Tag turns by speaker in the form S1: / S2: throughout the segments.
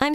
S1: I'm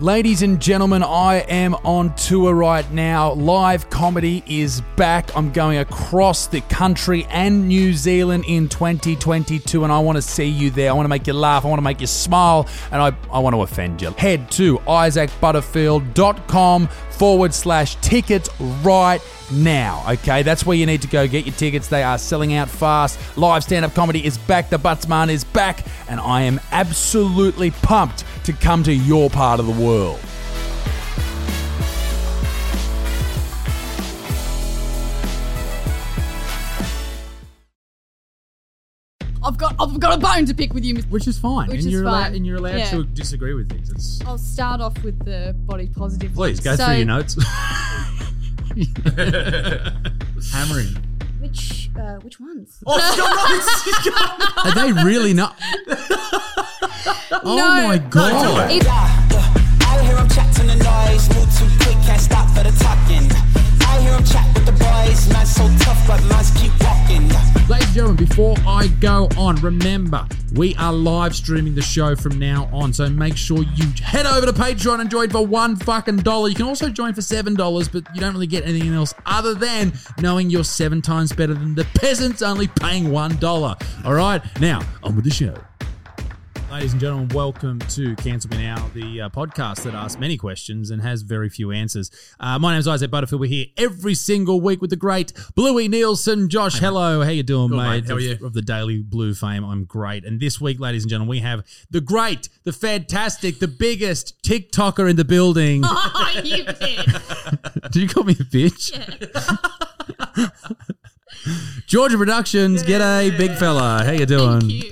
S2: Ladies and gentlemen, I am on tour right now. Live comedy is back. I'm going across the country and New Zealand in 2022, and I want to see you there. I want to make you laugh. I want to make you smile, and I, I want to offend you. Head to isaacbutterfield.com forward slash tickets right now. Okay, that's where you need to go get your tickets. They are selling out fast. Live stand up comedy is back. The Buttsman is back, and I am absolutely pumped to come to your part of the world.
S3: I've got I've got a bone to pick with you. Miss-
S4: Which is fine.
S3: Which
S4: and
S3: is
S4: you're allowed,
S3: fine.
S4: and you're allowed
S3: Yeah.
S4: to disagree with things. It's
S3: I'll start off with the body positive.
S4: please go
S3: So,
S4: through your notes. Hammering.
S5: Which uh, which ones?
S4: Oh, she's got notes. She's got notes.
S2: Are they really not? oh
S3: No.
S2: my god!
S3: If,
S6: uh, I hear him chat to the noise, move too quick, can't stop for the talking. I hear him chat with the boys, man so tough, but must keep walking.
S4: Ladies and gentlemen, before I go on, remember we are live streaming the show from now on, so make sure you head over to Patreon and join for one fucking dollar. You can also join for seven dollars, but you don't really get anything else other than knowing you're seven times better than the peasants only paying one dollar. All right, now on with the show. Ladies and gentlemen, welcome to Cancel Me Now, the uh, podcast that asks many questions and has very few answers. Uh, my name is Isaac Butterfield. We're here every single week with the great Bluey Nielsen. Josh, hello. How you doing,
S2: Good,
S4: mate?
S2: mate. How are you?
S4: Of, of the Daily Blue fame, I'm great. And this week, ladies and gentlemen, we have the great, the fantastic, the biggest TikToker in the building.
S3: oh, you did.
S4: Did you call me a bitch? Georgia Productions, get a big fella. How you doing?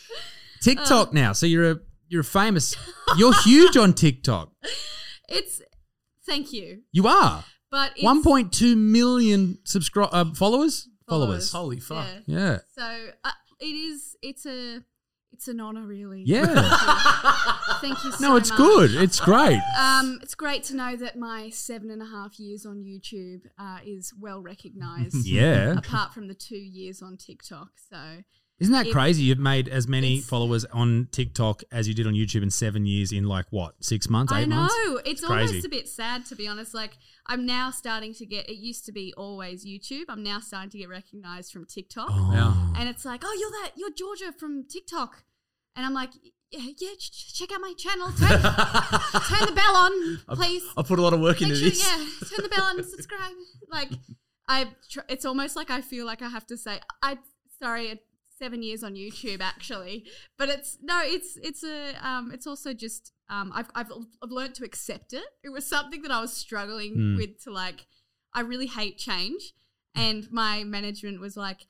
S4: TikTok now. So you're a you're a famous. You're huge on TikTok.
S3: It's thank you,
S4: You are.
S3: but it's,
S4: 1.2 million subscri- uh, followers?
S3: Followers.
S4: Holy
S3: fuck.
S4: Yeah.
S3: so uh, it is. It's a it's an honor, really.
S4: Yeah.
S3: Thank you. so
S4: no, Oh, it's
S3: much.
S4: good. It's great.
S3: Um, it's great to know that my seven and a half years on YouTube uh, is well recognised.
S4: Yeah.
S3: Apart from the two years on TikTok, so
S4: Isn't that
S3: It-
S4: crazy? You've made as many
S3: It's-
S4: followers on TikTok as you did on YouTube in seven years in like what, six months, eight
S3: I know.
S4: months?
S3: It's,
S4: crazy.
S3: almost a bit sad to be honest. Like I'm now starting to get it used to be always YouTube. I'm now starting to get recognized from TikTok.
S4: Oh.
S3: And it's like, "Oh, you're that you're Georgia from TikTok." And I'm like, "Yeah, yeah ch- ch- check out my channel. Turn, turn the bell on, please.
S4: I put a lot of work
S3: Make sure, yeah, turn the bell on, subscribe." Like I tr- it's almost like I feel like I have to say, "I sorry, 7 years on YouTube actually." But it's no, it's it's a um it's also just um I've I've I've learned to accept it. It was something that I was struggling with to like I really hate change and my management was like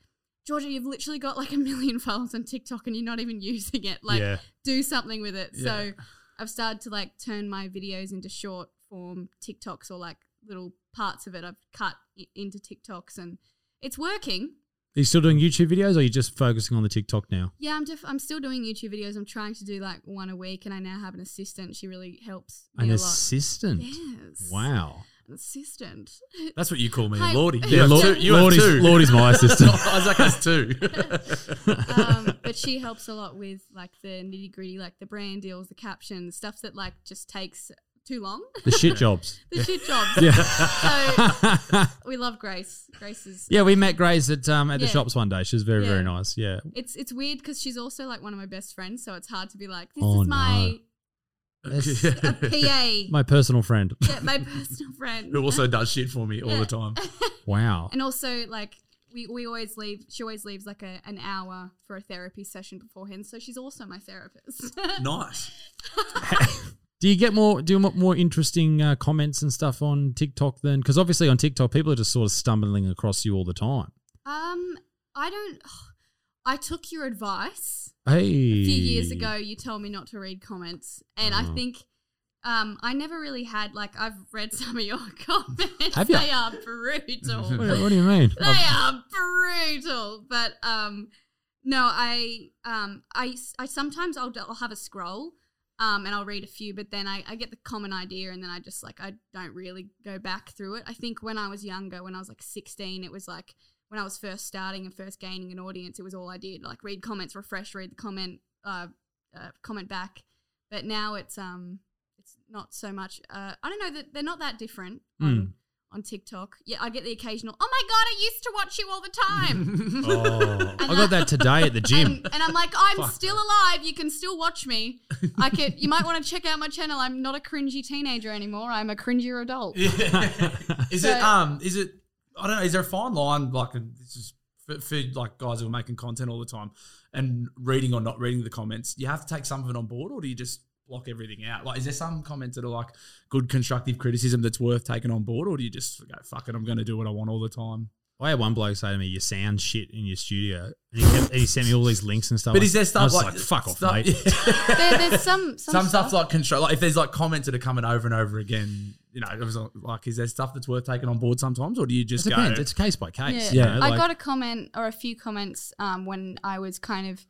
S3: Georgia, you've literally got like a million followers on TikTok and you're not even using it. Like,
S4: Yeah.
S3: do something with it.
S4: Yeah.
S3: So, I've started to like turn my videos into short form TikToks or like little parts of it. I've cut i- into TikToks and it's working.
S4: Are you still doing YouTube videos or are you just focusing on the TikTok now?
S3: Yeah, I'm def- I'm still doing YouTube videos. I'm trying to do like one a week, and I now have an assistant. She really helps me
S4: An
S3: a lot.
S4: assistant.
S3: Yes.
S4: Wow.
S3: An assistant.
S7: That's what you call me,
S3: Hi.
S7: Lordy.
S3: Yeah,
S7: You have
S3: Lord-
S7: two. You have
S4: Lordy's,
S7: two.
S4: Lordy's my assistant.
S7: Isaac has two.
S3: um, but she helps a lot with like the nitty gritty, like the brand deals, the captions, stuff that like just takes too long.
S4: the shit jobs.
S3: the shit jobs. so we love Grace. Grace is
S4: Yeah, we met Grace at um, at the
S3: Yeah.
S4: shops one day. She was very
S3: Yeah.
S4: very nice. Yeah.
S3: it's it's weird because she's also like one of my best friends, so it's hard to be like this
S4: Oh,
S3: is my a PA,
S4: My personal friend.
S3: yeah, my personal friend.
S7: Who also does shit for me all the time.
S4: Wow.
S3: And also, like, we, we always leave, she always leaves like a, an hour for a therapy session beforehand. So she's also my therapist.
S7: Nice.
S4: Do you get more do you want more interesting uh, comments and stuff on TikTok then? Because obviously on TikTok people are just sort of stumbling across you all the time.
S3: um, I don't, I took your advice
S4: Hey.
S3: a few years ago you told me not to read comments and
S4: Oh.
S3: i think um, i never really had like i've read some of your comments
S4: Have ya?
S3: they are brutal
S4: What, what do you mean?
S3: they are brutal but um no i um i, I sometimes I'll, I'll have a scroll um, and I'll read a few, but then I, I get the common idea, and then I just like I don't really go back through it. I think when I was younger, when I was like sixteen, it was like when I was first starting and first gaining an audience, it was all I did like read comments, refresh, read the comment, uh, uh, comment back. But now it's um it's not so much. Uh, I don't know that they're not that different on on TikTok. Yeah, I get the occasional. Oh my god, I used to watch you all the time.
S4: Oh, I
S3: And
S4: got that today at the gym.
S3: And, and I'm like, I'm still alive. You can still watch me. I could. You might want to check out my channel. I'm not a cringy teenager anymore. I'm a cringier adult.
S7: Is it
S3: So-
S7: um? Is it? I don't know. Is there a fine line like and this is for, for like guys who are making content all the time and reading or not reading the comments? You have to take some of it on board, or do you just block everything out? Like, is there some comments that are like good constructive criticism that's worth taking on board, or do you just go fuck it? I'm going to do what I want all the time.
S4: I had one bloke say to me, "You sound shit in your studio," and he, kept, and he sent me all these links and stuff.
S7: But is there
S4: I
S7: stuff
S4: was
S7: like,
S4: like, "Fuck off,
S7: stuff-
S4: mate."
S3: There, there's some some,
S7: some stuff like construct. Like if there's like comments that are coming over and over again, you know, it was like is there stuff that's worth taking on board sometimes, or do you
S4: It
S7: just go?
S4: depends. It's case by case.
S7: Yeah.
S4: you know,
S3: I
S4: like-
S3: got a comment or a few comments um, when I was kind of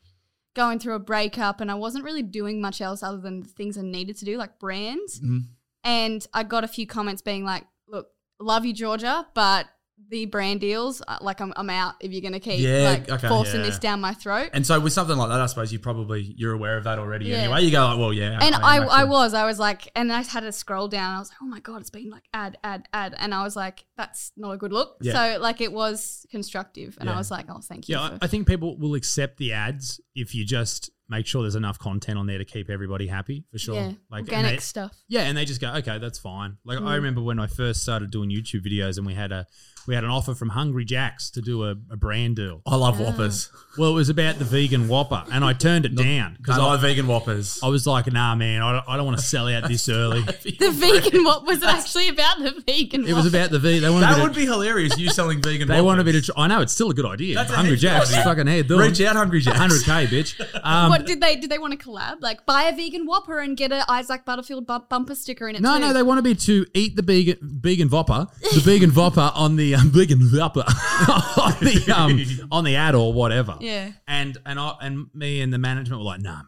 S3: going through a breakup and I wasn't really doing much else other than the things I needed to do, like brands.
S7: Mm-hmm.
S3: And I got a few comments being like, look, love you, Georgia, but the brand deals, uh, like I'm, I'm out if you're going to keep
S7: Yeah,
S3: like,
S7: okay,
S3: forcing
S7: yeah.
S3: this down my throat.
S7: And so with something like that, I suppose you probably you're aware of that already.
S3: Yeah.
S7: Anyway, you go like, well, yeah.
S3: and
S7: okay,
S3: I,
S7: I'm
S3: I
S7: actually-
S3: was, I was like, and I had to scroll down. I was like, oh my god, it's been like ad, ad, ad, and I was like, that's not a good look.
S7: Yeah.
S3: So like, it was constructive, and
S7: Yeah.
S3: I was like, oh, thank you.
S4: Yeah, I,
S3: for-
S4: I think people will accept the ads if you just make sure there's enough content on there to keep everybody happy for sure.
S3: yeah,
S4: and
S3: organic Mm.
S4: they-
S3: stuff.
S4: Yeah, and they just go, okay, that's fine. Like I remember when I first started doing YouTube videos, and we had a we had an offer from Hungry Jacks to do a, a brand deal.
S7: I love
S3: Ah.
S7: Whoppers.
S4: Well, it was about the vegan Whopper, and I turned it down
S7: I
S4: because I,
S7: love vegan Whoppers.
S4: I was like, nah, man, I don't, I don't want to sell out this early.
S3: The vegan, what was it actually about? The vegan.
S4: It was
S3: one?
S4: about the vegan. They wanted
S7: that
S4: me
S7: would
S4: to,
S7: be hilarious. You selling vegan.
S4: They wanted me to.
S7: Whoppers.
S4: Tr- I know it's still a good idea.
S7: That's a
S4: Hungry
S7: heck of an
S4: Jacks,
S7: idea.
S4: fucking hair, doing
S7: reach out, Hungry Jacks.
S4: 100k, bitch. Um,
S3: What did they? Did they want to collab? Like buy a vegan Whopper and get a Isaac Butterfield bu- bumper sticker in it.
S4: No,
S3: too.
S4: no, they want to be to eat the vegan vegan vopper, the vegan vopper on the um, vegan vopper on the um, on the ad or whatever.
S3: Yeah.
S4: And and I and me and the management were like, nah, man,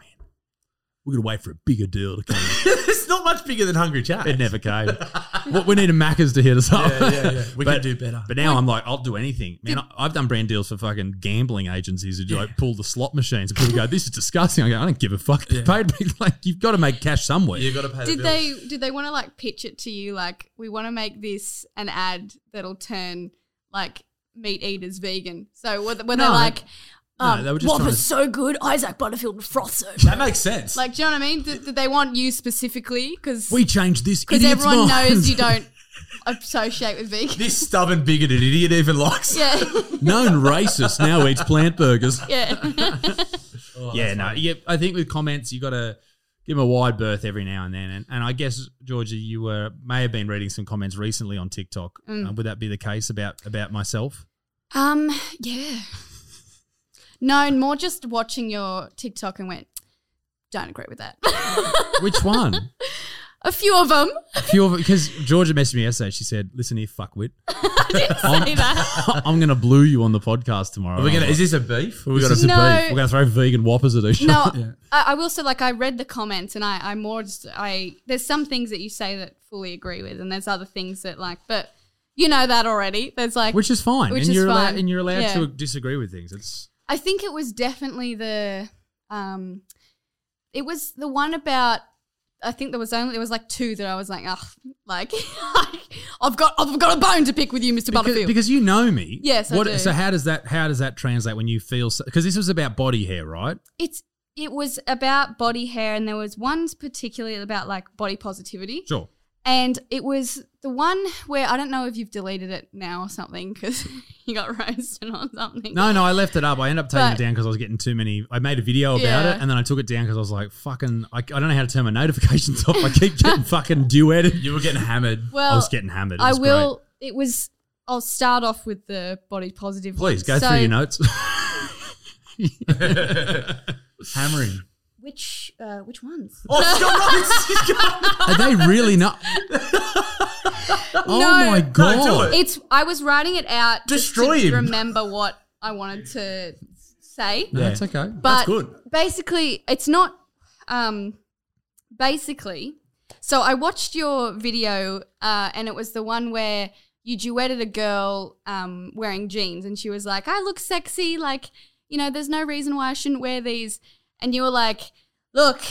S4: we're gonna wait for a bigger deal to come.
S7: it's not much bigger than Hungry Jack.
S4: it never came. what we need a Macca's to hit us up.
S7: Yeah, yeah, yeah. We
S4: but,
S7: can do better.
S4: But now I'm like, I'll do anything, man. I, I've done brand deals for fucking gambling agencies who do like pull the slot machines and people go, this is disgusting. I go, I don't give a fuck. Paid me like you've got to make cash somewhere.
S7: you got to pay.
S3: Did
S7: the
S3: they?
S7: bills.
S3: Did they want to like pitch it to you? Like we want to make this an ad that'll turn like meat eaters vegan. So were, were
S4: No.
S3: they like? "Um,
S4: no, they were just trying to-
S8: Whopper's so good, Isaac Butterfield froths it.
S7: That makes sense.
S3: Like, do you know what I mean? Did, did they want you specifically? Because
S4: we changed this because
S3: everyone knows you don't associate with vegans.
S7: this stubborn, bigoted idiot even likes.
S3: Yeah,
S4: Known racist now eats plant burgers.
S3: yeah.
S4: yeah, no. Yeah, I think with comments, you got to give them a wide berth every now and then. And, and I guess, Georgia, you were may have been reading some comments recently on TikTok.
S3: Mm.
S4: Uh, would that be the case about about myself?
S3: Um, yeah. No, and more just watching your TikTok and went, don't agree with that.
S4: Which one?
S3: a few of them.
S4: Because Georgia messaged me yesterday. She said, "Listen here, fuckwit. I'm-
S3: Say that.
S4: I'm going to blue you on the podcast tomorrow."
S7: Are we
S4: And I'm
S7: gonna?
S4: like,
S7: Is this a beef? Or we
S4: This
S7: got
S4: is a
S7: a.
S3: No.
S4: beef. We're going to throw vegan whoppers at each
S3: No,
S4: other.
S3: I, I will say, like, I read the comments and I, I more just, I, there's some things that you say that fully agree with, and there's other things that, like, but you know that already. There's like,
S4: Which is fine,
S3: Which
S4: and
S3: is
S4: you're allowed,
S3: fine.
S4: and you're allowed
S3: Yeah.
S4: to disagree with things. It's
S3: I think it was definitely the um it was the one about I think there was only there was like two that I was like, ugh, like, I've got I've got a bone to pick with you, Mr.
S4: because,
S3: Butterfield.
S4: because you know me.
S3: Yes, I
S4: What-
S3: do.
S4: So how does that how does that translate when you feel? Because this was about body hair, right?
S3: it's it was about body hair and there was one particularly about like body positivity.
S4: Sure.
S3: And it was the one where I don't know if you've deleted it now or something because you got roasted on something.
S4: No, no, I left it up. I ended up taking
S3: But-
S4: it down because I was getting too many. I made a video about
S3: Yeah.
S4: it, and then I took it down because I was like, "Fucking, I, I don't know how to turn my notifications off. I keep getting fucking duetted.
S7: You were getting hammered.
S3: Well,
S4: I was getting hammered. It
S3: I
S4: was great.
S3: will. It was. I'll start off with the body positive.
S4: Please go
S3: one. So-
S4: through your notes. Hammering.
S3: Which uh, which ones?
S7: Oh, Scott Roberts! He's got-
S4: Are they really not? oh
S3: No.
S4: my
S3: No,
S4: god!
S7: do it.
S3: It's I was writing it out just to
S7: Destroy him.
S3: remember what I wanted to say.
S4: No, That's okay.
S3: But
S7: good.
S3: basically, it's not. Um, basically, so I watched your video, uh, and it was the one where you duetted a girl um, wearing jeans, and she was like, "I look sexy, like you know, there's no reason why I shouldn't wear these," and you were like,
S9: Look,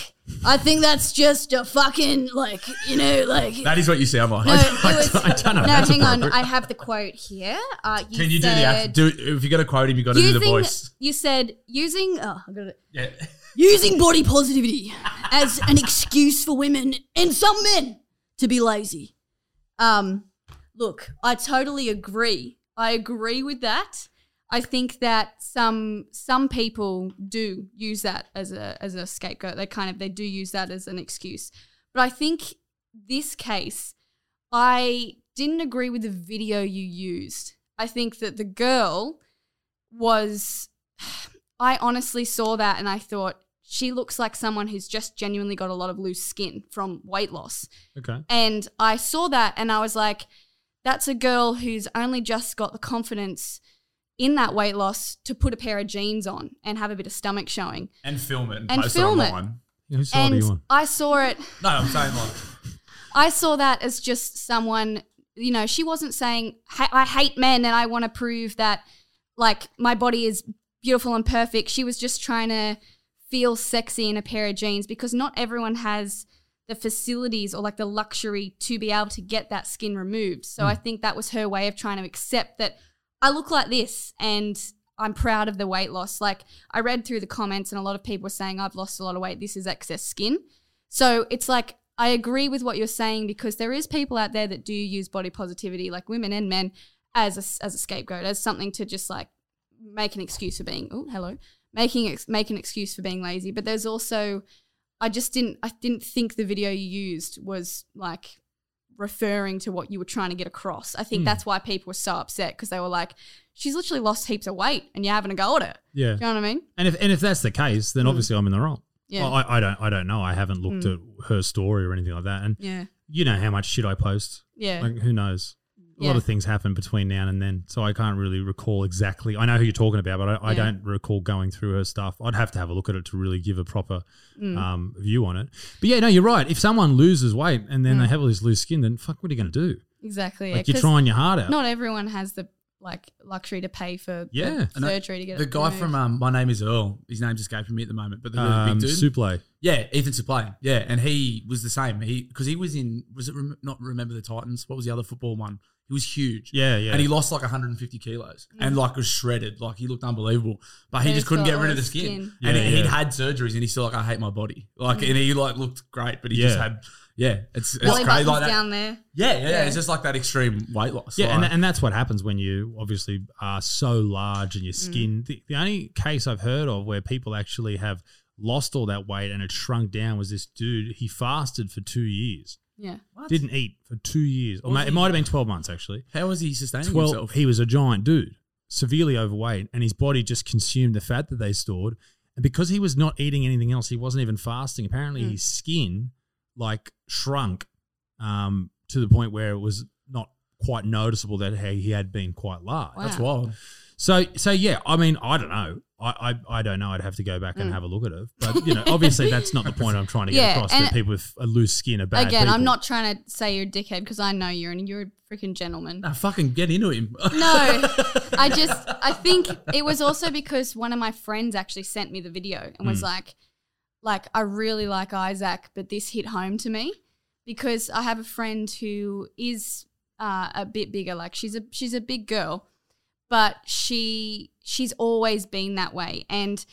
S9: I think that's just a fucking like you know like.
S7: That is what you sound like.
S3: "No, it was,
S4: I don't know.
S3: no,
S4: that's
S3: hang on,
S4: appropriate.
S3: I have the quote here." Uh, you
S7: Can you do the
S3: said-
S7: act? Do if you got to quote him, you got to do the
S3: using-
S7: voice.
S3: You said using. Oh, I got it.
S7: Yeah.
S9: using body positivity as an excuse for women and some men to be lazy.
S3: Um, look, I totally agree. I agree with that. I think that some some people do use that as a as a scapegoat. They kind of they do use that as an excuse. But I think this case, I didn't agree with the video you used. I think that the girl was I honestly saw that and I thought she looks like someone who's just genuinely got a lot of loose skin from weight loss.
S4: Okay.
S3: And I saw that and I was like, that's a girl who's only just got the confidence in that weight loss to put a pair of jeans on and have a bit of stomach showing.
S7: And film it and,
S3: And
S7: post
S3: film
S7: it
S3: it.
S7: online.
S4: Whose side are
S3: And
S4: you on?
S3: I saw it
S7: No, I'm saying like
S3: I saw that as just someone, you know, she wasn't saying, "Ha- I hate men and I want to prove that, like, my body is beautiful and perfect. She was just trying to feel sexy in a pair of jeans because not everyone has the facilities or like the luxury to be able to get that skin removed. So I think that was her way of trying to accept that I look like this and I'm proud of the weight loss. Like, I read through the comments and a lot of people were saying, I've lost a lot of weight. This is excess skin. So it's like I agree with what you're saying because there is people out there that do use body positivity, like women and men, as a, as a scapegoat, as something to just like make an excuse for being. Oh, hello, making ex- make an excuse for being lazy. But there's also, I just didn't I didn't think the video you used was like referring to what you were trying to get across. I
S4: Hmm.
S3: think that's why people were so upset because they were like, she's literally lost heaps of weight and you're having a go at her.
S4: Yeah.
S3: Do you know what I mean?
S4: And if and if that's the case, then obviously I'm in the wrong.
S3: Mm. Yeah. Mm.
S4: Well, I, I don't I don't know. I haven't looked at her story or anything like that. And
S3: Yeah.
S4: you know how much shit I post.
S3: Yeah.
S4: Like who knows? A lot
S3: Yeah.
S4: of things happen between now and then, so I can't really recall exactly. I know who you're talking about, but I, I
S3: Yeah.
S4: don't recall going through her stuff. I'd have to have a look at it to really give a proper
S3: Mm.
S4: um, view on it. But yeah, no, you're right. If someone loses weight and then they have all this loose skin, then fuck, what are you going to do?
S3: exactly.
S4: Like
S3: Mm. yeah,
S4: you're
S3: 'cause-
S4: trying your heart out.
S3: not everyone has the like luxury to pay for
S4: Yeah.
S3: the
S4: And
S7: I-
S3: surgery to get
S7: the
S3: it
S7: guy
S3: removed.
S7: from um, My Name Is Earl. His name's escaping me at the moment, but the really
S4: um,
S7: big dude.
S4: Suplé.
S7: Yeah, Ethan Suplee. Yeah, and he was the same. He because he was in was it rem- not Remember the Titans? What was the other football one? He was huge.
S4: Yeah, yeah.
S7: And he lost like 150 kilos and like was shredded. Like he looked unbelievable, but he
S3: Mm. But
S7: just
S3: he's
S7: couldn't
S3: got
S7: get rid
S3: all
S7: of the
S3: his
S7: skin.
S3: skin. Mm.
S7: And
S4: Yeah,
S7: he- he'd
S4: yeah.
S7: had surgeries and he's still like, I hate my body. Like, and he like looked great, but he just
S4: Yeah.
S7: had yeah, it's it's
S3: Belly
S7: crazy
S3: buttons
S7: like that.
S3: down there.
S7: Yeah, yeah, yeah, it's just like that extreme weight loss.
S4: Yeah, and,
S7: like-
S4: and that's what happens when you obviously are so large and your skin. The, the only case I've heard of where people actually have lost all that weight and it shrunk down was this dude. He fasted for two years,
S3: Yeah.
S4: didn't eat for two years, or ma- it might have been twelve months actually.
S7: how was he sustaining
S4: Twelve.
S7: himself?
S4: He was a giant dude, severely overweight, and his body just consumed the fat that they stored. And because he was not eating anything else, he wasn't even fasting. Apparently,
S3: Hmm.
S4: his skin like shrunk um, to the point where it was not quite noticeable that he he had been quite large.
S3: Wow.
S7: That's wild.
S4: So, so yeah, I mean, I don't know. I, I, I don't know. I'd have to go back and have a look at it. But you know, obviously, that's not the point I'm trying to get
S3: Hmm. Yeah,
S4: across.
S3: and-
S4: That people with a loose skin are bad.
S3: Again, I'm
S4: people.
S3: not trying to say you're a dickhead because I know you're and you're a freaking gentleman.
S7: Nah, fucking get into him.
S3: No, I just I think it was also because one of my friends actually sent me the video and was like, like I really like Isaac, but this hit home to me because I have a friend who is uh, a bit bigger. Like she's a she's a big girl, but she she's always been that way and.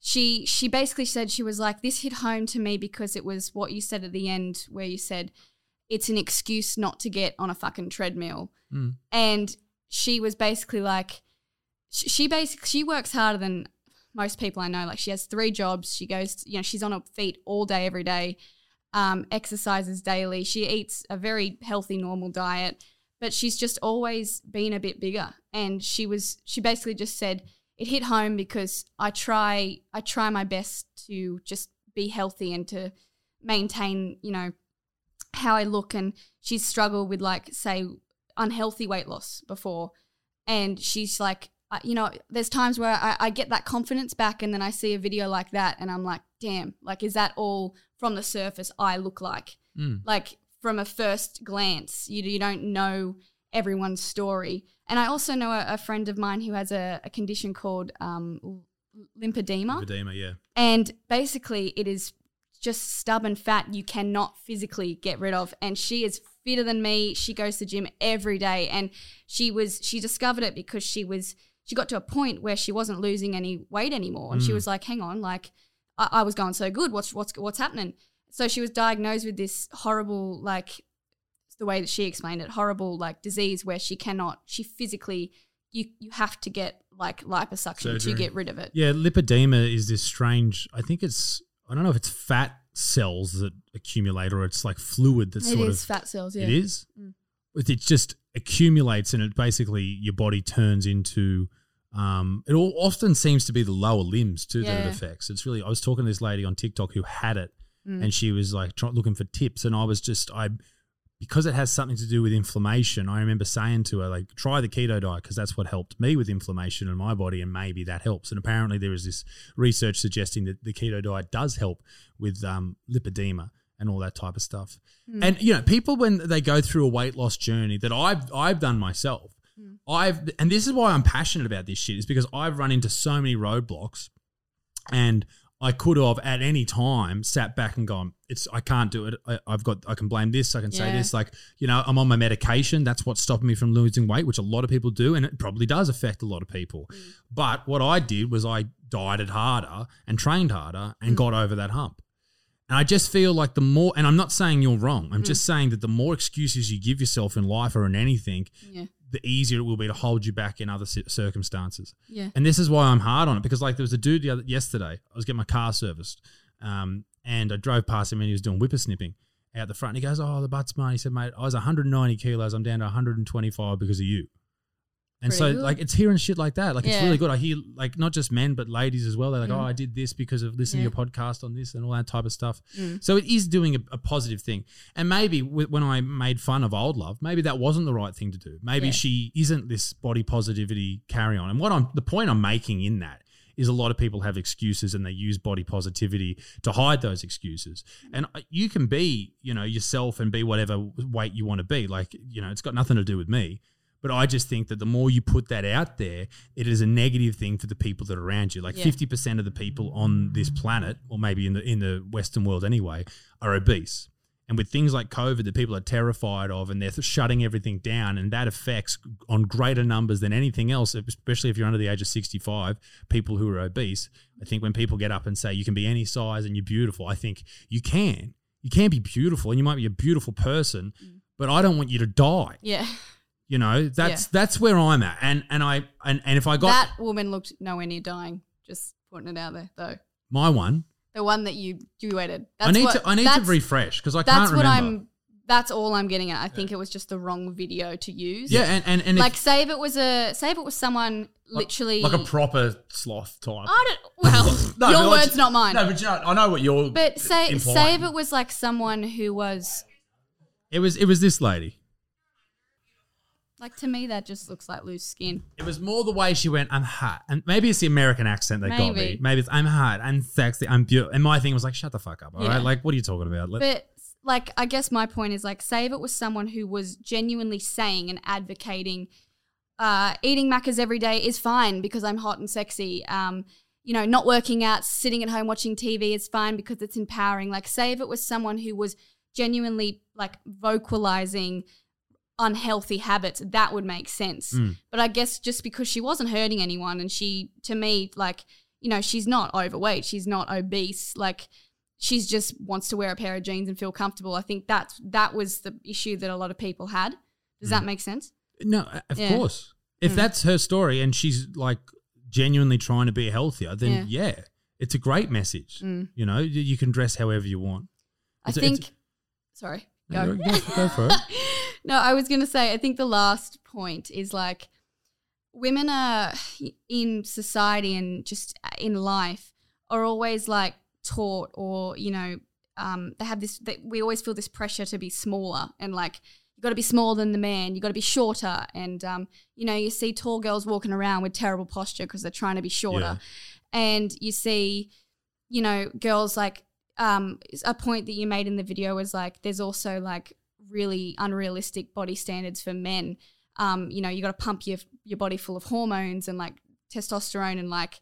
S3: She she basically said she was like this hit home to me because it was what you said at the end where you said it's an excuse not to get on a fucking treadmill and she was basically like sh- she basically she works harder than most people i know like she has three jobs she goes you know she's on her feet all day every day um, exercises daily she eats a very healthy normal diet but she's just always been a bit bigger and she was she basically just said it hit home because I try I try my best to just be healthy and to maintain, you know, how I look and she's struggled with like say unhealthy weight loss before and she's like I- you know there's times where I, I get that confidence back and then I see a video like that and I'm like damn like is that all from the surface I look like like from a first glance you, you don't know everyone's story and I also know a, a friend of mine who has a, a condition called um, l- lymphedema
S4: Edema, yeah.
S3: and basically, it is just stubborn fat you cannot physically get rid of. And she is fitter than me. She goes to the gym every day. And she was, she discovered it because she was, she got to a point where she wasn't losing any weight anymore.
S4: Mm.
S3: And she was like, hang on, like, I, I was going so good. What's, what's, what's happening? So she was diagnosed with this horrible, like, the way that she explained it, horrible, like, disease where she cannot, she physically, you, you have to get, like, liposuction
S4: Surgery.
S3: to get rid of it.
S4: Yeah, lipedema is this strange. I think it's I don't know if it's fat cells that accumulate or it's like fluid that's
S3: It
S4: sort
S3: is
S4: of
S3: fat cells, yeah. Mm.
S4: It is. But It just accumulates, and it basically your body turns into. Um, it all often seems to be the lower limbs too that
S3: Yeah.
S4: it affects. It's really. I was talking to this lady on TikTok who had it,
S3: Mm.
S4: and she was like try, looking for tips, and I was just I. Because it has something to do with inflammation, I remember saying to her, like, try the keto diet because that's what helped me with inflammation in my body, and maybe that helps. And apparently, there is this research suggesting that the keto diet does help with um, lipedema and all that type of stuff. And you know, people when they go through a weight loss journey that I've I've done myself, I've and this is why I'm passionate about this shit is because I've run into so many roadblocks, and I could have at any time sat back and gone, it's I can't do it. I, I've got I can blame this. I can say
S3: Yeah.
S4: this. Like you know, I'm on my medication. That's what's stopping me from losing weight, which a lot of people do, and it probably does affect a lot of people. But what I did was I dieted harder and trained harder and got over that hump. And I just feel like the more, and I'm not saying you're wrong.
S3: Mm.
S4: I'm just saying that the more excuses you give yourself in life or in anything,
S3: Yeah.
S4: the easier it will be to hold you back in other ci- circumstances.
S3: Yeah.
S4: And this is why I'm hard on it because, like, there was a dude the other, yesterday. I was getting my car serviced, um, and I drove past him and he was doing whippersnipping out the front. And he goes, "Oh, the butt's mine." He said, "Mate, I was 190 kilos. I'm down to 125 because of you." And
S3: Pretty
S4: so,
S3: good.
S4: like, it's hearing shit like that. Like, it's
S3: Yeah. Mm.
S4: really good. I hear, like, not just men, but ladies as well. They're like, oh, I did this because of listening
S3: Yeah. Mm.
S4: to your podcast on this and all that type of stuff. So, it is doing a, a positive thing. And maybe w- when I made fun of old love, maybe that wasn't the right thing to do. Maybe
S3: Yeah.
S4: she isn't this body positivity carry on. And what I'm, the point I'm making in that is a lot of people have excuses and they use body positivity to hide those excuses. And uh, you can be, you know, yourself and be whatever weight you want to be. Like, you know, it's got nothing to do with me. But I just think that the more you put that out there, it is a negative thing for the people that are around you. Like
S3: Yeah.
S4: fifty percent of the people on this planet, or maybe in the in the Western world anyway, are obese. And with things like COVID that people are terrified of, and they're shutting everything down, and that affects on greater numbers than anything else, especially if you're under the age of 65, people who are obese. I think when people get up and say, you can be any size and you're beautiful, I think you can. You can be beautiful, and you might be a beautiful person,
S3: Mm.
S4: but I don't want you to die
S3: Yeah.
S4: you know that's that's where i'm at and and i and, and if i got
S3: that woman looked nowhere near dying. Just putting it out there, though.
S4: my one
S3: The one that you duetted.
S4: i need
S3: what-
S4: to i need to
S3: that's-
S4: refresh because i can't
S3: That's what
S4: remember
S3: I'm. That's all I'm getting at. I think it was just the wrong video to use.
S4: yeah and and, and
S3: Like,
S4: if,
S3: say if it was a, say if it was someone literally.
S7: like a proper sloth type.
S3: I don't. Well,
S7: No,
S3: Oh, your
S7: but I
S3: words,
S7: ju-
S3: not mine.
S7: No, but you know, I know what you're.
S3: but say,
S7: implying.
S3: say if it was like someone who was
S4: it was it was this lady
S3: like to me that just looks like loose skin.
S4: it was more the way she went i'm hot and maybe it's the american accent that got me
S3: Maybe.
S4: maybe it's i'm hot i'm sexy i'm beautiful and my thing was like shut the fuck up all right,
S3: Yeah.
S4: like what are you talking about Let-
S3: But like, I guess my point is like, say if it was someone who was genuinely saying and advocating, uh, eating macas every day is fine because I'm hot and sexy. Um, you know, not working out, sitting at home watching TV is fine because it's empowering. Like, say if it was someone who was genuinely like vocalizing unhealthy habits, that would make sense. But I guess just because she wasn't hurting anyone and she, to me, like, you know, she's not overweight, she's not obese, like, she's just wants to wear a pair of jeans and feel comfortable. I think that's that was the issue that a lot of people had.
S4: Mm.
S3: Does that make sense?
S4: No, of
S3: Yeah. Hmm.
S4: course. If that's her story and she's like genuinely trying to be healthier, then yeah, it's a great message.
S3: Mm.
S4: You know, you, you can dress however you want.
S3: I
S4: It's a- it's-
S3: think. Sorry.
S4: Go,
S3: Go.
S4: go for it.
S3: No, I was going to say, I think the last point is like, women are in society and just in life are always like taught or you know um, they have this they, we always feel this pressure to be smaller and like you got to be smaller than the man you got to be shorter and um, you know you see tall girls walking around with terrible posture because they're trying to be shorter and you see you know girls like um, a point that you made in the video was like there's also like really unrealistic body standards for men um, you know, you got to pump your your body full of hormones and like testosterone and like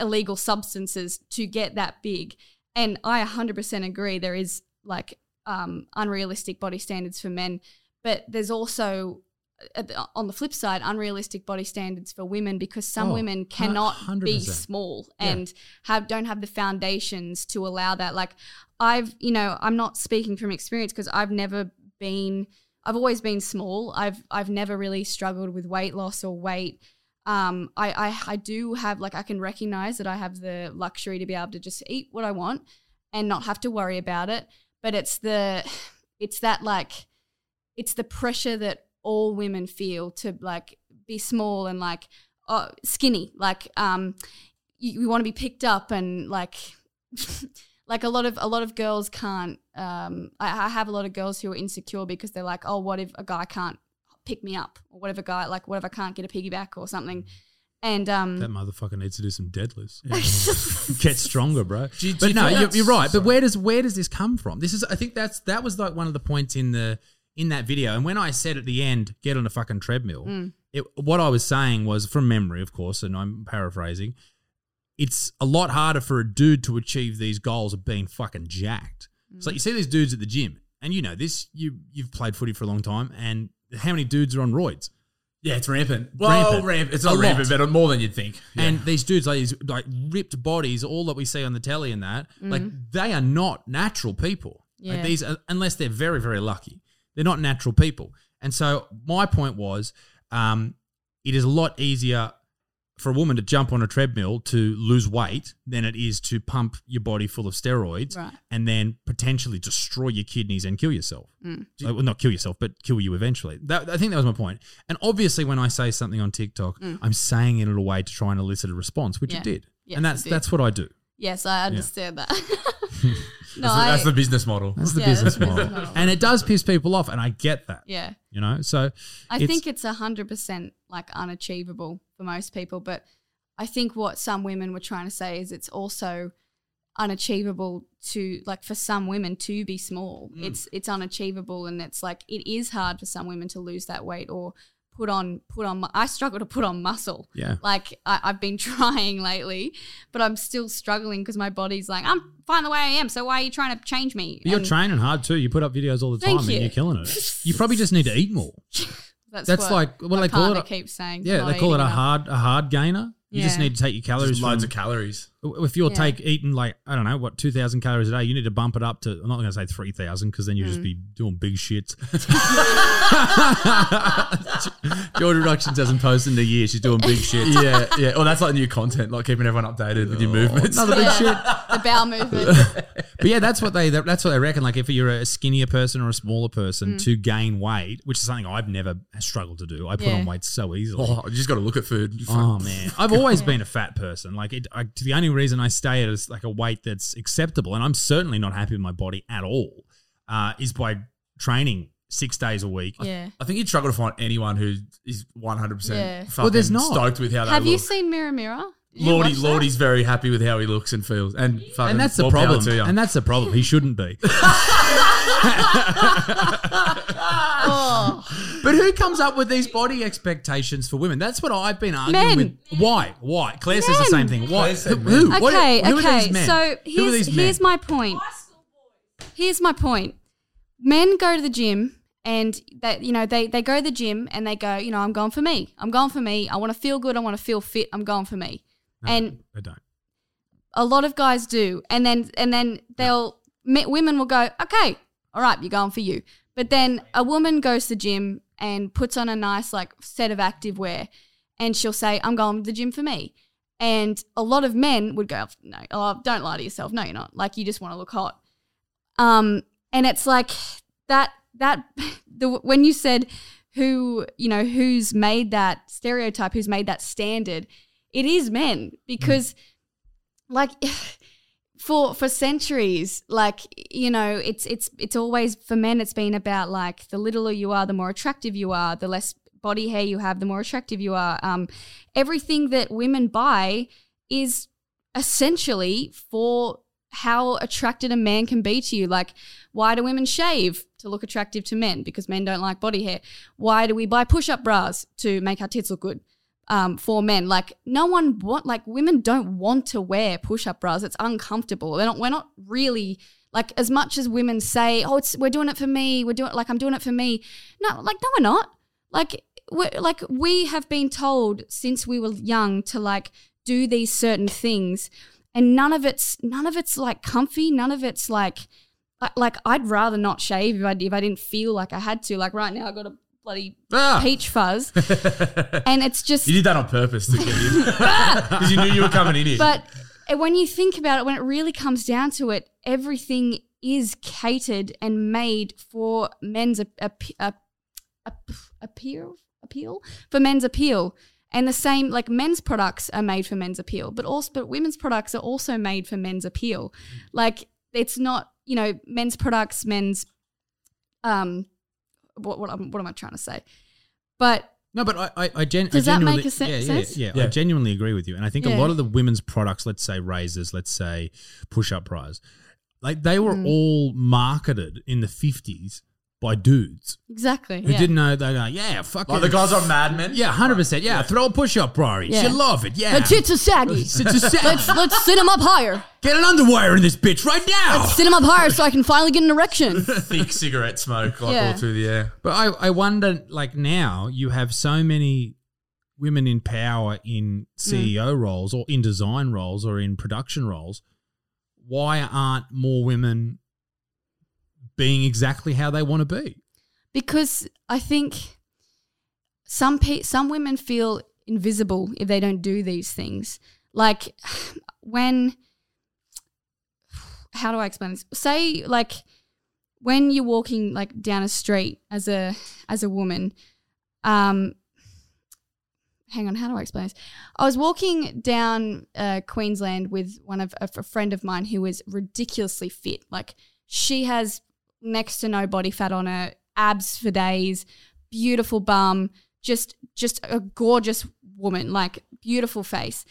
S3: illegal substances to get that big. And I 100% agree. There is like um, unrealistic body standards for men, but there's also at the- on the flip side unrealistic body standards for women because some
S4: Oh,
S3: women
S4: hun-
S3: cannot be
S4: 100%.
S3: small and have don't have the foundations to allow that like i've you know i'm not speaking from experience because i've never been i've always been small i've i've never really struggled with weight loss or weight um I, I i do have like i can recognize that i have the luxury to be able to just eat what i want and not have to worry about it but it's the it's that like it's the pressure that all women feel to like be small and like uh, skinny like um you, you want to be picked up and like like a lot of a lot of girls can't um I, I have a lot of girls who are insecure because they're like oh what if a guy can't pick me up or what if a guy like what if i can't get a piggyback or something and um
S4: That motherfucker needs to do some deadlifts. Get stronger, bro. but
S7: you
S4: no,
S7: feel
S4: you're,
S7: that's-
S4: you're right. But where does where does this come from? This is I think that's that was like one of the points in the in that video. And when I said at the end, get on a fucking treadmill, it, what I was saying was from memory, of course, and I'm paraphrasing. It's a lot harder for a dude to achieve these goals of being fucking jacked. So you see these dudes at the gym, and you know this. You you've played footy for a long time, and how many dudes are on roids?
S7: Yeah, it's rampant. Well,
S4: Rampant.
S7: rampant. It's
S4: A
S7: not
S4: lot.
S7: rampant, but more than you'd think. Yeah.
S4: And these dudes, like these like ripped bodies, all that we see on the telly and that, like they are not natural people. Like
S3: Mm. Yeah.
S4: these, are, unless they're very, very lucky, they're not natural people. And so my point was, um, it is a lot easier for a woman to jump on a treadmill to lose weight than it is to pump your body full of steroids
S3: Right.
S4: and then potentially destroy your kidneys and kill yourself. Like, Uh, well, not kill yourself, but kill you eventually. That, I think that was my point. And obviously, when I say something on TikTok, I'm saying it in a way to try and elicit a response, which
S3: Mm. Yeah.
S4: it did.
S3: Yes,
S4: and that's
S3: it did.
S4: that's what I do.
S3: yes i understand that no
S7: that's, the, that's
S3: I,
S7: the business model.
S4: That's the
S3: Yeah, that's
S4: business
S3: the
S4: model.
S3: business model.
S4: and it does piss people off, and I get that.
S3: yeah
S4: You know, so
S3: I
S4: it's-
S3: think it's a hundred percent like unachievable for most people, but I think what some women were trying to say is it's also unachievable to like for some women to be small.
S4: Mm.
S3: It's it's unachievable and it's like it is hard for some women to lose that weight or put on put on mu- I struggle to put on muscle.
S4: Yeah.
S3: Like I, I've been trying lately, but I'm still struggling because my body's like, I'm fine the way I am, so why are you trying to change me?
S4: But you're
S3: And
S4: training hard too. You put up videos all the time
S3: Thank
S4: and
S3: you.
S4: you're killing it. You probably just need to eat more. that's like- what do
S3: my
S4: they call it?
S3: partner keeps saying.
S4: Yeah,
S3: not
S4: they call it
S3: eating
S4: a
S3: enough.
S4: hard a hard gainer. You just
S3: Yeah.
S4: need to take your calories
S7: Just loads
S4: from-
S7: of calories.
S4: if you're
S3: Yeah.
S4: take eating like I don't know what two thousand calories a day, you need to bump it up to I'm not going to say three thousand because then you'll just be doing big shits. George Reductions hasn't posted in a year. She's doing big shits.
S7: yeah, yeah. Well, that's like new content, like keeping everyone updated with your
S4: Oh.
S7: movements.
S4: Another big shit.
S3: the bowel movement.
S4: But yeah, that's what they that's what they reckon. Like if you're a skinnier person or a smaller person to gain weight, which is something I've never struggled to do. I put
S3: Yeah.
S4: on weight so easily.
S7: Oh, you just got to look at food.
S4: Oh man, I've always been a fat person. Like it, I, the only reason I stay at is like a weight that's acceptable, and I'm certainly not happy with my body at all. Uh, is by training six days a week.
S3: yeah.
S7: I think you'd struggle to find anyone who is 100%
S3: Yeah.
S7: fucking
S4: Well, there's not.
S7: stoked with how they
S3: Have
S7: look.
S3: you seen Mirror Mirror? Did you
S7: Lordy,
S3: watch that?
S7: Lordy's very happy with how he looks and feels. And fucking
S4: And that's the
S7: more power
S4: problem.
S7: to ya.
S4: And that's the problem. He shouldn't be.
S3: Oh,
S4: But who comes up with these body expectations for women? That's what I've been arguing
S3: Men.
S4: with. Why? Why? Claire says the same thing. Why?
S7: Claire
S4: Who?
S7: said
S4: who?
S7: men.
S4: What-
S3: okay,
S4: who are
S3: okay.
S4: these men?
S3: So
S4: who are
S3: here's
S4: these men?
S3: here's my point. Here's my point. Men go to the gym and they you know they they go to the gym and they go you know I'm going for me. I'm going for me. I want to feel good. I want to feel fit. I'm going for me. And
S4: I don't.
S3: a lot of guys do and then and then they'll me, women will go okay all right you're going for you but then a woman goes to the gym and puts on a nice like set of active wear and she'll say i'm going to the gym for me and a lot of men would go no oh, don't lie to yourself no you're not like you just want to look hot um and it's like that that the when you said who you know who's made that stereotype, who's made that standard, it is men because, like. For, for centuries, like you know, it's it's it's always for men. It's been about like the littler you are, the more attractive you are, the less body hair you have, the more attractive you are. Um, everything that women buy is essentially for how attracted a man can be to you. Like, why do women shave to look attractive to men? Because men don't like body hair. Why do we buy push up bras to make our tits look good? Um, for men, like no one want, like women don't want to wear push-up bras. It's uncomfortable. They're not. We're not really like as much as women say, "Oh, it's we're doing it for me. We're doing like I'm doing it for me." No, like no, we're not like we like we have been told since we were young to like do these certain things and none of it's none of it's like comfy none of it's like I- like I'd rather not shave if I, if I didn't feel like I had to like right now I got a bloody
S4: Ah.
S3: peach fuzz and it's just
S7: You did that on purpose to get in because you knew you were coming in here.
S3: but when you think about it, when it really comes down to it, everything is catered and made for men's ap- ap- ap- ap- appeal, appeal for men's appeal. And the same, like men's products are made for men's appeal, but also, but women's products are also made for men's appeal. Like it's not, you know, men's products, men's, um, what what, am what am I trying to say? But
S4: No, but I, I, I, gen-
S3: Does
S4: I
S3: that
S4: genuinely,
S3: make a se-
S4: yeah, yeah,
S3: sense?
S4: Yeah, I
S7: Yeah.
S4: genuinely agree with you, and I think a
S3: Yeah.
S4: lot of the women's products, let's say razors, let's say push-up bras, like they
S3: Mm.
S4: were all marketed in the fifties by dudes
S3: exactly,
S4: who
S3: yeah.
S4: didn't know. They're like, yeah, fucking
S7: like the guys on Mad Men.
S4: yeah, hundred percent, yeah, throw a push-up bra, in.
S3: Yeah.
S4: she love it, yeah.
S10: Her tits are saggy.
S4: It's a set.
S10: let's let's sit him up higher.
S4: Get an underwear in this bitch right now.
S10: Sit him up higher so I can finally get an erection.
S7: thick cigarette smoke like
S3: Yeah.
S7: all through the air.
S4: But I, I wonder, like now you have so many women in power
S3: Mm.
S4: in CEO roles or in design roles or in production roles. Why aren't more women being exactly how they want to be?
S3: because I think some pe- some women feel invisible if they don't do these things. Like when how do I explain this? Say like when you're walking like down a street as a as a woman, um, hang on, how do I explain this? I was walking down uh, Queensland with one of a, a friend of mine who was ridiculously fit. Like she has next to no body fat on her, abs for days, beautiful bum, just just a gorgeous woman, like beautiful face.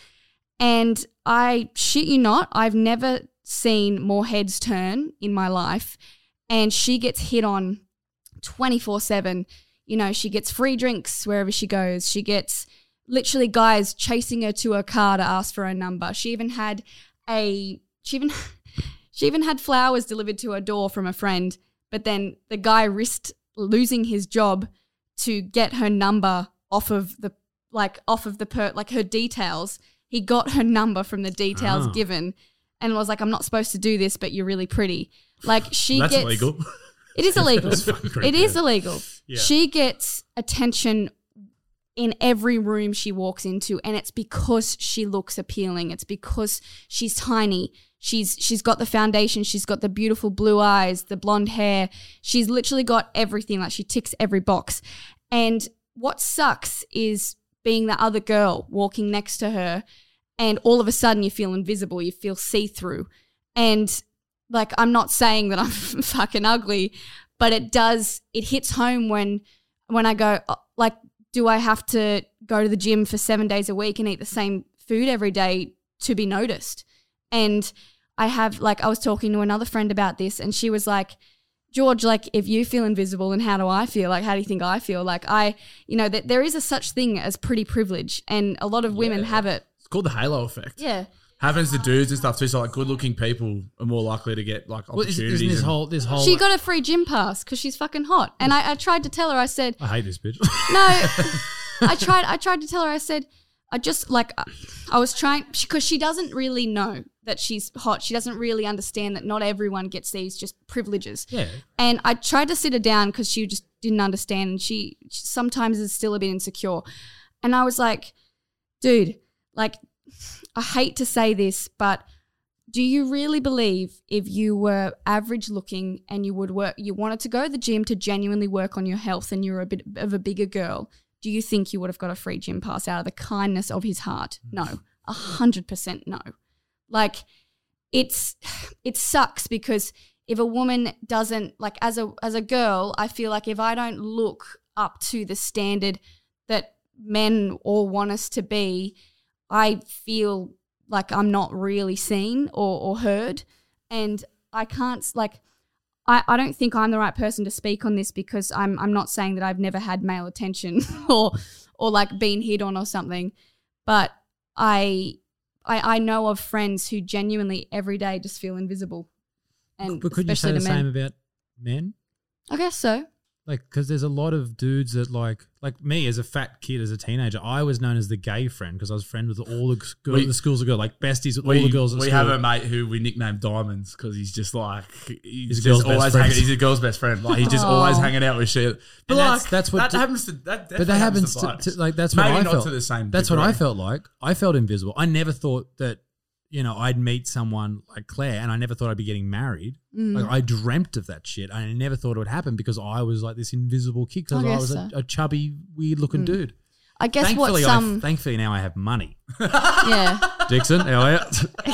S3: And I shit you not, I've never seen more heads turn in my life. And she gets hit on 24 7. You know, she gets free drinks wherever she goes. She gets literally guys chasing her to her car to ask for her number. She even had a, she even, she even had flowers delivered to her door from a friend. But then the guy risked losing his job to get her number off of the, like, off of the, per, like, her details. He got her number from the details
S4: Oh.
S7: Ah.
S3: given and was like, I'm not supposed to do this, but you're really pretty. Like, she
S7: That's
S3: gets.
S7: illegal.
S3: It is illegal.
S4: fucking
S3: it is
S4: creepy.
S3: illegal.
S4: Yeah.
S3: She gets attention in every room she walks into, and it's because she looks appealing. It's because she's tiny. She's she's got the foundation. She's got the beautiful blue eyes, the blonde hair. She's literally got everything. Like she ticks every box. And what sucks is being the other girl walking next to her, and all of a sudden you feel invisible. You feel see through, and like I'm not saying that I'm fucking ugly, but it does it hits home when when I go uh, like do I have to go to the gym for 7 days a week and eat the same food every day to be noticed? And I have like I was talking to another friend about this and she was like George, like if you feel invisible and how do I feel? Like how do you think I feel? Like I, you know, that there is a such thing as pretty privilege and a lot of women have it.
S7: It's called the halo effect.
S3: Yeah.
S7: Happens to dudes and stuff too. So like good looking people are more likely to get like
S4: Well,
S7: opportunities.
S4: isn't isn't this
S7: and-
S4: whole this whole?
S3: She got a free gym pass because she's fucking hot. And I, I tried to tell her, I said,
S4: I hate this bitch.
S3: no i tried i tried to tell her i said i just like i, I was trying because she doesn't really know that she's hot she doesn't really understand that not everyone gets these just privileges
S4: yeah,
S3: and I tried to sit her down because she just didn't understand. And she, she sometimes is still a bit insecure. And I was like, dude, like, I hate to say this, but Do you really believe if you were average looking and you would work, you wanted to go to the gym to genuinely work on your health, and you're a bit of a bigger girl? Do you think you would have got a free gym pass out of the kindness of his heart? No, a hundred percent no. Like it's it sucks because if a woman doesn't like as a as a girl, I feel like if I don't look up to the standard that men all want us to be, I feel like I'm not really seen or, or heard. And I can't, s- like, I, I don't think I'm the right person to speak on this because I'm, I'm not saying that I've never had male attention or, or like been hit on or something. But I, I, I know of friends who genuinely every day just feel invisible. And
S4: but could you say
S3: especially
S4: the
S3: to men.
S4: same about men?
S3: I guess so.
S4: Like, because there's a lot of dudes that like, like me as a fat kid as a teenager, I was known as the gay friend because I was friends with all the g- girl,
S7: We-
S4: the schools of girls, like besties with
S7: We,
S4: all the girls. At
S7: we
S4: school.
S7: have a mate who we nicknamed Diamonds because he's just like
S4: He's
S7: he's,
S4: a girl's
S7: just
S4: best
S7: always
S4: friend.
S7: hanging, he's a girl's best friend. Like he's just always hanging out with shit. But like,
S4: that's- that's what
S7: that
S4: d-
S7: happens to that.
S4: but that happens to,
S7: blokes.
S4: to- like that's
S7: maybe
S4: what I
S7: not
S4: felt.
S7: to the same.
S4: That's what I
S7: degree.
S4: felt like. I felt invisible. I never thought that you know I'd meet someone like Claire, and I never thought I'd be getting married.
S3: Mm.
S4: Like I dreamt of that shit. I never thought it would happen because I was like this invisible kid because
S3: I
S4: I,
S3: guess
S4: was a,
S3: so.
S4: a chubby, weird looking dude.
S3: I guess
S4: thankfully,
S3: what
S4: I,
S3: some,
S4: thankfully now I have money.
S3: yeah.
S4: Dixon, how are you?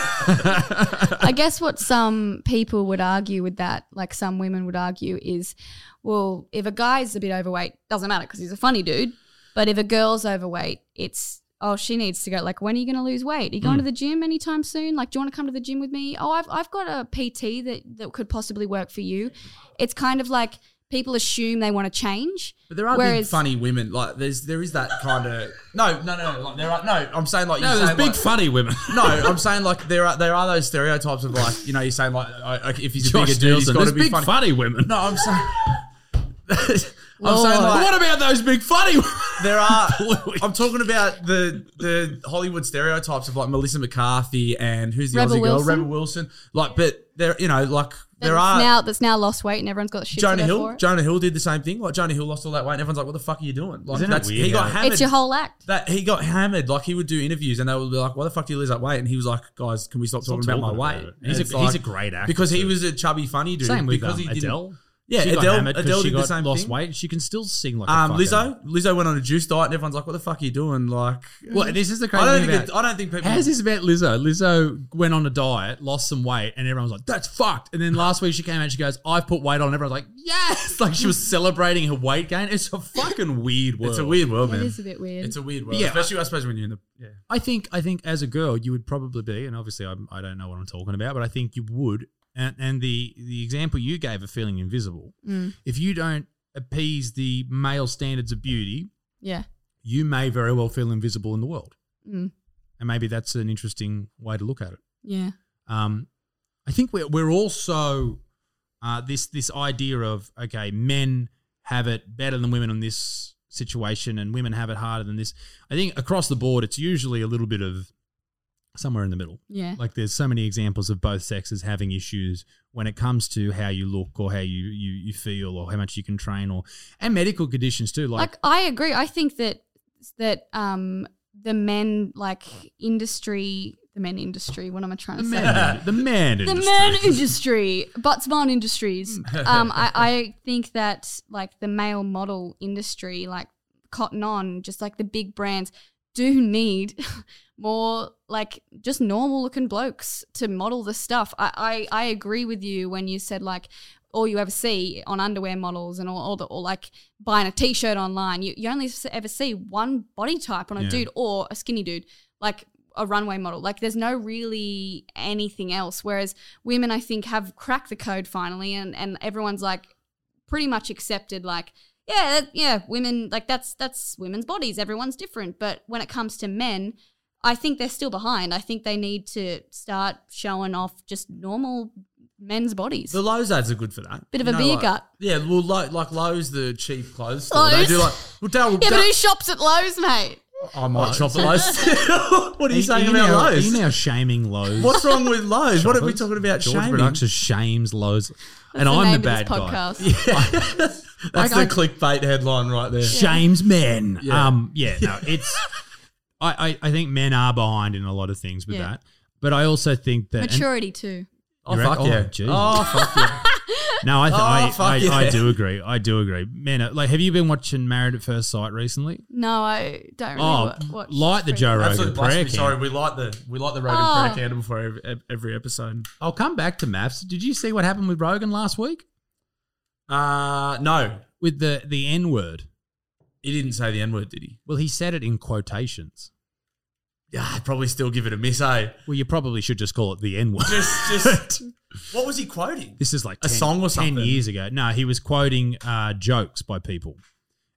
S3: I guess what some people would argue with that, like some women would argue, is well, if a guy's a bit overweight, doesn't matter because he's a funny dude. But if a girl's overweight, it's oh, she needs to go. Like, when are you going to lose weight? Are you going
S7: Hmm.
S3: to the gym anytime soon? Like, do you want to come to the gym with me? Oh, I've, I've got a PT that, that could possibly work for you. It's kind of like people assume they want to change.
S7: But there are big
S3: Whereas-
S7: funny women. Like there's there is that kind of no no no. Like, there are no. I'm saying like you
S4: No, there's
S7: saying,
S4: big
S7: like-
S4: funny women.
S7: No, I'm saying like there are there are those stereotypes of like you know you're saying like uh, like, if he's a
S4: Josh
S7: bigger dude, he's
S4: Nielsen,
S7: got
S4: there's
S7: to be
S4: big funny.
S7: funny.
S4: women.
S7: No, I'm saying. I'm
S3: Lord.
S7: saying like
S4: What about those big funny women?
S7: there are.
S4: Bluey.
S7: I'm talking about the the Hollywood stereotypes of like Melissa McCarthy and who's the
S3: Rebel
S7: Aussie
S3: Wilson.
S7: girl, Rebel Wilson. Like, but there you know like there
S3: That's
S7: are.
S3: now that's now lost weight and everyone's got shit. to
S7: Jonah
S3: go
S7: Hill.
S3: for it.
S7: Jonah Hill did the same thing. Like Jonah Hill lost all that weight, and everyone's like, "What the fuck are you doing?" Like
S4: Isn't it
S7: that's
S4: weird
S7: he got
S4: how-
S7: hammered.
S3: it's your whole act.
S7: That he got hammered. Like he would do interviews, and they would be like, "Why the fuck do you lose that weight?" And he was like, "Guys, can we stop
S4: Stop
S7: talking, about
S4: talking
S7: my
S4: about
S7: weight?"
S4: it. He's a-
S7: And it's like-
S4: he's a great actor,
S7: because he
S4: too.
S7: was a chubby, funny dude.
S4: Same with
S7: because
S4: um,
S7: he didn't-
S4: Adele.
S7: Yeah,
S4: she got
S7: Adele-
S4: hammered 'cause
S7: Adele
S4: she
S7: did the
S4: got
S7: same
S4: lost
S7: thing.
S4: weight. She can still sing like
S7: Um,
S4: a fucker.
S7: Lizzo, Lizzo went on a juice diet, and everyone's like, "What the fuck are you doing?" Like, uh,
S4: Well, this is the crazy
S7: I don't
S4: thing
S7: think
S4: about-
S7: it- I don't think people.
S4: How's this about Lizzo? Lizzo went on a diet, lost some weight, and everyone was like, "That's fucked." And then last week she came out, she goes, "I've put weight on." And everyone's like, "Yes!" Like she was celebrating her weight gain. It's a fucking weird world.
S7: It's a weird world,
S3: It
S7: man.
S3: is a bit weird.
S7: It's a weird world,
S4: Yeah.
S7: especially I suppose when you're in the yeah.
S4: I think I think as a girl you would probably be, and obviously I'm, I don't know what I'm talking about, but I think you would. And, and the the example you gave of feeling invisible, if you don't appease the male standards of beauty,
S3: yeah.
S4: you may very well feel invisible in the world.
S3: Mm.
S4: And maybe that's an interesting way to look at it.
S3: Yeah.
S4: Um, I think we're we're also uh, this this idea of okay, men have it better than women in this situation, and women have it harder than this. I think across the board, it's usually a little bit of somewhere in the middle.
S3: Yeah.
S4: Like there's so many examples of both sexes having issues when it comes to how you look or how you you, you feel or how much you can train or and medical conditions too. Like,
S3: like I agree. I think that that um the men like industry, the men industry. What am I trying
S4: the
S3: to say?
S4: man, the man,
S3: The
S4: industry.
S3: men industry, Botsman Industries. Um, I, I think that like the male model industry, like Cotton On, just like the big brands, do need more like just normal looking blokes to model the stuff. I, I, I agree with you when you said like all you ever see on underwear models and all, all the or like buying a t-shirt online, you, you only s- ever see one body type on a
S4: Yeah.
S3: dude or a skinny dude, like a runway model. Like there's no really anything else. Whereas women, I think, have cracked the code finally, and and everyone's like pretty much accepted like yeah that, yeah women like that's that's women's bodies everyone's different but when it comes to men i think they're still behind i think they need to start showing off just normal men's bodies
S7: The Lowe's ads are good for that.
S3: Bit of
S7: You
S3: a beer
S7: like-
S3: gut.
S7: Yeah, well, Lo- like Lowe's, the cheap clothes store. They
S3: Lowe's?
S7: do like well, Dale,
S3: yeah but
S7: Dale-
S3: who shops at lowe's mate
S7: I might shop at Lowe's. what are
S4: E-
S7: you saying about
S4: now,
S7: Lowe's?
S4: Are you now shaming Lowe's?
S7: What's wrong with Lowe's? What are we
S4: Shoppers.
S7: talking about?
S4: George
S7: shaming?
S4: Productions shames Lowe's, and
S3: the
S4: I'm
S3: name
S4: the bad
S3: of this
S4: guy.
S3: podcast
S7: That's
S4: Like,
S7: the clickbait headline right there.
S4: Shames men.
S7: Yeah.
S4: Um, yeah, no, it's. I, I I think men are behind in a lot of things with
S3: Yeah.
S4: that. But I also think that. and-
S3: Maturity too.
S7: Oh
S4: You reckon?
S7: fuck,
S4: Oh,
S7: yeah.
S4: Jesus.
S7: oh fuck yeah.
S4: no, I, th-
S7: Oh,
S4: I,
S7: fuck
S4: I, I
S7: yeah.
S4: do agree. I do agree. Man, uh, like, have you been watching Married at First Sight recently?
S3: No, I don't really
S4: Oh,
S3: wa- watch.
S4: like the
S3: free-
S4: Joe Rogan
S7: Absolute
S4: prayer
S7: blasphemy.
S4: camp.
S7: Sorry, we like the we like the Rogan
S3: Oh.
S7: prayer candle before every, every episode.
S4: I'll come back to maps. Did you see what happened with Rogan last week
S7: Uh no,
S4: with the the N word?
S7: he didn't say the N word, did he?
S4: Well, he said it in quotations.
S7: Yeah, I'd probably still give it a miss, eh?
S4: Well, you probably should just call it the N word.
S7: Just, just what was he quoting?
S4: This is like
S7: A
S4: 10
S7: song or something?
S4: Ten years ago. No, he was quoting uh, jokes by people,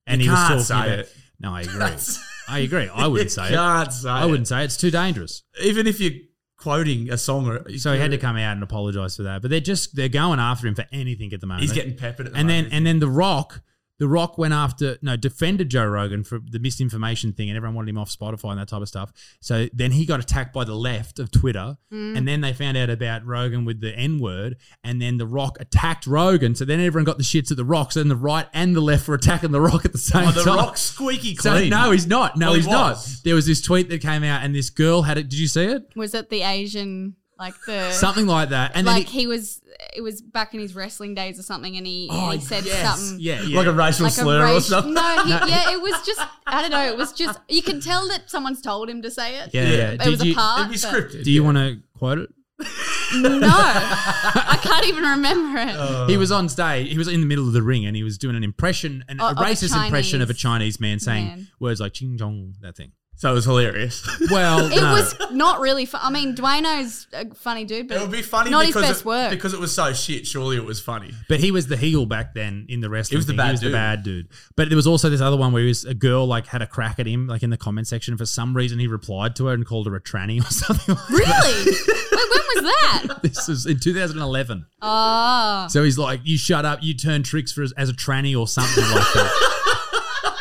S7: You can't
S4: was
S7: say
S4: about-
S7: it.
S4: No, I agree.
S7: That's-
S4: I agree. I wouldn't say it.
S7: Can't say
S4: I wouldn't say it. it's too dangerous.
S7: it. Even if you're quoting a song, or
S4: So he had to come out and apologize for that. But they're just they're going after him for anything at the moment.
S7: He's getting peppered at the
S4: and then
S7: moment,
S4: and then the Rock, the Rock went after no defended Joe Rogan for the misinformation thing, and everyone wanted him off Spotify and that type of stuff. So then he got attacked by the left of Twitter,
S3: Mm.
S4: and then they found out about Rogan with the N word, and then the Rock attacked Rogan. So then everyone got the shits at the Rock. So then the right and the left were attacking the Rock at the same
S7: Oh, the
S4: time.
S7: rock squeaky
S4: so
S7: clean.
S4: no, he's not. No,
S7: Well, he
S4: he's not.
S7: was.
S4: There was this tweet that came out, and this girl had it. Did you see it?
S3: Was it the Asian like the
S4: Something like that. And
S3: Uh, like
S4: then it-
S3: he, was it was back in his wrestling days or something, and he,
S4: Oh,
S3: he said
S4: yes.
S3: something.
S4: yeah, yeah.
S7: like a racial
S3: Like a
S7: slur
S3: racial,
S7: or something.
S3: No, he, yeah, it was just I don't know. It was just you can tell that someone's told him to say it.
S4: yeah, yeah.
S7: Yeah.
S4: yeah.
S7: It
S3: it was
S4: Did you,
S3: a part.
S7: It'd be
S3: but-
S7: scripted.
S4: Do you want to quote it?
S3: No, I can't even remember it.
S7: Oh,
S4: he was on stage. He was in the middle of the ring, and he was doing an impression, an,
S3: Oh,
S4: a
S3: of a
S4: racist impression of a Chinese
S3: Chinese
S4: man saying
S3: man.
S4: words like "ching chong," that thing.
S7: So it was hilarious.
S4: Well,
S3: It
S4: no.
S3: was not really fun. I mean, Dwayno's a funny dude, but
S7: it would be funny
S3: Not his
S7: because
S3: best
S7: it,
S3: work.
S7: because it was so shit. Surely it was funny.
S4: But he was the heel back then in the wrestling.
S7: He was the
S4: thing.
S7: bad
S4: he was the
S7: dude.
S4: bad dude. But there was also this other one where he was, a girl like had a crack at him, like in the comment section. For some reason, he replied to her and called her a tranny or something. Like
S3: really, Wait, when was that?
S4: that. This was in 2011.
S3: Oh,
S4: So he's like, "You shut up. You turn tricks for as, as a tranny or something like that."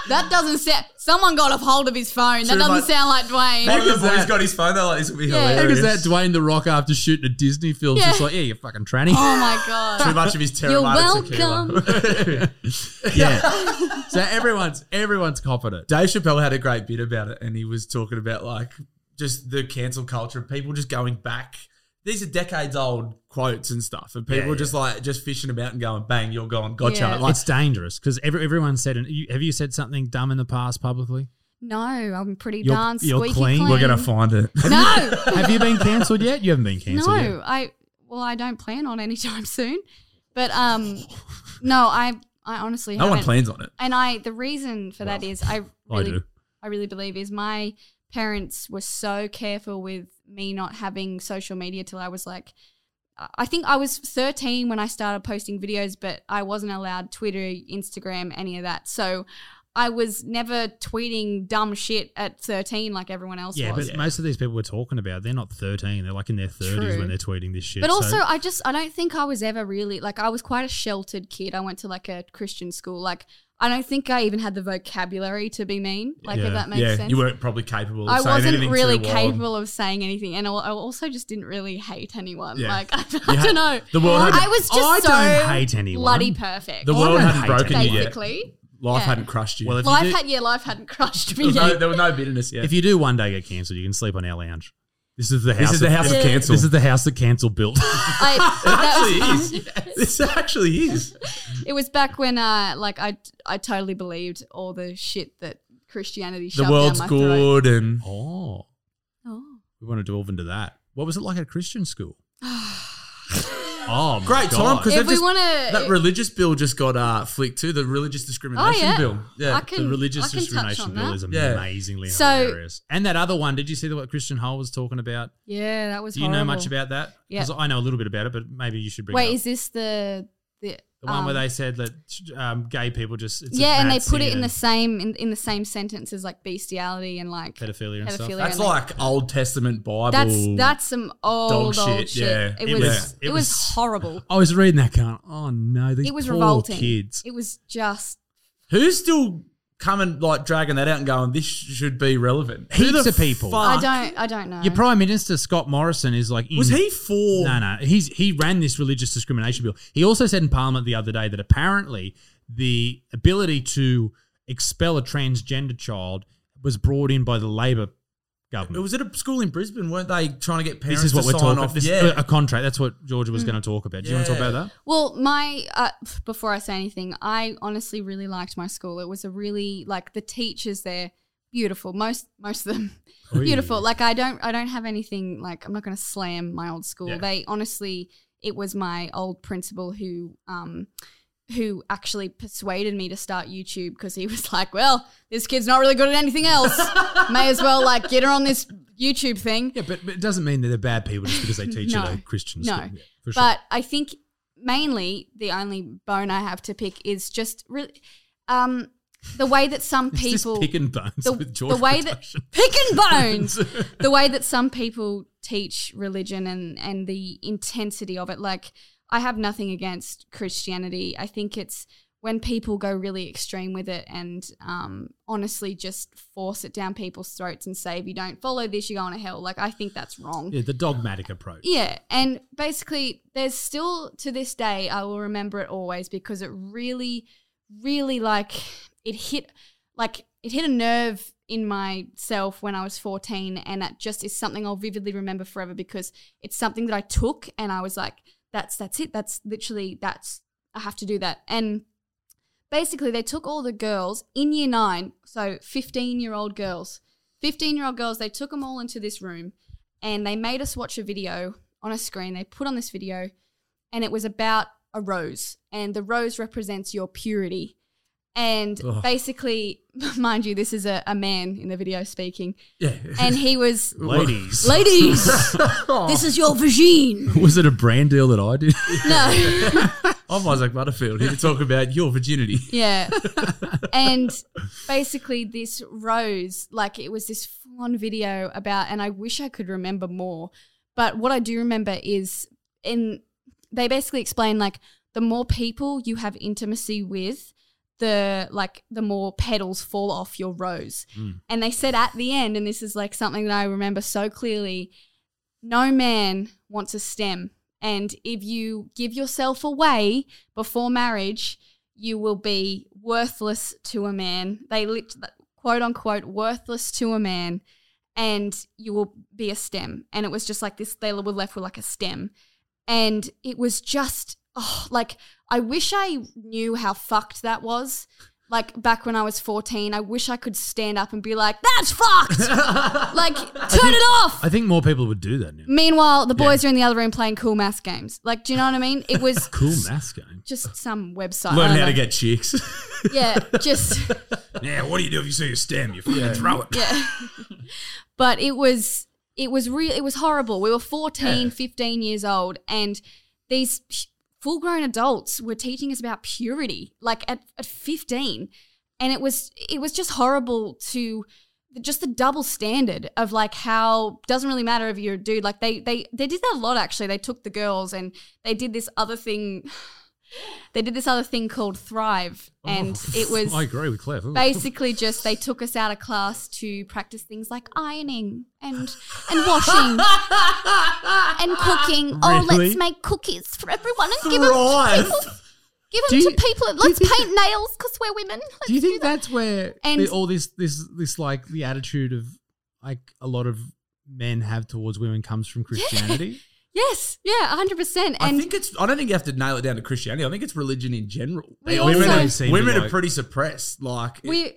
S3: that doesn't sound. Someone got a hold of his phone.
S7: True,
S3: that doesn't
S7: but-
S3: sound like Dwayne.
S7: One of the
S4: is
S7: boys
S4: that?
S7: got his phone. They're like, this would be
S3: Yeah.
S4: How
S7: hilarious.
S4: is that Dwayne the Rock after shooting a Disney film?
S3: Yeah.
S4: Just like, yeah, you fucking tranny.
S3: oh my god.
S7: Too much of his
S3: You're
S7: Terramata tequila.
S3: welcome.
S4: Yeah. so everyone's everyone's confident.
S7: Dave Chappelle had a great bit about it, and he was talking about like just the cancel culture, people just going back. These are decades old quotes and stuff, and people
S4: Yeah,
S7: are just like just fishing about and going, "Bang, you're gone, gotcha."
S3: Yeah.
S7: Like,
S4: it's dangerous because every, everyone said. and You, have you said something dumb in the past publicly?
S3: No, I'm pretty
S4: You're-
S3: darn
S4: you're
S3: squeaky
S4: clean.
S3: clean.
S4: We're
S7: gonna find it.
S3: No,
S4: Have you been cancelled yet? You haven't been
S3: no.
S4: cancelled yet.
S3: I well, I don't plan on anytime soon, but um, no, I I honestly
S7: no one
S3: haven't.
S7: plans on it.
S3: And I, the reason for that is I really,
S4: do.
S3: I really believe is my parents were so careful with me not having social media till I was like, I think I was 13 when I started posting videos, but I wasn't allowed Twitter, Instagram, any of that. So I was never tweeting dumb shit at 13 like everyone else
S4: Yeah,
S3: was.
S4: but most of these people we're talking about, they're not thirteen. They're like in their thirties
S3: True.
S4: when they're tweeting this shit.
S3: But
S4: so-
S3: also, I just I don't think I was ever really like I was quite a sheltered kid. I went to like a Christian school. Like I don't think I even had the vocabulary to be mean. Like
S4: Yeah.
S3: if that makes
S7: yeah,
S3: sense.
S7: you weren't probably capable. Of
S3: I
S7: saying
S3: wasn't
S7: anything
S3: really
S7: too wild.
S3: capable of saying anything, and I I also just didn't really hate anyone.
S7: Yeah.
S3: Like I,
S4: You ha-
S3: don't know.
S4: the world had-
S3: I was just
S4: I
S3: so
S4: don't hate anyone.
S3: bloody perfect.
S7: The
S4: I
S7: world
S4: don't
S7: hadn't
S4: hate
S7: broken you yet.
S3: basically.
S7: Life
S3: Yeah.
S7: hadn't crushed you.
S4: well, if you,
S3: Life
S4: do,
S3: had yeah, life hadn't crushed
S7: there,
S3: me
S7: was no,
S3: yet.
S7: there was no bitterness yet.
S4: if you do one day get cancelled, you can sleep on our lounge. This is the house.
S7: is the house of Yeah. cancel.
S4: This is the house that cancel built.
S3: I, that was-
S7: it actually is. This actually is.
S3: it was back when uh like I I totally believed all the shit that Christianity shoved
S7: The world's
S3: down my throat.
S7: good, and
S4: oh,
S3: Oh.
S4: we want to delve into that. What was it like at a Christian school? oh, my
S7: great
S4: God.
S7: time because
S3: If we
S7: just,
S3: wanna-
S7: that religious bill just got uh, flicked too. The religious discrimination
S3: Oh, yeah.
S7: bill. Yeah,
S3: I can,
S4: the religious
S3: I can touch
S4: discrimination
S3: on
S4: bill
S3: that.
S4: is
S7: Yeah.
S4: amazingly
S3: So-
S4: hilarious. And that other one, did you see the, what Christian Hull was talking about?
S3: Yeah, that was.
S4: Do you know much
S3: horrible.
S4: about that?
S3: Yeah.
S4: I know a little bit about it, but maybe you should bring
S3: Wait,
S4: it up.
S3: is this the the,
S4: the one where
S3: um,
S4: they said that um, gay people just it's a
S3: yeah, and
S4: bad
S3: they put it
S4: sin
S3: in the
S4: and
S3: same in, in the same sentence as like bestiality and like
S4: pedophilia and
S3: pedophilia.
S4: stuff.
S7: that's
S3: and,
S7: like Old Testament Bible.
S3: that's that's some old old
S7: shit,
S3: shit.
S7: yeah.
S3: It,
S4: It
S3: was,
S4: was-
S3: it
S4: it
S3: was
S4: was-
S3: horrible.
S4: I was reading that going, oh no, these
S3: It was
S4: poor
S3: revolting.
S4: kids.
S3: It was just
S7: Who's still coming like dragging that out and going? This should be relevant. Who
S4: Heaps
S7: the
S4: of people.
S7: fuck-
S3: I don't I don't know.
S4: Your Prime Minister Scott Morrison is like in,
S7: Was he for?
S4: Mm. No, no. He's he ran this religious discrimination bill. He also said in Parliament the other day that apparently the ability to expel a transgender child was brought in by the Labor government.
S7: Was it a school in Brisbane? Weren't they trying to get parents
S4: this is what
S7: to
S4: we're
S7: sign
S4: talking
S7: off?
S4: about. This
S7: yeah.
S4: is a contract. That's what Georgia was going to talk about. Do you want to talk
S7: Yeah.
S4: about that?
S3: Well, my uh, before I say anything, I honestly really liked my school. It was a really like the teachers there beautiful. Most most of them beautiful. Like I don't I don't have anything like I'm not going to slam my old school.
S4: Yeah.
S3: They honestly it was my old principal who um who actually persuaded me to start YouTube because he was like, "Well, this kid's not really good at anything else. May as well like get her on this YouTube thing."
S4: Yeah, but, but it doesn't mean that they're bad people just because they teach
S3: No.
S4: at a Christian
S3: No.
S4: school. Yeah, for sure.
S3: But I think mainly the only bone I have to pick is just really um, the way that some
S4: It's just
S3: people
S4: pick and bones
S3: the,
S4: with
S3: the
S4: George
S3: way that
S4: Production.
S3: pick and bones the way that some people teach religion and and the intensity of it like i have nothing against christianity i think it's when people go really extreme with it and um, honestly just force it down people's throats and say if you don't follow this you're going to hell like i think that's wrong
S4: yeah, the dogmatic approach.
S3: yeah, and basically, there's still to this day I will remember it always because it really, really like it hit, like it hit a nerve in myself when I was 14, and that just is something I'll vividly remember forever because it's something that I took and I was like, that's that's it, that's literally that's I have to do that, and basically they took all the girls in year nine, so 15 year old girls, 15 year old girls, they took them all into this room and they made us watch a video on a screen. They put on this video and it was about a rose and the rose represents your purity. And basically, mind you, this is a, a man in the video speaking.
S4: Yeah.
S3: And he was,
S4: Ladies.
S5: Ladies, this is your vagine.
S4: Was it a brand deal that I did?
S3: no.
S7: I'm Isaac Butterfield here to talk about your virginity.
S3: Yeah. and basically, this rose, like it was this full on video about, and I wish I could remember more. But what I do remember is, in they basically explain like the more people you have intimacy with, the like the more petals fall off your rose. And they said at the end, and this is like something that I remember so clearly no man wants a stem. And if you give yourself away before marriage, you will be worthless to a man. They lit- quote unquote worthless to a man, and you will be a stem. And it was just like this. They were left with like a stem, and it was just oh, like I wish I knew how fucked that was. Like back when I was fourteen, I wish I could stand up and be like, "That's fucked!" like, turn it off.
S4: I think more people would do that now.
S3: Mm. Meanwhile, the boys are in the other room playing cool math games. Like, do you know what I mean? It was
S4: Cool math game.
S3: just some website. I
S7: Learn
S3: don't
S7: how to
S3: know.
S7: get chicks.
S3: yeah, just
S7: yeah, what do you do if you see a stem? You fucking throw it.
S3: yeah. but it was it was real. It was horrible. We were 14, 15 years old, and these sh- full-grown adults were teaching us about purity, like at at fifteen, and it was it was just horrible to just the double standard of like how doesn't really matter if you're a dude like they they they did that a lot actually they took the girls and they did this other thing they did this other thing called thrive and
S4: Oh
S3: it was
S4: I agree with Cliff.
S3: basically just they took us out of class to practice things like ironing and and washing and cooking. Oh,
S4: Really?
S3: let's make cookies for everyone and give 'em
S4: Thrive?
S3: give them give 'em
S4: Do you-
S3: to people. And let's paint nails because we're women. Let's
S4: do you think that's where
S3: And-
S4: the- all this this this like the attitude of like a lot of men have towards women comes from Christianity?
S3: yes, yeah, hundred percent.
S7: I
S3: And
S7: think it's. I don't think you have to nail it down to Christianity. I think it's religion in general.
S3: We
S7: Like, women
S3: also-
S7: are,
S4: Seem to
S7: women are
S4: like-
S7: pretty suppressed. Like
S3: we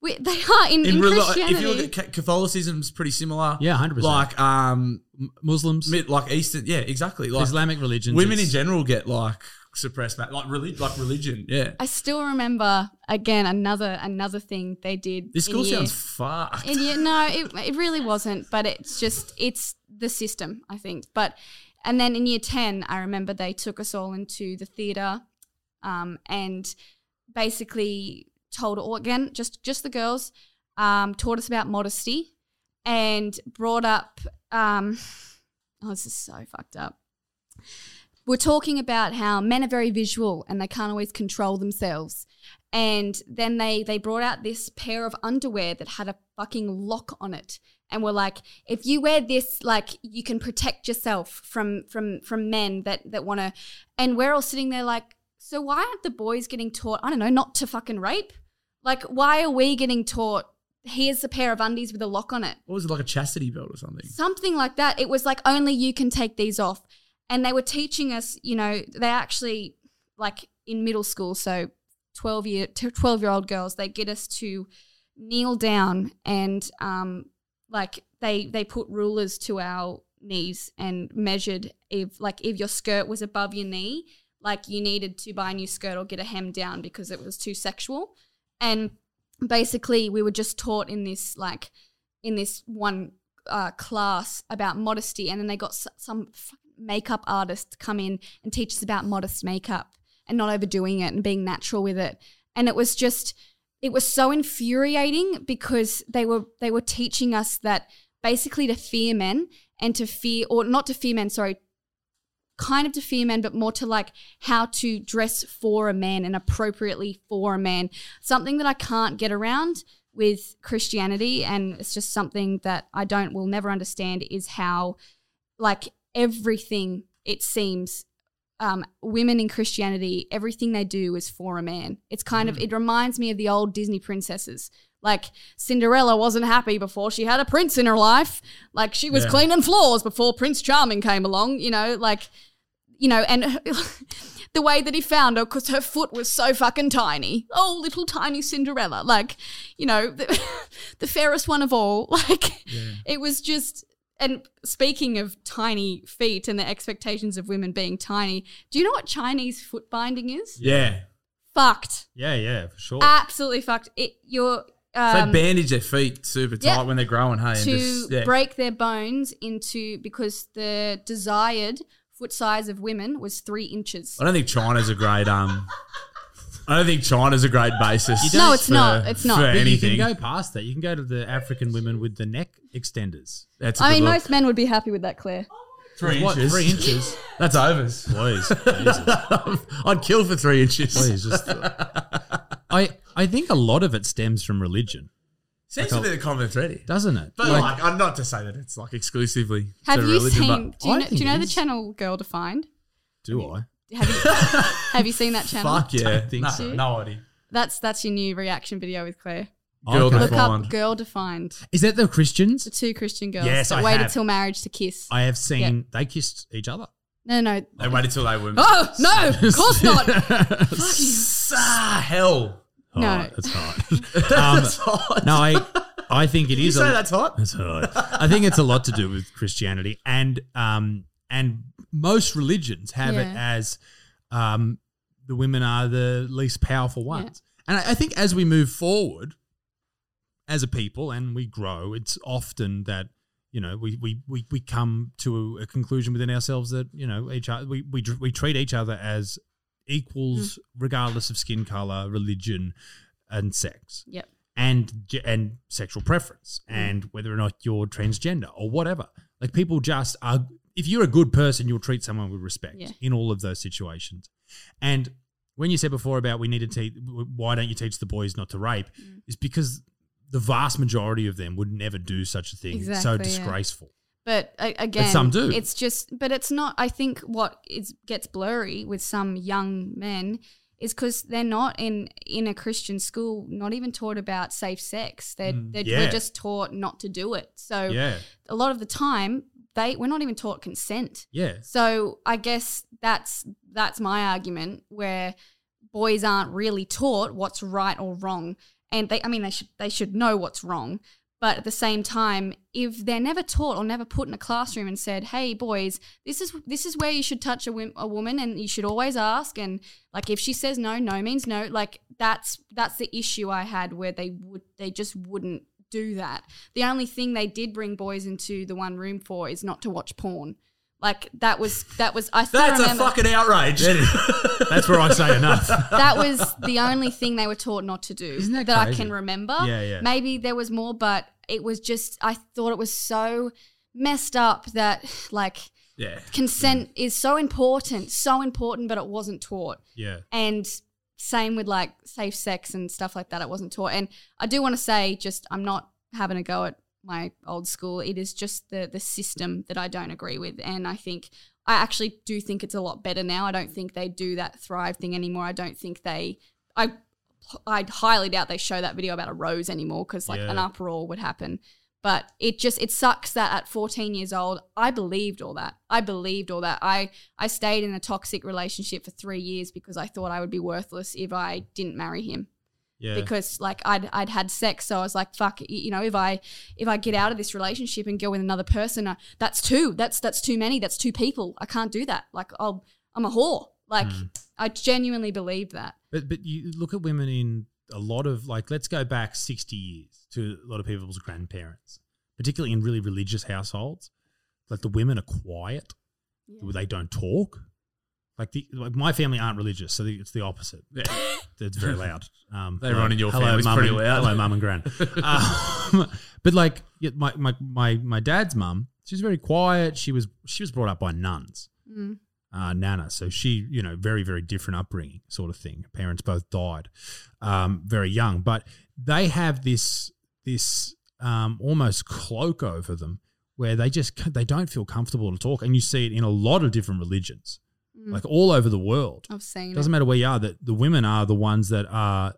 S3: we they are in, in,
S7: in rel- if
S3: Christianity.
S7: you look at Ca- Catholicism's pretty similar.
S4: Yeah, 100%.
S7: Like um,
S4: Muslims,
S7: mid, like Eastern. Yeah, exactly. Like
S4: Islamic religions,
S7: women in
S4: it's-
S7: general get like suppressed, mate. Like religion, like religion. Yeah,
S3: I still remember again another another thing they did.
S7: this
S3: in
S7: school
S3: year-
S7: sounds fucked.
S3: And yeah, no, it, it really wasn't, but it's just, it's the system, I think. But, and then in year 10, I remember they took us all into the theatre um, and basically told all, again, just, just the girls, um, taught us about modesty and brought up, um, oh, this is so fucked up. We're talking about how men are very visual and they can't always control themselves and then they they brought out this pair of underwear that had a fucking lock on it and were like if you wear this like you can protect yourself from from from men that that want to and we're all sitting there like so why aren't the boys getting taught i don't know not to fucking rape like why are we getting taught here's a pair of undies with a lock on it.
S7: What was it like a chastity belt or something?
S3: Something like that. It was like only you can take these off. And they were teaching us, you know, they actually like in middle school, so 12 year 12 year old girls, they get us to kneel down and um like they they put rulers to our knees and measured if like if your skirt was above your knee, like you needed to buy a new skirt or get a hem down because it was too sexual. And basically we were just taught in this like in this one uh, class about modesty and then they got s- some fucking makeup artist to come in and teach us about modest makeup and not overdoing it and being natural with it and it was just it was so infuriating because they were they were teaching us that basically to fear men and to fear or not to fear men sorry kind of to fear men, but more to like how to dress for a man and appropriately for a man. Something that I can't get around with Christianity, and it's just something that I don't will never understand is how like everything it seems um, women in Christianity, everything they do is for a man. It's kind of it reminds me of the old Disney princesses. Like Cinderella wasn't happy before she had a prince in her life. Like she was
S7: Yeah.
S3: cleaning floors before Prince Charming came along. You know, like you know, and the way that he found her because her foot was so fucking tiny. Oh, little tiny Cinderella. Like, you know, the, the fairest one of all. Like, it was just. And speaking of tiny feet and the expectations of women being tiny, do you know what Chinese foot binding is?
S7: Yeah,
S3: Fucked.
S7: yeah, yeah, for
S3: Uh,
S7: sure.
S3: Absolutely fucked. It, you're.
S7: So
S3: Um,
S7: they bandage their feet super tight
S3: yeah.
S7: when they're growing, hey? And
S3: to
S7: just, yeah.
S3: break their bones into because the desired foot size of women was three inches.
S7: I don't think China's a great um. I don't think China's a great basis.
S3: No, it's not. It's not.
S7: for
S3: But
S4: But
S7: anything.
S4: You can go past that. You can go to the African women with the neck extenders.
S7: That's a
S3: I
S7: good
S3: mean,
S7: look.
S3: most men would be happy with that, Claire.
S7: three
S4: What,
S7: inches.
S4: three inches?
S7: That's overs.
S4: Please.
S7: I'd kill for three inches.
S4: Please, just. uh, I, I think a lot of it stems from religion,
S7: Seems to be the common thread, here.
S4: doesn't it?
S7: but like, I'm not to say that it's like exclusively
S3: Have
S7: to
S3: you
S7: religion,
S3: seen?
S7: but
S3: Do you
S4: I
S3: know, do
S4: think
S3: you know
S4: it
S3: the
S4: is.
S3: channel Girl Defined?
S4: do I?
S3: Have you have you seen that channel?
S7: fuck yeah,
S4: think
S7: no,
S4: so.
S7: no idea.
S3: That's that's your new reaction video with Claire.
S7: Girl
S4: Okay.
S3: Look
S7: Defined.
S3: up Girl Defined.
S4: Is that the Christians?
S3: The two Christian girls
S4: Yes,
S3: that
S4: I
S3: waited
S4: have.
S3: till marriage to kiss.
S4: I have seen they kissed each other.
S3: no, no, no.
S7: They waited till they were.
S3: Oh no! Of course not.
S7: Sa- hell.
S3: No.
S4: Alright, Oh, that's hot. Um, No, I, I think it is.
S7: you say
S4: a-
S7: that's hot?
S4: That's hot. I think it's a lot to do with Christianity and um and most religions have it
S3: Yeah.
S4: as um the women are the least powerful ones. And I, I think as we move forward as a people and we grow, it's often that you know we we we, we come to a, a conclusion within ourselves that you know each other we we, tr- we treat each other as equals regardless of skin color, religion, and sex
S3: Yep.
S4: and ge- and sexual preference
S3: Mm.
S4: and whether or not you're transgender or whatever. Like people just are. If you're a good person, you'll treat someone with respect
S3: Yeah.
S4: in all of those situations. And when you said before about we need to teach, why don't you teach the boys not to rape?
S3: Mm.
S4: Is because the vast majority of them would never do such a thing.
S3: Exactly,
S4: so
S3: yeah.
S4: disgraceful.
S3: But a- again,
S4: some do.
S3: It's just, but it's not. I think what is gets blurry with some young men is because they're not in in a Christian school, not even taught about safe sex. They're, they're
S4: Mm, yeah.
S3: we're just taught not to do it. So
S4: Yeah,
S3: a lot of the time, they we're not even taught consent.
S4: yeah.
S3: So I guess that's that's my argument where boys aren't really taught what's right or wrong, and they I mean they should they should know what's wrong, but at the same time, if they're never taught or never put in a classroom and said, "Hey boys, this is this is where you should touch a, wom- a woman, and you should always ask," and like if she says no, no means no. Like that's that's the issue I had where they would they just wouldn't do that. The only thing they did bring boys into the one room for is not to watch porn. Like that was that was I still
S7: That's a
S3: remember
S7: fucking outrage.
S4: That's where I say enough.
S3: that was the only thing they were taught not to do
S4: Isn't that
S3: I
S4: crazy?
S3: can remember.
S4: Yeah, yeah.
S3: Maybe there was more, but it was just I thought it was so messed up that like
S7: yeah.
S4: Mm.
S3: consent is so important, so important, but it wasn't taught.
S4: Yeah.
S3: And same with like safe sex and stuff like that. It wasn't taught. And I do want to say, just I'm not having a go at my old school. It is just the the system that I don't agree with. And I think I actually do think it's a lot better now. I don't think they do that thrive thing anymore. I don't think they I I highly doubt they show that video about a rose anymore because like an
S4: Yeah.
S3: uproar would happen. But it just it sucks that at 14 years old, I believed all that. I believed all that. I I stayed in a toxic relationship for three years because I thought I would be worthless if I didn't marry him
S4: Yeah.
S3: because like I'd I'd had sex, so I was like, fuck, y- you know, if I if I get out of this relationship and go with another person, I, that's two. That's that's too many. That's two people. I can't do that. Like I'll I'm a whore. Like
S4: Hmm.
S3: I genuinely believe that.
S4: But but you look at women in a lot of like let's go back sixty years to a lot of people's grandparents, particularly in really religious households. Like the women are quiet, they don't talk. Like the like my family aren't religious, so the, it's the opposite. it's very loud. Um,
S7: Everyone
S4: hello-
S7: in your
S4: hello,
S7: family's
S4: mum
S7: pretty
S4: and-
S7: loud.
S4: Hello, mum and gran. um, but like yeah, my, my my my dad's mum, she's very quiet. She was she was brought up by nuns uh, Nana. So she, you know, very, very different upbringing sort of thing. Her parents both died um, very young, but they have this this um, almost cloak over them where they just c- they don't feel comfortable to talk, and you see it in a lot of different religions, like all over the world.
S3: I've seen
S4: Doesn't matter where you are. That the women are the ones that are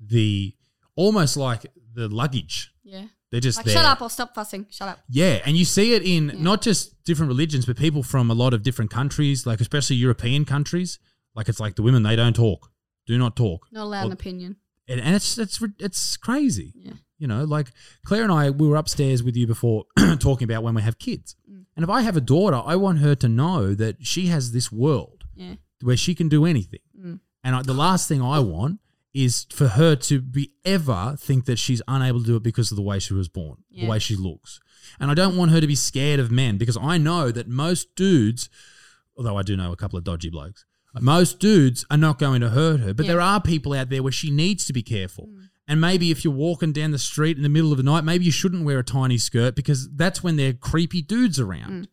S4: the almost like the luggage.
S3: it. Yeah.
S4: They're just
S3: Like
S4: there.
S3: shut up or stop fussing. Shut up.
S4: Yeah, and you see it in not just different religions, but people from a lot of different countries, like especially European countries. Like it's like the women they don't talk, do not talk,
S3: Not allowed
S4: Well,
S3: an opinion.
S4: and, and it's it's ri- it's crazy.
S3: Yeah.
S4: You know, like Claire and I, we were upstairs with you before talking about when we have kids,
S3: Mm.
S4: and if I have a daughter, I want her to know that she has this world
S3: Yeah.
S4: where she can do anything. And I, the last thing I want is for her to be ever think that she's unable to do it because of the way she was born, the
S3: Yeah.
S4: way she looks. And I don't want her to be scared of men because I know that most dudes, although I do know a couple of dodgy blokes, most dudes are not going to hurt her. But
S3: Yeah.
S4: there are people out there where she needs to be careful. And maybe if you're walking down the street in the middle of the night, maybe you shouldn't wear a tiny skirt because that's when there are creepy dudes around.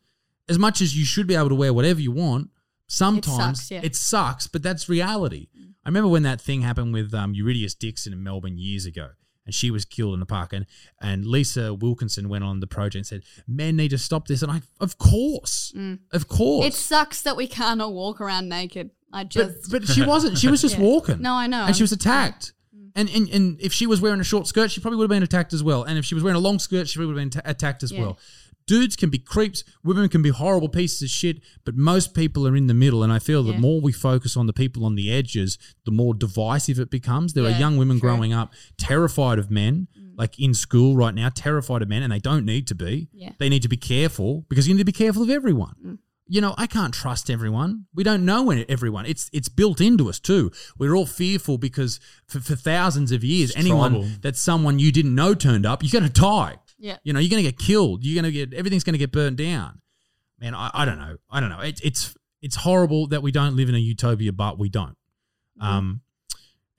S4: As much as you should be able to wear whatever you want, sometimes it sucks,
S3: sucks, yeah.
S4: but that's reality. I remember when that thing happened with um, Eurydice Dixon in Melbourne years ago, and she was killed in the park. And, and Lisa Wilkinson went on the project and said, Men need to stop this. And I, of course,
S3: Mm.
S4: of course.
S3: It sucks that we can't all walk around naked. I
S4: but,
S3: just
S4: but she wasn't. She was just
S3: Yeah.
S4: walking.
S3: No, I know. Mm.
S4: And she was attacked. And, and, and if she was wearing a short skirt, she probably would have been attacked as well. And if she was wearing a long skirt, she would have been ta- attacked as
S3: Yeah.
S4: well. Dudes can be creeps, women can be horrible pieces of shit, but most people are in the middle. And I feel the
S3: Yeah.
S4: more we focus on the people on the edges, the more divisive it becomes. There are
S3: Yeah, Mm.
S4: young women
S3: true.
S4: growing up terrified of men, like in school right now, terrified of men, and they don't need to be.
S3: Yeah. Mm.
S4: They need to be careful because you need to be careful of everyone you know, I can't trust everyone. We don't know any- everyone. It's it's built into us too. We're all fearful because for, for thousands of years,
S7: It's
S4: anyone
S7: tribal.
S4: that's someone you didn't know turned up, you're going to die.
S3: yeah.
S4: You know, you're going to get killed. You're going to get everything's going to get burned down. Man, I, I don't know. I don't know. It, it's it's horrible that we don't live in a utopia, but we don't.
S3: Mm-hmm.
S4: Um,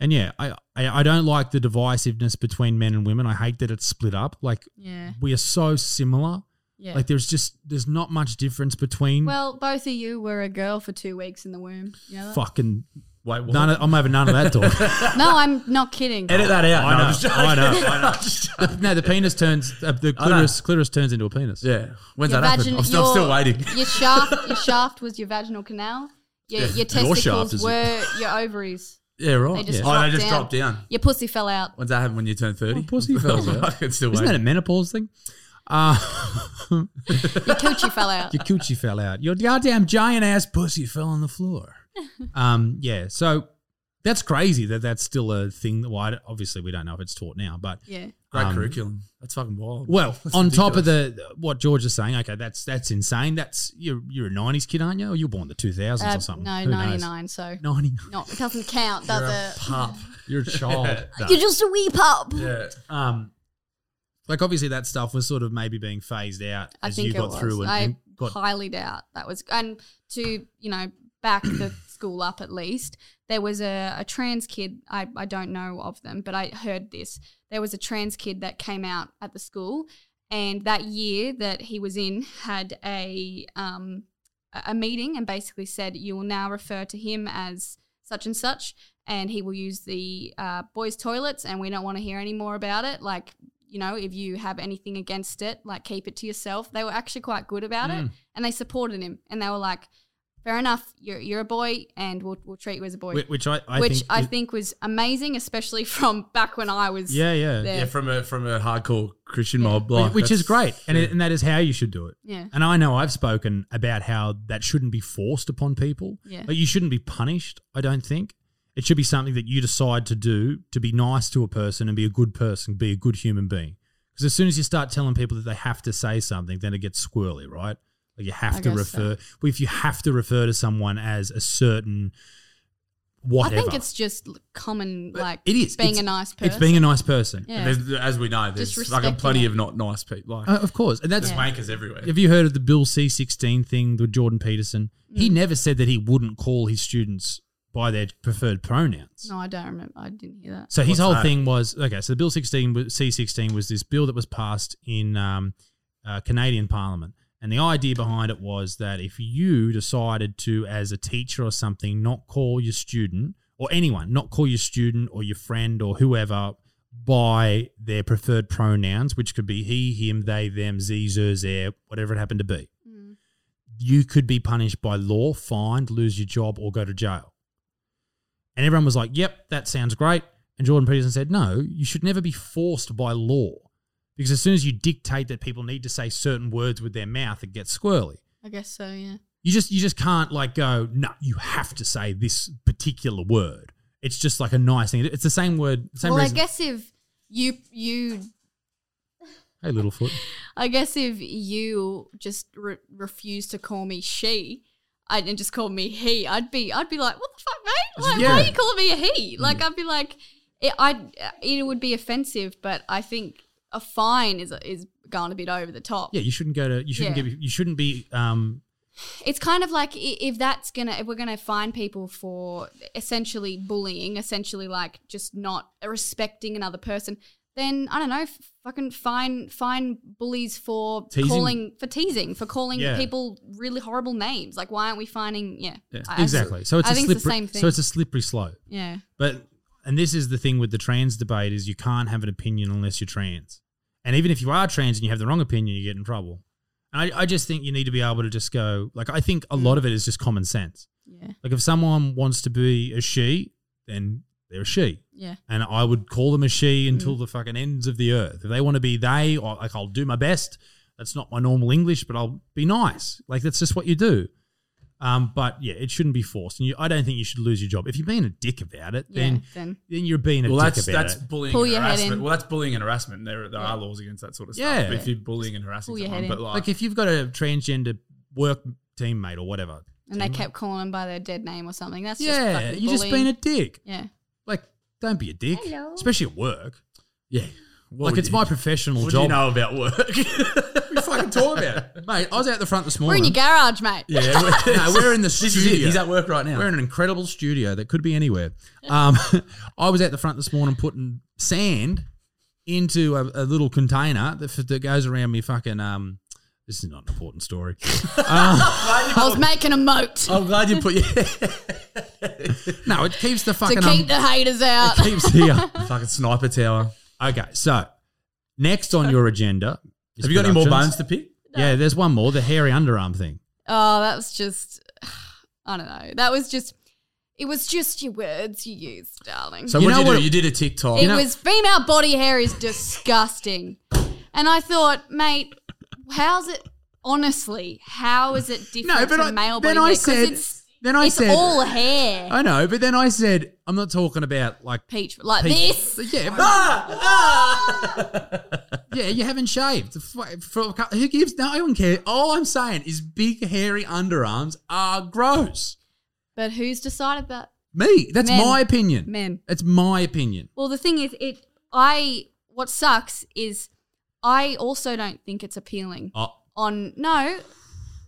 S4: and yeah, I, I I don't like the divisiveness between men and women. I hate that it's split up. Like
S3: Yeah.
S4: we are so similar.
S3: Yeah.
S4: Like there's just there's not much difference between.
S3: well, uh, both of you were a girl for two weeks in the womb. You know that?
S4: fucking
S7: Wait, what?
S4: none of, I'm having none of that talk.
S3: No, I'm not kidding.
S7: Edit that out.
S4: I
S7: No,
S4: know,
S7: I'm just joking.
S4: I know.
S7: I know. I'm just joking.
S4: no, the penis turns uh, the
S7: I know.
S4: clitoris clitoris turns into a penis.
S7: Yeah. When's
S3: Your
S7: that happen?
S3: vagin-
S7: I'm still, I'm still
S3: your-
S7: waiting.
S3: Your shaft, your shaft was your vaginal canal. Your, your
S7: Your
S3: testicles
S7: shaft is-
S3: were your ovaries.
S4: Yeah, right.
S3: They
S4: yeah.
S3: just
S7: Oh,
S3: dropped
S7: they just
S3: down.
S7: dropped down.
S3: Your pussy fell out.
S7: When's that happen when you turn 30?
S4: Oh, pussy fells out.
S7: I'm still
S4: Isn't that a
S7: waiting.
S4: menopause thing? Uh,
S3: Your coochie fell out.
S4: your coochie fell out. Your goddamn giant ass pussy fell on the floor. Um, yeah. So that's crazy that that's still a thing. Well, I don't- obviously we don't know if it's taught now, but
S3: Yeah.
S7: Great
S4: Um,
S7: curriculum. That's fucking wild.
S4: Well,
S7: That's
S4: on top of
S7: ridiculous.
S4: the what George is saying, okay, that's that's insane. That's you're you're a '90s kid, aren't you? Or you're born in the 2000s
S3: Uh,
S4: or something?
S3: no,
S4: Who knows?
S3: 99, so.
S4: Ninety-nine.
S3: No, it doesn't count, does it?
S7: pup.
S4: You're a child.
S5: You're just a wee pup.
S7: Yeah.
S4: um, like obviously that stuff was sort of maybe being phased out
S3: I
S4: as
S3: think
S4: you
S3: it
S4: got
S3: was.
S4: through and,
S3: I
S4: and got
S3: highly doubt that was. And to you know back the school up at least, there was a, a trans kid. I I don't know of them, but I heard this. There was a trans kid that came out at the school, and that year that he was in had a um a a meeting and basically said you will now refer to him as such and such and he will use the uh, boys toilets and we don't want to hear any more about it like you know if you have anything
S4: Mm.
S3: against it like keep it to yourself they were actually quite good about it and they supported him and they were like fair enough, you're, you're a boy and we'll, we'll treat you as a boy.
S4: Whi- Which I, I
S3: which
S4: think
S3: I
S4: is-
S3: think was amazing, especially from back when I was
S4: yeah, yeah,
S3: there.
S7: Yeah, from a from a hardcore Christian mob,
S4: Whi-
S7: like,
S4: which is
S7: that's-
S4: great, and
S7: yeah.
S4: it, and that is how you should do it.
S3: Yeah.
S4: And I know I've spoken about how that shouldn't be forced upon people.
S3: Yeah.
S4: Like you shouldn't be punished. I don't think it should be something that you decide to do to be nice to a person and be a good person, be a good human being. Because as soon as you start telling people that they have to say something, then it gets squirrely, right? Like you have
S3: I
S4: to
S3: guess
S4: refer. Well, if you have to refer to someone as a certain whatever,
S3: I think it's just l- common, like
S4: it is
S3: being
S4: It's-
S3: a nice person.
S4: It's being a nice person.
S3: yeah.
S7: And there's- as we know, there's
S3: Just
S7: fucking
S3: respecting
S7: plenty
S3: it.
S7: of not nice people. Like
S4: Uh, of course, and that's
S7: there's wankers everywhere.
S4: Have you heard of the Bill C sixteen thing with Jordan Peterson? He never said that he wouldn't call his students by their preferred pronouns.
S3: no, I don't remember. I didn't hear that.
S4: So his
S7: What's
S4: whole
S7: that?
S4: thing was okay. So the Bill sixteen C sixteen was this bill that was passed in um, uh, Canadian Parliament, and the idea behind it was that if you decided to, as a teacher or something, not call your student or anyone, not call your student or your friend or whoever by their preferred pronouns, which could be he, him, they, them, z, zer, zer, whatever it happened to be you could be punished by law, fined, lose your job, or go to jail. And everyone was like, yep, that sounds great. And Jordan Peterson said, no, you should never be forced by law. Because as soon as you dictate that people need to say certain words with their mouth, it gets squirrely.
S3: I guess so. Yeah.
S4: You just you just can't like go, no, you have to say this particular word. It's just like a nice thing. It's the same word, same
S3: well,
S4: reason.
S3: I guess if you you
S4: hey, Littlefoot.
S3: I guess if you just re- refuse to call me she I, and just call me he, I'd be I'd be like, what the fuck, mate? Like, Why
S4: Yeah. Mm.
S3: are you calling me a he? Like, I'd be like, it, I'd it would be offensive, but I think a fine is is gone a bit over the top.
S4: Yeah, you shouldn't go to you shouldn't
S3: Yeah.
S4: give you shouldn't be um
S3: It's kind of like i- if that's gonna if we're gonna fine people for essentially bullying, essentially like just not respecting another person. Then I don't know, f- fucking fine fine bullies for
S4: Teasing.
S3: calling for teasing for calling
S4: Yeah.
S3: people really horrible names. Like why aren't we finding? Yeah, I-
S4: exactly. So it's
S3: I
S4: a
S3: think
S4: slippery
S3: it's the same thing.
S4: so it's a slippery slope.
S3: yeah,
S4: But and this is the thing with the trans debate is you can't have an opinion unless you're trans. And even if you are trans and you have the wrong opinion, you get in trouble. And I, I just think you need to be able to just go like I think a lot of it is just common sense.
S3: yeah,
S4: Like if someone wants to be a she, then they're a she.
S3: yeah,
S4: And I would call them a she
S3: Mm.
S4: until the fucking ends of the earth. If they want to be they, or like I'll do my best. That's not my normal English, but I'll be nice. Like that's just what you do. Um, but yeah, it shouldn't be forced. And you, I don't think you should lose your job if you're being a dick about it.
S3: yeah.
S4: Then
S3: then
S4: then you're being a
S7: well,
S4: dick
S7: that's
S4: about
S7: that's
S4: it.
S7: bullying.
S3: Pull
S7: and
S3: your head
S7: harassment.
S3: in.
S7: Well, that's bullying and harassment. There, there are laws against that sort of stuff.
S4: Yeah.
S7: But if you're bullying and harassing
S3: Pull your
S7: someone,
S3: head
S7: but
S3: in.
S7: like,
S4: Like if you've got a transgender work teammate or whatever,
S3: and they kept calling them by their dead name or something. That's just
S4: yeah,
S3: fucking
S4: you're just
S3: bullying.
S4: being a dick.
S3: yeah.
S4: Like don't be a dick,
S3: Hello.
S4: especially at work.
S7: yeah,
S4: like it's my professional
S7: What do
S4: job.
S7: you know about work? we fucking talk about it,
S4: Mate, I was out the front this
S3: We're in
S4: morning.
S3: your garage, mate.
S4: yeah, we're, no, we're in the
S7: This is it.
S4: studio.
S7: He's at work right now.
S4: We're in an incredible studio that could be anywhere. Um, I was at the front this morning putting sand into a, a little container that, that goes around me fucking. Um, this is not an important story.
S3: I was making a moat
S7: I'm glad you put your
S4: No, it keeps the
S3: to
S4: fucking.
S3: keep
S4: um,
S3: the haters out.
S4: it keeps here.
S7: fucking sniper tower.
S4: Okay, so next on your agenda. is
S7: Have you got any more bones
S4: productions.
S7: to pick?
S4: Yeah, there's one more. The hairy underarm thing.
S3: Oh, that was just. I don't know. That was just. It was just your words you used, darling.
S7: So
S4: You
S7: what
S4: know
S7: did you
S4: what-
S7: do? You did a TikTok.
S3: it was female body hair is disgusting, and I thought, mate, how's it? Honestly, how is it different
S4: No, but
S3: to
S4: I-
S3: male
S4: then
S3: body
S4: I
S3: hair? 'Cause
S4: said-
S3: it's,
S4: then I
S3: it's
S4: said-
S3: all hair,
S4: I know, but then I said, I'm not talking about like.
S3: peach like
S4: peach-
S3: this.
S4: Yeah, but-
S3: Ah!
S4: yeah, you haven't shaved. For- for- who gives? No one cares. All I'm saying is big, hairy underarms are gross.
S3: But who's decided that?
S4: Me. That's
S3: Men.
S4: my opinion.
S3: Men.
S4: That's my opinion.
S3: Well, the thing is, it. I. What sucks is, I also don't think it's appealing.
S4: Oh.
S3: on no.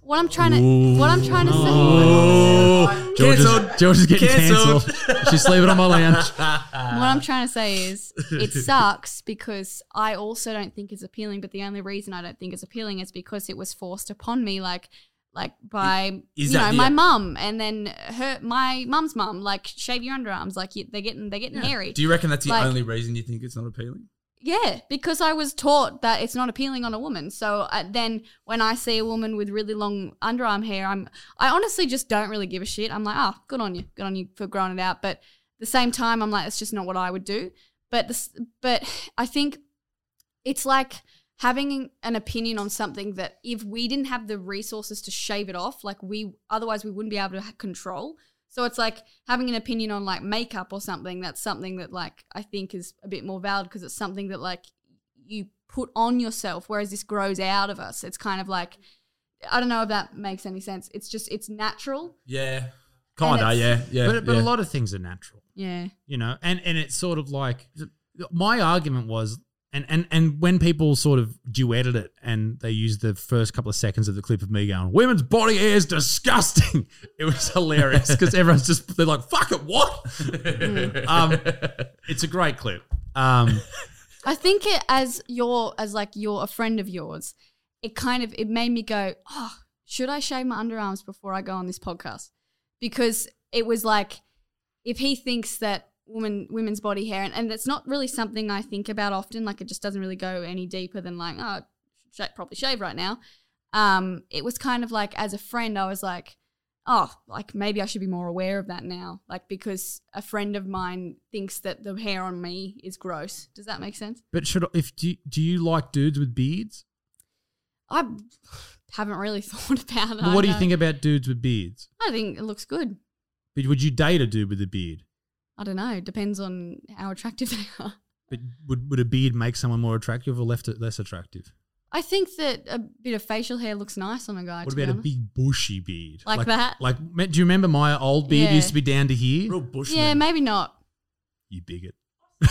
S3: What I'm trying to what I'm trying to say
S4: Oh. George is,
S7: Cancelled.
S4: George is getting
S7: Cancelled.
S4: cancelled. She's sleeping on my lounge.
S3: what I'm trying to say is it sucks because I also don't think it's appealing, but the only reason I don't think it's appealing is because it was forced upon me like like by
S7: Is
S3: you
S7: that
S3: know
S7: the-
S3: my mum and then her my mum's mum like shave your underarms like you, they're getting they're getting hairy.
S7: Do you reckon that's the
S3: Like-
S7: only reason you think it's not appealing?
S3: Yeah, because I was taught that it's not appealing on a woman. So uh, then when I see a woman with really long underarm hair, I'm I honestly just don't really give a shit. I'm like, "Ah, good on you. Good on you for growing it out." But at the same time, I'm like, it's just not what I would do. But this, but I think it's like having an opinion on something that if we didn't have the resources to shave it off, like we otherwise we wouldn't be able to ha- control. So it's like having an opinion on like makeup or something. That's something that like I think is a bit more valid because it's something that like you put on yourself, whereas this grows out of us. It's kind of like I don't know if that makes any sense. It's just it's natural.
S7: Yeah.
S3: And
S7: Kinda,
S3: it's-
S7: yeah. Yeah.
S4: but but a
S7: yeah.
S4: lot of things are natural.
S3: Yeah.
S4: you know and and it's sort of like my argument was and and and when people sort of duetted it and they used the first couple of seconds of the clip of me going women's body hair is disgusting it was hilarious because everyone's just they're like fuck it what um it's a great clip um
S3: I think it as your as like you're a friend of yours, it kind of it made me go, oh, should I shave my underarms before I go on this podcast? Because it was like, if he thinks that woman women's body hair, and, and that's not really something I think about often. Like it just doesn't really go any deeper than like, oh, sh- probably shave right now. Um, it was kind of like as a friend, I was like, oh, like maybe I should be more aware of that now. Like because a friend of mine thinks that the hair on me is gross. Does that make sense?
S4: but should if do you, do you like dudes with beards
S3: I haven't really thought about it.
S4: Well, what
S3: I
S4: do you
S3: know.
S4: think about dudes with beards
S3: I think it looks good.
S4: but would you date a dude with a beard
S3: I don't know. Depends on how attractive they are.
S4: but would, would a beard make someone more attractive or left less attractive
S3: I think that a bit of facial hair looks nice on a guy.
S4: What
S3: to be
S4: about a
S3: honest.
S4: big bushy beard?
S3: Like that?
S4: Like, me- do you remember my old beard
S3: Yeah.
S4: used to be down to here?
S7: Real bushman.
S3: Yeah, maybe not.
S4: You bigot.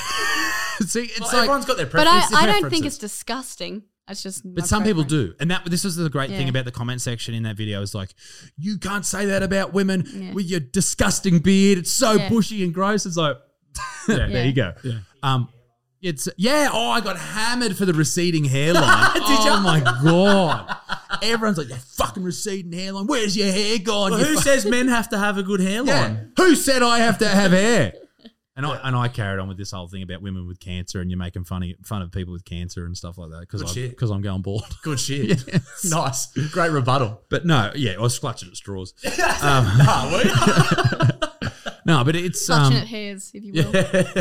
S4: See, it's
S7: Well,
S4: like,
S7: everyone's got their
S3: But I,
S7: preferences.
S3: I don't think it's disgusting. It's just. my
S4: but some people
S3: preference.
S4: do, and that this is the great thing
S3: Yeah.
S4: about the comment section in that video is like, you can't say that about women
S3: Yeah.
S4: with your disgusting beard. It's so
S3: Yeah.
S4: bushy and gross. It's like, there
S3: Yeah.
S4: you go. Um, it's yeah. Oh, I got hammered for the receding hairline. Did oh my god! Everyone's like, your fucking receding hairline. Where's your hair gone?
S7: Well,
S4: you
S7: who
S4: fuck-"
S7: says men have to have a good hairline?
S4: Yeah. Who said I have to have hair? And I and I carried on with this whole thing about women with cancer, and you're making funny fun of people with cancer and stuff like that
S7: Good
S4: because
S7: shit.
S4: because I'm going bald.
S7: Good shit. nice. Great rebuttal.
S4: But no, yeah, I was clutching at straws. Ah,
S7: Nah, we-
S4: No, but it's
S3: Clutching
S4: um,
S3: at hairs, if you will.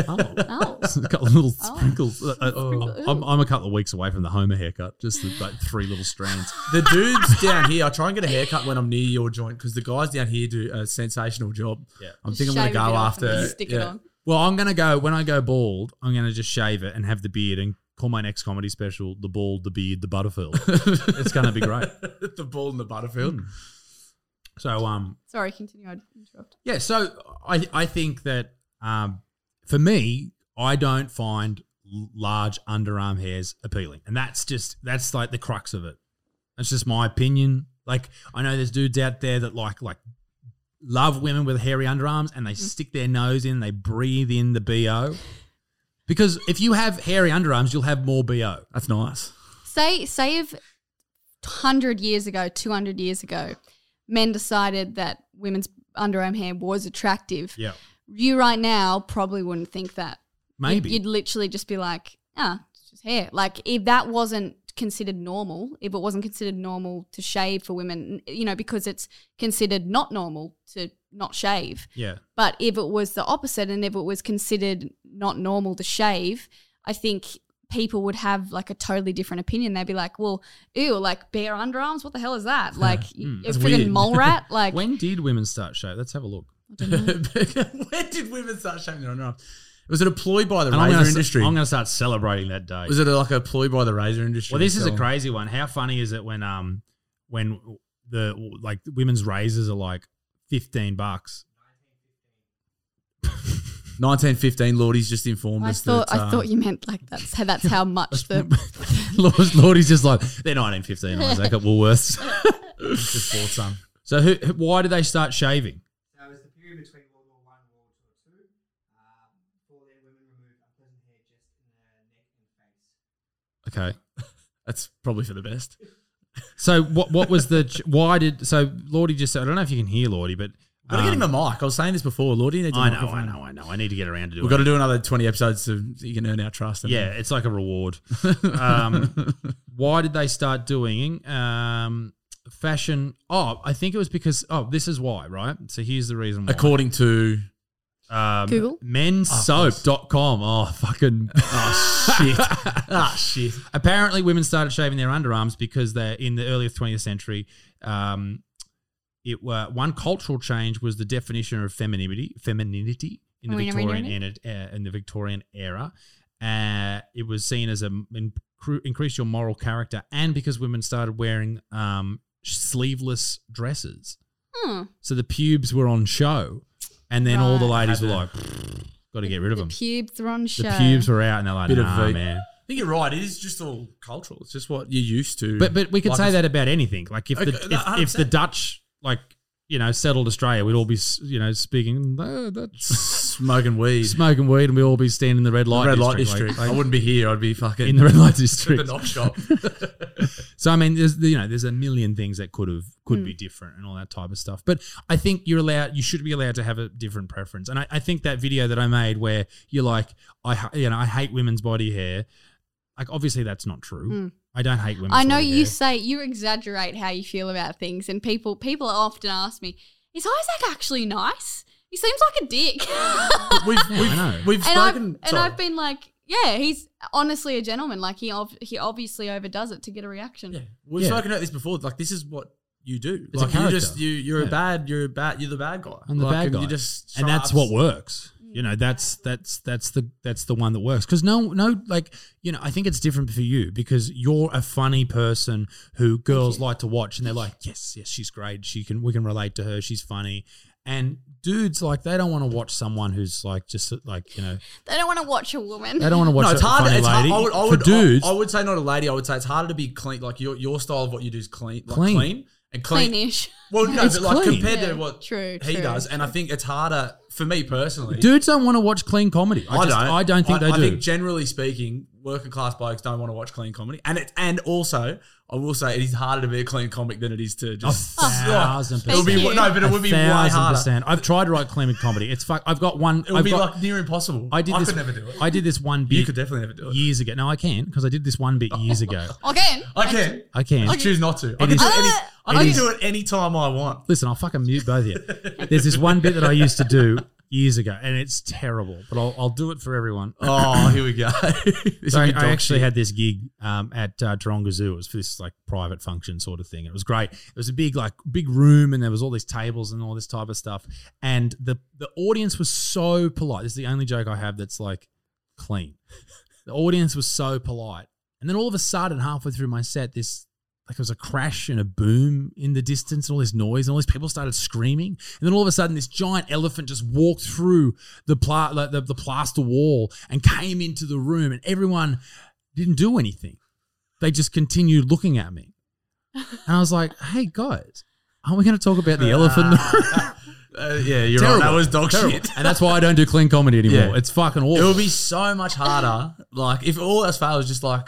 S4: oh,
S3: Oh.
S4: a couple of little
S3: Oh.
S4: sprinkles. Uh, uh,
S3: Sprinkle-
S4: I'm, I'm a couple of weeks away from the Homer haircut, just the, like three little strands.
S7: the dudes down here, I try and get a haircut when I'm near your joint because the guys down here do a sensational job.
S4: Yeah.
S7: I'm
S3: Just
S7: thinking I'm
S3: shave
S7: gonna
S3: it
S7: go
S3: off and
S7: after.
S3: just stick it
S7: yeah.
S3: on.
S4: Well, I'm gonna go when I go bald. I'm gonna just shave it and have the beard and call my next comedy special "The Bald, the Beard, the Butterfield." it's gonna be great.
S7: the ball in the
S4: Hmm.
S7: Butterfield.
S4: So, um,
S3: Sorry, continue. I interrupted.
S4: Yeah, so I I think that um, for me, I don't find l- large underarm hairs appealing, and that's just that's like the crux of it. That's just my opinion. Like I know there's dudes out there that like like love women with hairy underarms, and
S3: Mm.
S4: they stick their nose in, they breathe in the bo. Because if you have hairy underarms, you'll have more bo.
S7: That's nice.
S3: Say, say if 100 years ago, 200 years ago, men decided that women's underarm hair was attractive.
S4: Yeah,
S3: You right now probably wouldn't think that.
S4: maybe.
S3: You'd, you'd literally just be like, ah, it's just hair. Like, if that wasn't considered normal, if it wasn't considered normal to shave for women, you know, because it's considered not normal to not shave.
S4: yeah,
S3: But if it was the opposite and if it was considered not normal to shave, I think people would have like a totally different opinion. They'd be like, well, ew, like bare underarms? What the hell is that? Like, a
S4: Hmm. that's
S3: freaking
S4: weird.
S3: mole rat? Like,
S4: when did women start shave? Let's have a look.
S7: Where did women start shaving their underarms? Was it a ploy by the
S4: And I'm
S7: razor
S4: gonna,
S7: industry?
S4: I'm going to start celebrating that day.
S7: was it like a ploy by the razor industry?
S4: Well, this is a
S7: So-
S4: crazy one. How funny is it when um when the like women's razors are like fifteen bucks?
S7: 1915. Lordy's just informed
S3: I
S7: us
S3: thought
S7: that.
S3: I
S7: um,
S3: thought you meant like that's how that's how much the
S4: Lord, Lordy's just like they're nineteen fifteen. I was like at Woolworths.
S7: just bought some.
S4: so who, who- why do they start shaving?
S11: So it was the period between World War One and World War Two. Um, before then, women removed unpleasant hair just in the neck and face.
S4: Okay,
S7: That's probably for the best.
S4: so what what was the ch- why did so Lordy just? I don't know if you can hear Lordy, but um,
S7: Gotta get him a mic. I was saying this before. Lordy needs a
S4: I know,
S7: microphone.
S4: I know, I know. I need to get around to doing
S7: We've got to do another 20 episodes so you can earn our trust.
S4: Yeah, it's like a reward. um, why did they start doing um, fashion? Oh, I think it was because oh, this is why, right? So here's the reason why.
S7: According to.
S4: Um,
S3: Google?
S4: mensoap.com. Oh, fucking oh shit. ah shit. Apparently women started shaving their underarms because they're in the early 20th century um, it were one cultural change was the definition of femininity, femininity in the
S3: Are we not
S4: Victorian
S3: reading
S4: and, uh, in the Victorian era. Uh, it was seen as a incre- increase your moral character, and because women started wearing um, sleeveless dresses,
S3: Hmm.
S4: so the pubes were on show, and then all the ladies were like, "Got to get rid of
S3: The
S4: them."
S3: pubes are on show.
S4: The pubes were out, and they're like,
S7: Bit of
S4: "Nah,
S7: vape."
S4: man."
S7: I think you're right. It is just all cultural. It's just what you're used to.
S4: But but we could
S7: Like
S4: say
S7: it's-
S4: that about anything. Like if
S7: Okay,
S4: the
S7: uh, no,
S4: if, if the
S7: 100%.
S4: Dutch like you know settled Australia, we'd all be s- you know speaking "Oh, that's
S7: Smoking weed.
S4: smoking weed and we all be standing in the red light
S7: red light
S4: district,
S7: district.
S4: like-
S7: I wouldn't be here. I'd be fucking
S4: like, in the red light
S7: at the
S4: district.
S7: knock shop.
S4: so I mean, there's you know, there's a million things that could have could
S3: Hmm.
S4: be different and all that type of stuff. But I think you're allowed, you should be allowed to have a different preference. And I, I think that video that I made where you're like, I ha- you know, I hate women's body hair. Like obviously that's not true. I don't hate women's.
S3: Hmm. I know
S4: body
S3: you
S4: hair.
S3: say you exaggerate how you feel about things, and people people often ask me, "Is Isaac actually nice? He seems like a dick."
S7: we've
S4: I know.
S7: we've, we've
S3: and I've,
S7: spoken.
S3: and
S7: sorry.
S3: I've been like, "Yeah, he's honestly a gentleman. Like he ob- he obviously overdoes it to get a reaction."
S7: Yeah, we've
S4: Yeah.
S7: spoken about this before. Like this is what you do.
S4: It's a
S7: like you just
S4: character.
S7: you you're
S4: Yeah.
S7: a bad you're a bad you're the bad guy.
S4: I'm the
S7: Like,
S4: bad guy.
S7: You just
S4: and
S7: shut
S4: that's
S7: up.
S4: what works. You know, that's that's that's the that's the one that works because no no like you know I think it's different for you because you're a funny person who girls like to watch and they're like yes yes she's great she can we can relate to her she's funny and dudes like they don't want to watch someone who's like just like you know
S3: They don't want to watch a woman.
S4: they don't want to watch
S7: No, it's
S4: a
S7: harder.
S4: funny
S7: It's hard,
S4: lady
S7: I would, I
S4: for
S7: would, I-
S4: dudes
S7: I, would say not a lady. I would say it's harder to be clean. Like your your style of what you do is clean, like
S4: Clean.
S7: clean, and clean.
S3: Cleanish.
S7: Well, no,
S4: It's
S7: but like
S4: clean.
S7: compared
S3: Yeah,
S7: to what
S3: true,
S7: he
S3: true,
S7: does, and I think it's harder for me personally.
S4: dudes don't want to watch clean comedy I,
S7: I,
S4: just,
S7: don't.
S4: I don't think
S7: I,
S4: they
S7: I
S4: do
S7: think generally speaking, working class blokes don't want to watch clean comedy, and it and also I will say it is harder to be a clean comic than it is to just.
S4: thousand
S7: it would be
S3: Thank you.
S7: no, but it
S4: A
S7: would be way
S4: thousand
S7: harder.
S4: percent. I've tried to write clean comedy it's fuck I've got one
S7: It would
S4: I've
S7: be
S4: got,
S7: like near impossible.
S4: I did
S7: I
S4: this.
S7: could never do it.
S4: I did this one bit.
S7: You could definitely never do it.
S4: years ago. No, I can because I did this one bit years ago.
S3: Again,
S7: I can.
S4: I can.
S7: I choose not to. I
S4: It
S7: can,
S4: is-
S7: do, it any, I can
S4: is-
S7: do it any time I want.
S4: Listen, I'll fucking mute both of you. There's this one bit that I used to do years ago, and it's terrible, but I'll, I'll do it for everyone.
S7: Oh, here we go. This
S4: So
S7: will
S4: I,
S7: be dog
S4: I actually
S7: shit.
S4: had this gig um, at uh, Taronga Zoo. It was for this like private function sort of thing. It was great. It was a big like big room, and there was all these tables and all this type of stuff. And the the audience was so polite. This is the only joke I have that's like clean. The audience was so polite, and then all of a sudden, halfway through my set, this like it was a crash and a boom in the distance, and all this noise, and all these people started screaming. And then all of a sudden, this giant elephant just walked through the, pla- like the, the plaster wall and came into the room, and everyone didn't do anything. They just continued looking at me. And I was like, hey, guys, aren't we going to talk about the elephant?
S7: Uh, yeah, you're
S4: Terrible.
S7: right. That was dog shit.
S4: and that's why I don't do clean comedy anymore.
S7: Yeah.
S4: It's fucking
S7: It
S4: awful.
S7: would be so much harder. Like if all else fails, just like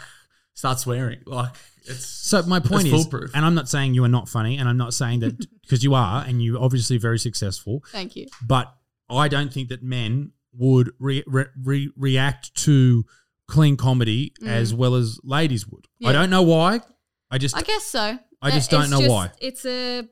S7: start swearing. Like it's
S4: So my point
S7: It's
S4: is,
S7: foolproof.
S4: and I'm not saying you are not funny, and I'm not saying that because you are, and you're obviously very successful.
S3: thank you.
S4: but I don't think that men would re- re- re- react to clean comedy as well as ladies would. I
S3: Mm. Yeah.
S4: don't know why. I just
S3: I guess so.
S4: I just
S3: It's
S4: don't know why.
S3: It's a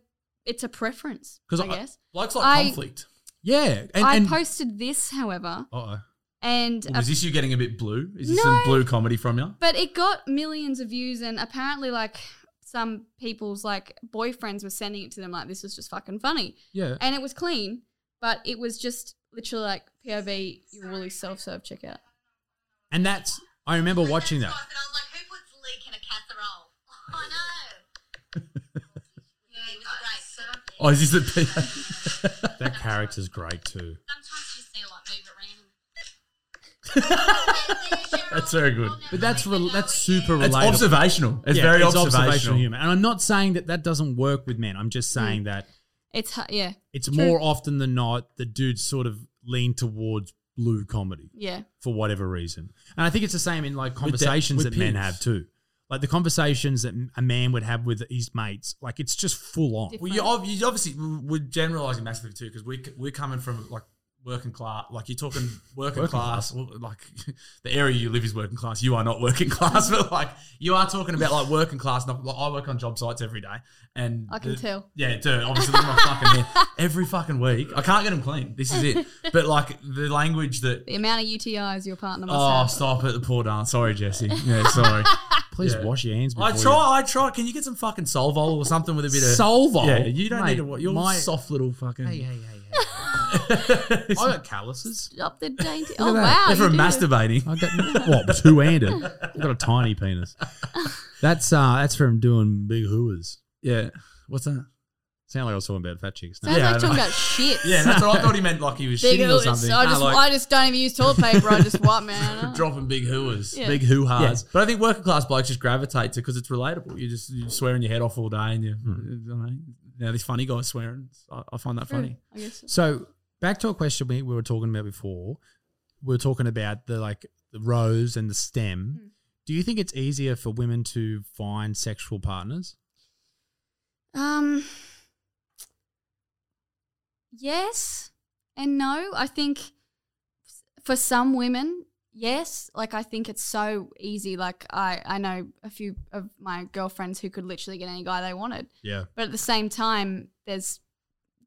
S3: it's a preference.
S4: 'Cause
S3: I
S4: I-
S3: guess
S7: blokes like
S3: I-
S7: conflict.
S4: yeah. And,
S3: I
S4: and,
S3: posted this, however,
S4: Uh-oh. Oh,
S3: and
S7: Is this you getting a bit blue? Is this
S3: No.
S7: some blue comedy from you?
S3: But it got millions of views, and apparently, like some people's like boyfriends were sending it to them, like this was just fucking funny,
S4: yeah.
S3: and it was clean, but it was just literally like POV your woolly self serve checkout.
S4: And that's I remember watching that.
S12: And I was like, who puts leek in a casserole? I know. yeah, it was great.
S7: Oh, is this the?
S4: That character's great too.
S12: Sometimes you just need to like move it around.
S7: That's very good.
S4: But that's re- that's super relatable.
S7: It's observational. It's
S4: Yeah,
S7: very
S4: it's
S7: observational. Mm.
S4: humor. And I'm not saying that that doesn't work with men. I'm just saying that
S3: It's hu- yeah,
S4: it's more often than not the dudes sort of lean towards blue comedy.
S3: yeah.
S4: for whatever reason. And I think it's the same in like conversations
S7: with
S4: that men
S7: peers.
S4: have too.
S13: Like the conversations that a man would have with his mates, like it's just full on.
S7: Well, you, ob- you obviously we're generalizing massively too because we c- we're coming from like working class. Like you're talking working,
S13: Working
S7: class, well, like the area you live is working class. You are not working class, but like you are talking about like working class. Not, like, I work on job sites every day, and
S3: I can
S7: the-
S3: tell.
S7: Yeah, dude, obviously look at my fucking hair every fucking week. I can't get them clean. This is it. But like the language that
S3: The amount of UTIs your partner must
S7: Oh,
S3: have.
S7: stop it, the poor darn. Sorry, Jesse. Yeah, sorry.
S13: Please
S7: Yeah.
S13: wash your hands. Before
S7: I try, I try. Can you get some fucking Solvol or something with a bit of
S13: Solvol?
S7: Yeah, you don't
S13: Mate,
S7: need to. wa- You're
S13: my-
S7: soft little fucking.
S13: Hey, hey, You. I got calluses.
S3: Stop the dainty.
S13: Look
S3: Oh,
S13: at
S3: wow.
S13: that.
S3: you
S13: They're
S3: do.
S13: from masturbating. I got what two handed. I've got a tiny penis. That's uh that's from doing big hooers.
S7: Yeah. What's that?
S13: Sound like I was talking about fat chicks. no?
S3: Sounds
S7: Yeah,
S3: like
S7: I
S3: talking
S7: know.
S3: about shit.
S7: Yeah, that's what I thought he meant. Like he was
S3: Big
S7: shitting or
S3: hooers.
S7: something.
S3: I just,
S7: Nah, like
S3: I just don't even use toilet paper. I just wipe man.
S7: dropping big hooers,
S3: Yeah.
S13: Big hoo
S7: Yeah.
S13: ha's.
S7: But I think working class blokes just gravitate to because it's relatable. You just you're swearing your head off all day, and you,
S13: Hmm.
S7: I don't know. Now this funny guy's swearing. I, I find that funny.
S3: I guess.
S13: So back to a question we, we were talking about before. We were talking about the like the rose and the stem.
S3: Hmm.
S13: Do you think it's easier for women to find sexual partners?
S3: Um. Yes and no. I think for some women, yes. Like I think it's so easy. Like I, I know a few of my girlfriends who could literally get any guy they wanted.
S13: Yeah.
S3: But at the same time, there's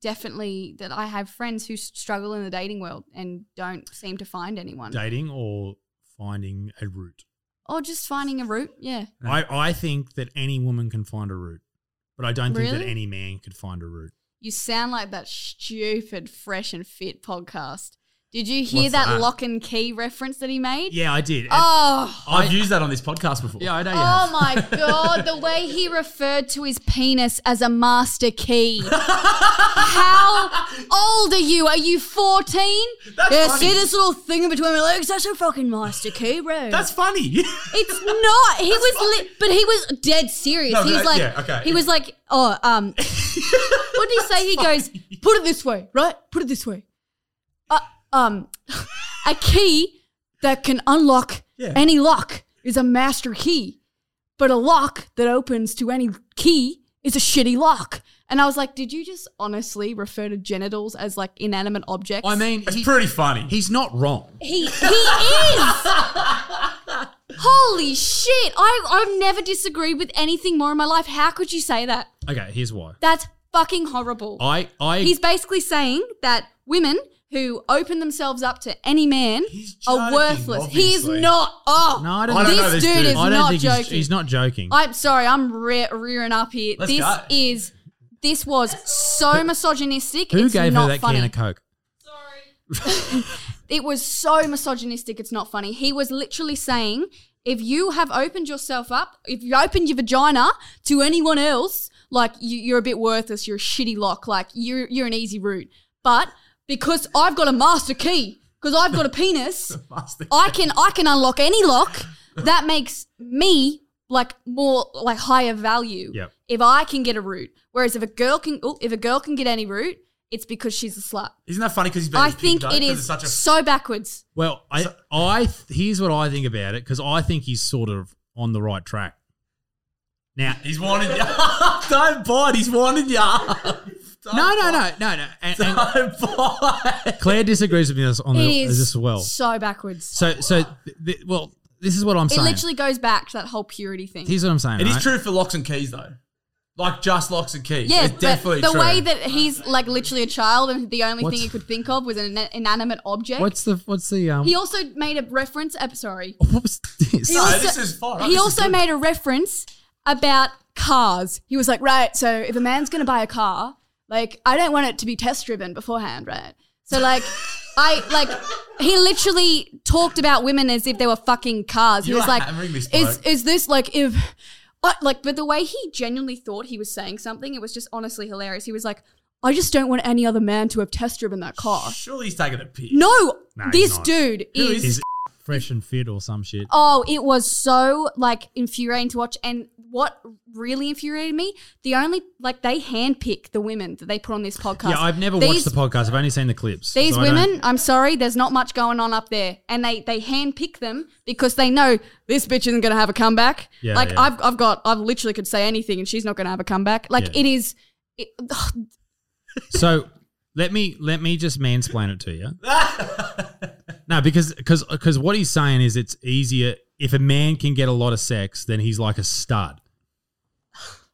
S3: definitely that I have friends who s- struggle in the dating world and don't seem to find anyone.
S13: Dating or finding a route?
S3: Or just finding a route. Yeah.
S13: I, I think that any woman can find a route, but I don't think that
S3: Really?
S13: any man could find a route.
S3: You sound like that stupid Fresh and Fit podcast. Did you hear
S7: What's
S3: that,
S7: that?
S3: lock and key reference that he made?
S13: Yeah, I did.
S3: Oh,
S7: I've used that on this podcast before.
S13: yeah, I know you have.
S3: oh my God. The way he referred to his penis as a master key. How old are you? Are you 14?
S5: yeah, see this little thing between my legs? That's a fucking master key, bro.
S7: That's funny.
S3: It's not. He was, li- but he was dead serious.
S7: No,
S3: he was
S7: but,
S3: like,
S7: yeah, okay.
S3: he was like, oh, um, what did he say? He goes,
S5: Put it this way, right? Put it this way.
S3: uh, um, a key that can unlock
S7: Yeah.
S3: any lock is a master key, but a lock that opens to any key is a shitty lock. And I was like, did you just honestly refer to genitals as like inanimate objects?
S13: I mean,
S7: It's
S13: he-
S7: pretty funny.
S13: he's not wrong.
S3: he, he is. Holy shit! I, I've never disagreed with anything more in my life. How could you say that?
S13: Okay, here's why.
S3: That's fucking horrible.
S13: I, I,
S3: He's basically saying that women who open themselves up to any man are
S7: joking,
S3: worthiness. He is
S7: obviously.
S3: not. Oh,
S13: no, I don't,
S7: I don't
S13: think-
S7: know
S3: this
S7: this
S3: dude
S7: dude.
S3: is
S13: I don't
S3: not
S13: think
S3: joking.
S13: He's, he's not joking.
S3: I'm sorry. I'm re- rearing up here.
S7: Let's
S3: this
S7: go.
S3: is. This was so misogynistic.
S13: Who
S3: it's
S13: gave
S3: not
S13: her that
S3: funny.
S13: can of Coke?
S3: It was so misogynistic, it's not funny. He was literally saying, if you have opened yourself up, if you opened your vagina to anyone else, like you, you're a bit worthless, you're a shitty lock, like you're you're an easy route. But because I've got a master key, because I've got a penis, I can I can unlock any lock. That makes me like more like higher value.
S13: Yep.
S3: If I can get a route, whereas if a girl can oh, if a girl can get any route, it's because she's a slut.
S7: Isn't that funny? Because he's been.
S3: I think it is
S7: such a
S3: so backwards.
S13: Well, I, I th- here's what I think about it because I think he's sort of on the right track. Now,
S7: He's wanted you. Don't bite. He's wanted you.
S13: no, no, no, no, no. And, and
S7: Don't bite.
S13: Claire disagrees with me on this, on
S3: It
S13: the,
S3: is
S13: this as well.
S3: so backwards.
S13: So, so, th- th- well, this is what I'm
S3: it
S13: saying.
S3: literally goes back to that whole purity thing.
S13: here's what I'm saying.
S7: It is
S13: right?
S7: true for locks and keys though. Like just locks and keys.
S3: yeah,
S7: it's
S3: but
S7: definitely
S3: the
S7: true.
S3: way that he's like literally a child, and the only
S13: What's-
S3: thing he could think of was an ina- inanimate object.
S13: What's the what's the um?
S3: he also made a reference. Uh, sorry,
S13: what was this?
S3: He
S7: No,
S3: also-
S7: this is fine.
S3: he also made a reference about cars. He was like, right, so if a man's going to buy a car, like I don't want it to be test driven beforehand, right? So like I like he literally talked about women as if they were fucking cars. He
S7: You
S3: was
S7: are
S3: like,
S7: hammering this
S3: is
S7: bloke.
S3: is this like if I, like but the way he genuinely thought he was saying something, it was just honestly hilarious. He was like, I just don't want any other man to have test driven that car.
S7: Surely he's taking a piss.
S3: No,
S13: No, he's
S3: this
S13: not.
S3: dude
S7: Who
S3: is
S7: is
S4: fresh and fit or some shit.
S3: Oh, it was so like infuriating to watch. And what really infuriated me, the only like they handpick the women that they put on this podcast.
S4: yeah, I've never
S3: These-
S4: watched the podcast. I've only seen the clips.
S3: These
S4: so I don't-
S3: women, I'm sorry, there's not much going on up there, and they they handpick them because they know this bitch isn't gonna have a comeback.
S4: Yeah,
S3: like
S4: yeah.
S3: I've I've got I've literally could say anything, and she's not gonna have a comeback. Like
S4: Yeah.
S3: it is. It,
S4: So let me let me just mansplain it to you. no, because because because what he's saying is it's easier if a man can get a lot of sex, then he's like a stud.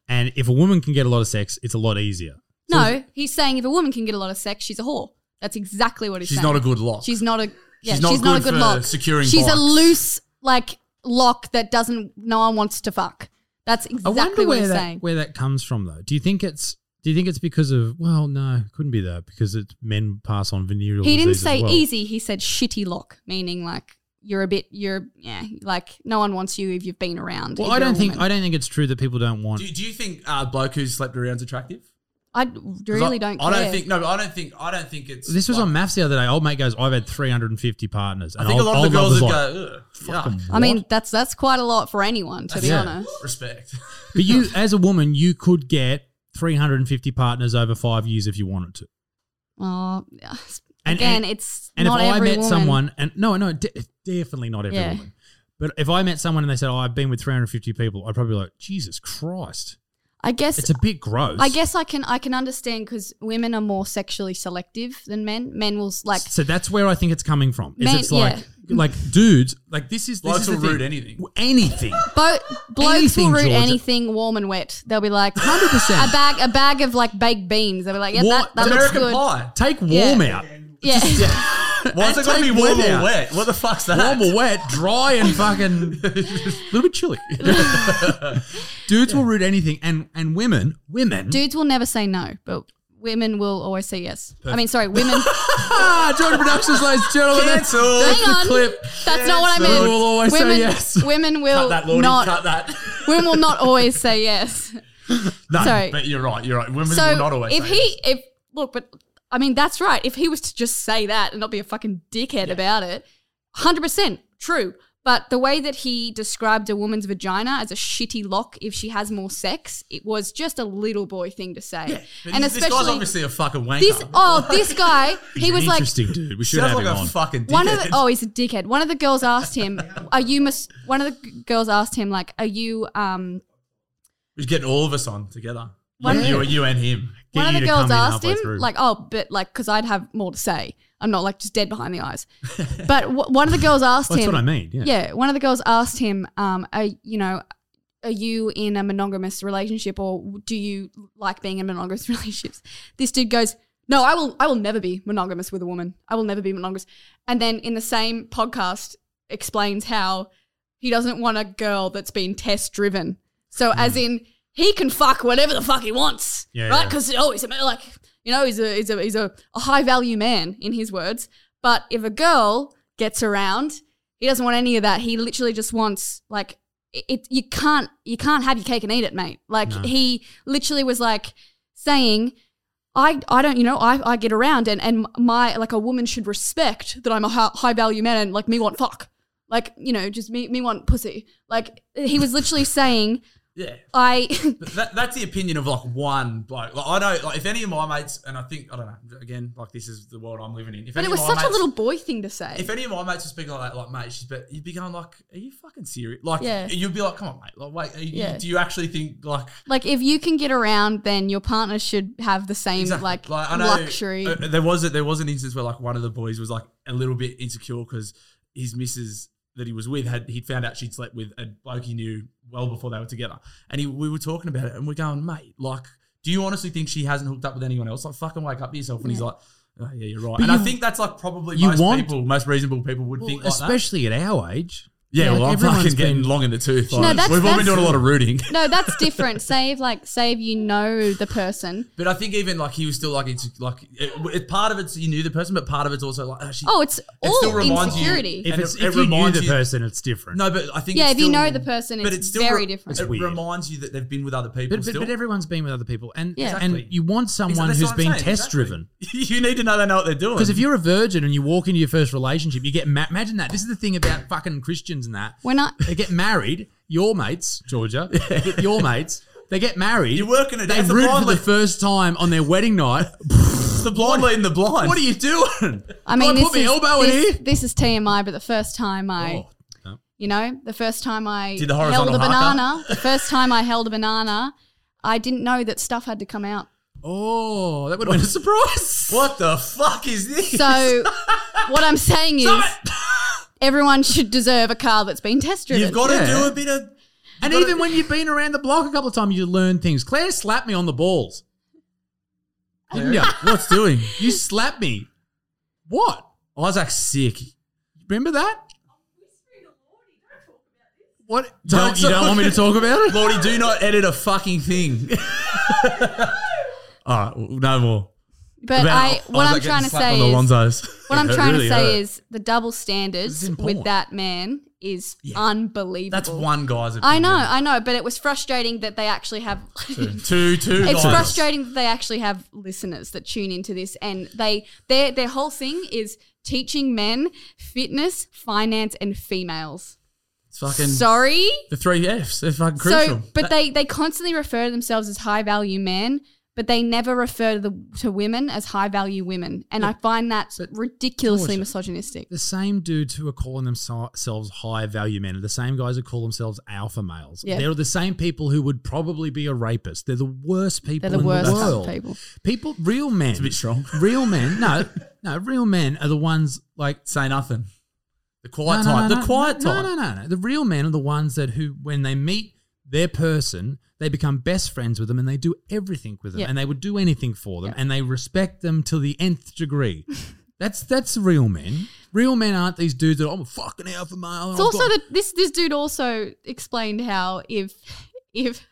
S4: And if a woman can get a lot of sex, it's a lot easier.
S3: no, he's saying if a woman can get a lot of sex, she's a whore. That's exactly what he's
S4: She's
S3: saying.
S4: not a good lock.
S3: She's not a
S4: She's
S3: yeah. She's
S4: not
S3: not, a
S4: good
S3: good
S4: for
S3: lock.
S4: securing
S3: She's a
S4: blocks.
S3: loose like lock that doesn't no one wants to fuck. That's
S4: I
S3: exactly
S4: wonder
S3: what
S4: where
S3: he's
S4: that
S3: saying.
S4: where that comes from though. Do you think it's do you think it's because of well no it couldn't be that because it's men pass on venereal
S3: He didn't
S4: disease as
S3: say
S4: well.
S3: easy. He said shitty lock, meaning like you're a bit you're yeah like no one wants you if you've been around.
S4: Well,
S3: if
S4: I
S3: you're a
S4: don't think
S3: woman.
S4: I don't think it's true that people don't want.
S7: Do, do you think uh, bloke who slept around's attractive?
S3: I
S7: 'Cause
S3: really
S7: I,
S3: don't.
S7: I
S3: care.
S7: don't think. No, but I don't think. I don't think it's.
S4: this was
S7: like-
S4: on maths the other day. Old mate goes, "I've had 350 partners."
S7: I think a
S4: old-
S7: lot of the
S4: old
S7: girls
S4: love
S7: would
S4: was
S7: go. Ugh,
S4: "Fucking
S7: yuck."
S3: I mean that's that's quite a lot for anyone to be
S4: Yeah.
S3: honest.
S7: Respect.
S4: But you, as a woman, you could get 350 partners over five years if you wanted to.
S3: Oh, yeah.
S4: And-
S3: again,
S4: and-
S3: it's
S4: And
S3: not
S4: if I
S3: every
S4: met
S3: woman.
S4: someone, and no, no, de- definitely not every
S3: Yeah.
S4: woman. But if I met someone and they said, "Oh, I've been with 350 people," I'd probably be like, "Jesus Christ!"
S3: I guess
S4: It's a bit gross.
S3: I guess I can I can understand because women are more sexually selective than men. Men will like
S4: So that's where I think it's coming from. Is
S3: Men-
S4: it's like,
S3: yeah.
S4: like dudes, like this is this
S7: Blokes
S4: is the
S7: will root
S4: thing.
S7: anything.
S4: anything.
S3: Bo- blokes
S4: Anything,
S3: will root
S4: Georgia.
S3: anything warm and wet. They'll be like, hundred percent. A bag, a bag of like baked beans. They'll be like, yeah,
S4: What-
S3: that, that looks
S7: American
S3: good.
S7: pie.
S4: Take warm
S3: Yeah.
S4: out.
S3: Yeah,
S7: Why is
S4: And
S7: it going to be
S4: take
S7: warm
S4: wet
S7: or
S4: out.
S7: wet? What the fuck's that?
S4: Warm or wet, dry and fucking a little bit chilly. Dudes will root anything, and and women, women.
S3: dudes will never say no, but women will always say yes. I mean, sorry, women.
S4: Ah, Jordan Productions, ladies and gentlemen. That's,
S7: Cancel.
S4: that's
S3: Hang
S4: the
S3: on.
S4: clip.
S3: That's not what I meant.
S4: Women will always say
S3: women,
S4: yes.
S3: Women will
S7: Cut that, Lordy.
S3: not.
S7: Cut that.
S3: Women will not always say yes.
S7: No,
S3: Sorry.
S7: but you're right. You're right. Women
S3: so
S7: will not always.
S3: if
S7: say
S3: he, if look, but I mean, that's right. If he was to just say that and not be a fucking dickhead about it, hundred percent true. But the way that he described a woman's vagina as a shitty lock if she has more sex, it was just a little boy thing to say.
S7: But
S3: and
S7: this, this guy's
S3: especially
S7: obviously a fucking wanker.
S3: this. Oh, this guy, he was like
S4: Interesting dude. We should
S7: sounds
S4: have
S7: like
S4: him
S7: a
S4: on.
S7: fucking dickhead.
S3: one of the, oh he's a dickhead one of the girls asked him are you mis- one of the g- girls asked him like are you um
S7: We're getting all of us on together.
S3: One of
S7: you, you and him.
S4: Get
S3: one
S4: you
S3: of
S4: to
S3: the girls
S4: come in
S3: asked
S4: halfway
S3: him
S4: through.
S3: like oh but like because i'd have more to say i'm not like just dead behind the eyes but w- one of the girls asked
S4: Well, that's
S3: him
S4: what I mean, yeah.
S3: one of the girls asked him um are you know are you in a monogamous relationship or do you like being in monogamous relationships this dude goes no i will i will never be monogamous with a woman i will never be monogamous and then in the same podcast explains how he doesn't want a girl that's been test driven so as in he can fuck whatever the fuck he
S4: Hmm.
S3: wants
S4: Yeah,
S3: right
S4: yeah.
S3: because oh he's a, like you know he's a he's a he's a, a high value man in his words but if a girl gets around he doesn't want any of that he literally just wants like it, it you can't you can't have your cake and eat it mate like he literally was like saying I, I don't you know I, I get around and and my like a woman should respect that I'm a high, high value man and like me want fuck like you know just me me want pussy like he was literally saying
S7: Yeah.
S3: I
S7: That, that's the opinion of like one bloke. Like I know, like if any of my mates, and I think I don't know. Again, like this is the world I'm living in. If
S3: but
S7: any
S3: it
S7: of
S3: was
S7: my
S3: such a
S7: mates-
S3: little boy thing to say
S7: If any of my mates were speaking like that, like mate, she's but you'd be going like, are you fucking serious? Like
S3: Yeah.
S7: you'd be like, come on, mate. Like wait, are you,
S3: Yeah.
S7: do you actually think like
S3: like if you can get around then your partner should have the same
S7: Exactly.
S3: like,
S7: I know,
S3: luxury
S7: uh, there was a, there was an instance where like one of the boys was like a little bit insecure because his missus that he was with had he'd found out she'd slept with a bloke he knew well before they were together, and he, we were talking about it, and we're going, mate, like, do you honestly think she hasn't hooked up with anyone else? Like, fucking wake up to yourself. And he's like. Oh, yeah, you're right,
S4: But
S7: and I
S4: you-
S7: think that's like probably
S4: you
S7: most
S4: want-
S7: people, most reasonable people would
S4: Well,
S7: think like that.
S4: especially at our age.
S7: Yeah, well,
S4: like
S7: I'm
S4: everyone's
S7: fucking getting
S4: been-
S7: long in the tooth.
S3: No,
S7: Like,
S3: that's-
S7: we've all been
S3: that's-
S7: doing a lot of rooting.
S3: No, that's different. say if like say if you know the person.
S7: But I think even like he was still like it's like it, it, part of it's you knew the person, but part of it's also like oh, she,
S3: Oh, it's all
S7: reminds
S3: insecurity.
S7: You,
S4: If
S7: and
S4: it's
S7: it- it
S4: if you knew
S7: reminds
S4: the person, it's different.
S7: No, but I think
S3: Yeah,
S7: it's
S3: if you
S7: still-
S3: know the person,
S7: but
S3: it's
S7: it's still
S3: very
S7: re-
S3: different.
S7: It
S4: It's weird.
S7: reminds you that they've been with other people.
S4: But, but,
S7: still.
S4: but everyone's been with other people, and
S3: Yeah.
S4: and you want someone
S7: That's
S4: who's
S7: what I'm
S4: been
S7: saying,
S4: test
S7: exactly.
S4: driven.
S7: you need to know they know what they're doing.
S4: Because if you're a virgin and you walk into your first relationship, you get ma- imagine that. This is the thing about fucking Christians and that.
S3: When I
S4: They get married, your mates, Georgia, your mates. They get married.
S7: You're working it
S4: They
S7: out. It's a
S4: root for
S7: blind
S4: the
S7: lead.
S4: first time on their wedding night.
S7: it's the blind leading the blind.
S4: What are you doing?
S3: I
S4: Do
S3: mean, this
S4: put my
S3: is,
S4: elbow
S3: this,
S4: in here.
S3: This is TMI, but the first time I,
S4: Oh, no.
S3: you know, the first time I
S7: Did the
S3: held
S7: horizontal
S3: a
S7: haka?
S3: banana, the first time I held a banana, I didn't know that stuff had to come out.
S4: Oh, that would have been a surprise.
S7: What the fuck is this?
S3: So what I'm saying is, everyone should deserve a car that's been test driven.
S7: You've got to
S4: Yeah.
S7: do a bit of.
S4: And even when you've been around the block a couple of times, you learn things. Claire slapped me on the balls. Didn't you?
S7: What's doing?
S4: You slapped me. What?
S7: Isaac's sick.
S4: Remember that? What?
S7: Don't
S4: Don't, you don't
S7: talk-
S4: want me to talk about it?
S7: Lordy, do not edit a fucking thing. All right, well, no more.
S3: but
S7: About
S3: I, what I'm
S7: Isaac getting
S3: trying to
S7: slapped
S3: say
S7: on
S3: is,
S7: Alonzo's.
S3: what I'm
S4: It
S3: trying
S4: really
S3: to say
S4: hurt.
S3: is the double
S4: This is
S3: standards
S4: in porn.
S3: with that man is unbelievable.
S7: That's one guy's opinion.
S3: I know, I know, but it was frustrating that they actually have.
S7: Two, two
S3: it's
S7: guys.
S3: frustrating that they actually have listeners that tune into this, and they their their whole thing is teaching men fitness, finance, and females.
S7: It's fucking
S3: Sorry,
S7: the three Fs. They're fucking crucial.
S3: so but they they constantly refer to themselves as high value men. But they never refer to, the, to women as high value women. And I find that ridiculously misogynistic.
S4: The same dudes who are calling themselves high value men are the same guys who call themselves alpha males.
S3: Yeah.
S4: They're the same people who would probably be a rapist. They're the worst people
S3: They're the
S4: in
S3: worst
S4: the
S3: type of
S4: world.
S3: people.
S4: People, real men. It's
S7: a bit strong.
S4: Real men. No, no, real men are the ones like
S7: say nothing. The
S4: No,
S7: quiet
S4: no, no,
S7: type. the
S4: no,
S7: quiet
S4: no,
S7: type.
S4: No, no, no. The real men are the ones that who, when they meet their person, they become best friends with them and they do everything with them
S3: Yeah.
S4: and they would do anything for them
S3: Yeah.
S4: and they respect them to the nth degree. that's that's real men. Real men aren't these dudes that I'm a fucking alpha male.
S3: It's
S7: Oh,
S3: also that this this dude also explained how if if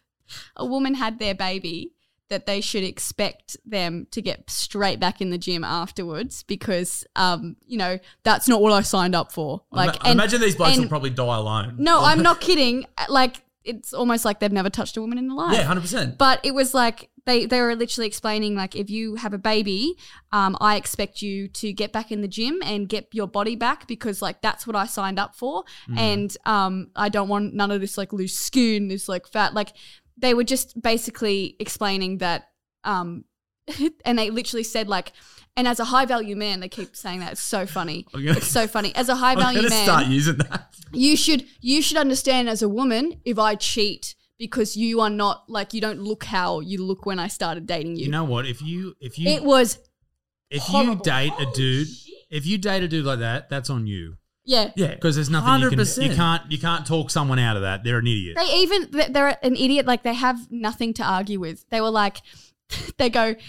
S3: a woman had their baby that they should expect them to get straight back in the gym afterwards because um you know that's not what I signed up for
S7: Ima-
S3: like
S7: I imagine these blokes
S3: and-
S7: will probably die alone.
S3: no I'm not kidding like it's almost like they've never touched a woman in their life
S7: Yeah, hundred percent.
S3: but it was like they they were literally explaining like if you have a baby um, i expect you to get back in the gym and get your body back because like that's what i signed up for
S7: Mm.
S3: and um, i don't want none of this like loose skin this like fat like they were just basically explaining that um, and they literally said like and as a high value man they keep saying that it's so funny
S7: gonna-
S3: it's so funny as a high
S7: I'm
S3: value
S7: gonna
S3: man
S7: start using that.
S3: you should you should understand as a woman if I cheat because you are not like you don't look how you look when I started dating you.
S4: You know what? If you if you
S3: it was
S4: if you date a dude, if you date a dude like that, that's on you.
S3: yeah.
S7: Yeah,
S4: Because there's nothing you can
S7: 100%.
S4: you can't you can't talk someone out of that. They're an idiot.
S3: They even th- they're an idiot. Like they have nothing to argue with. They were like, they go,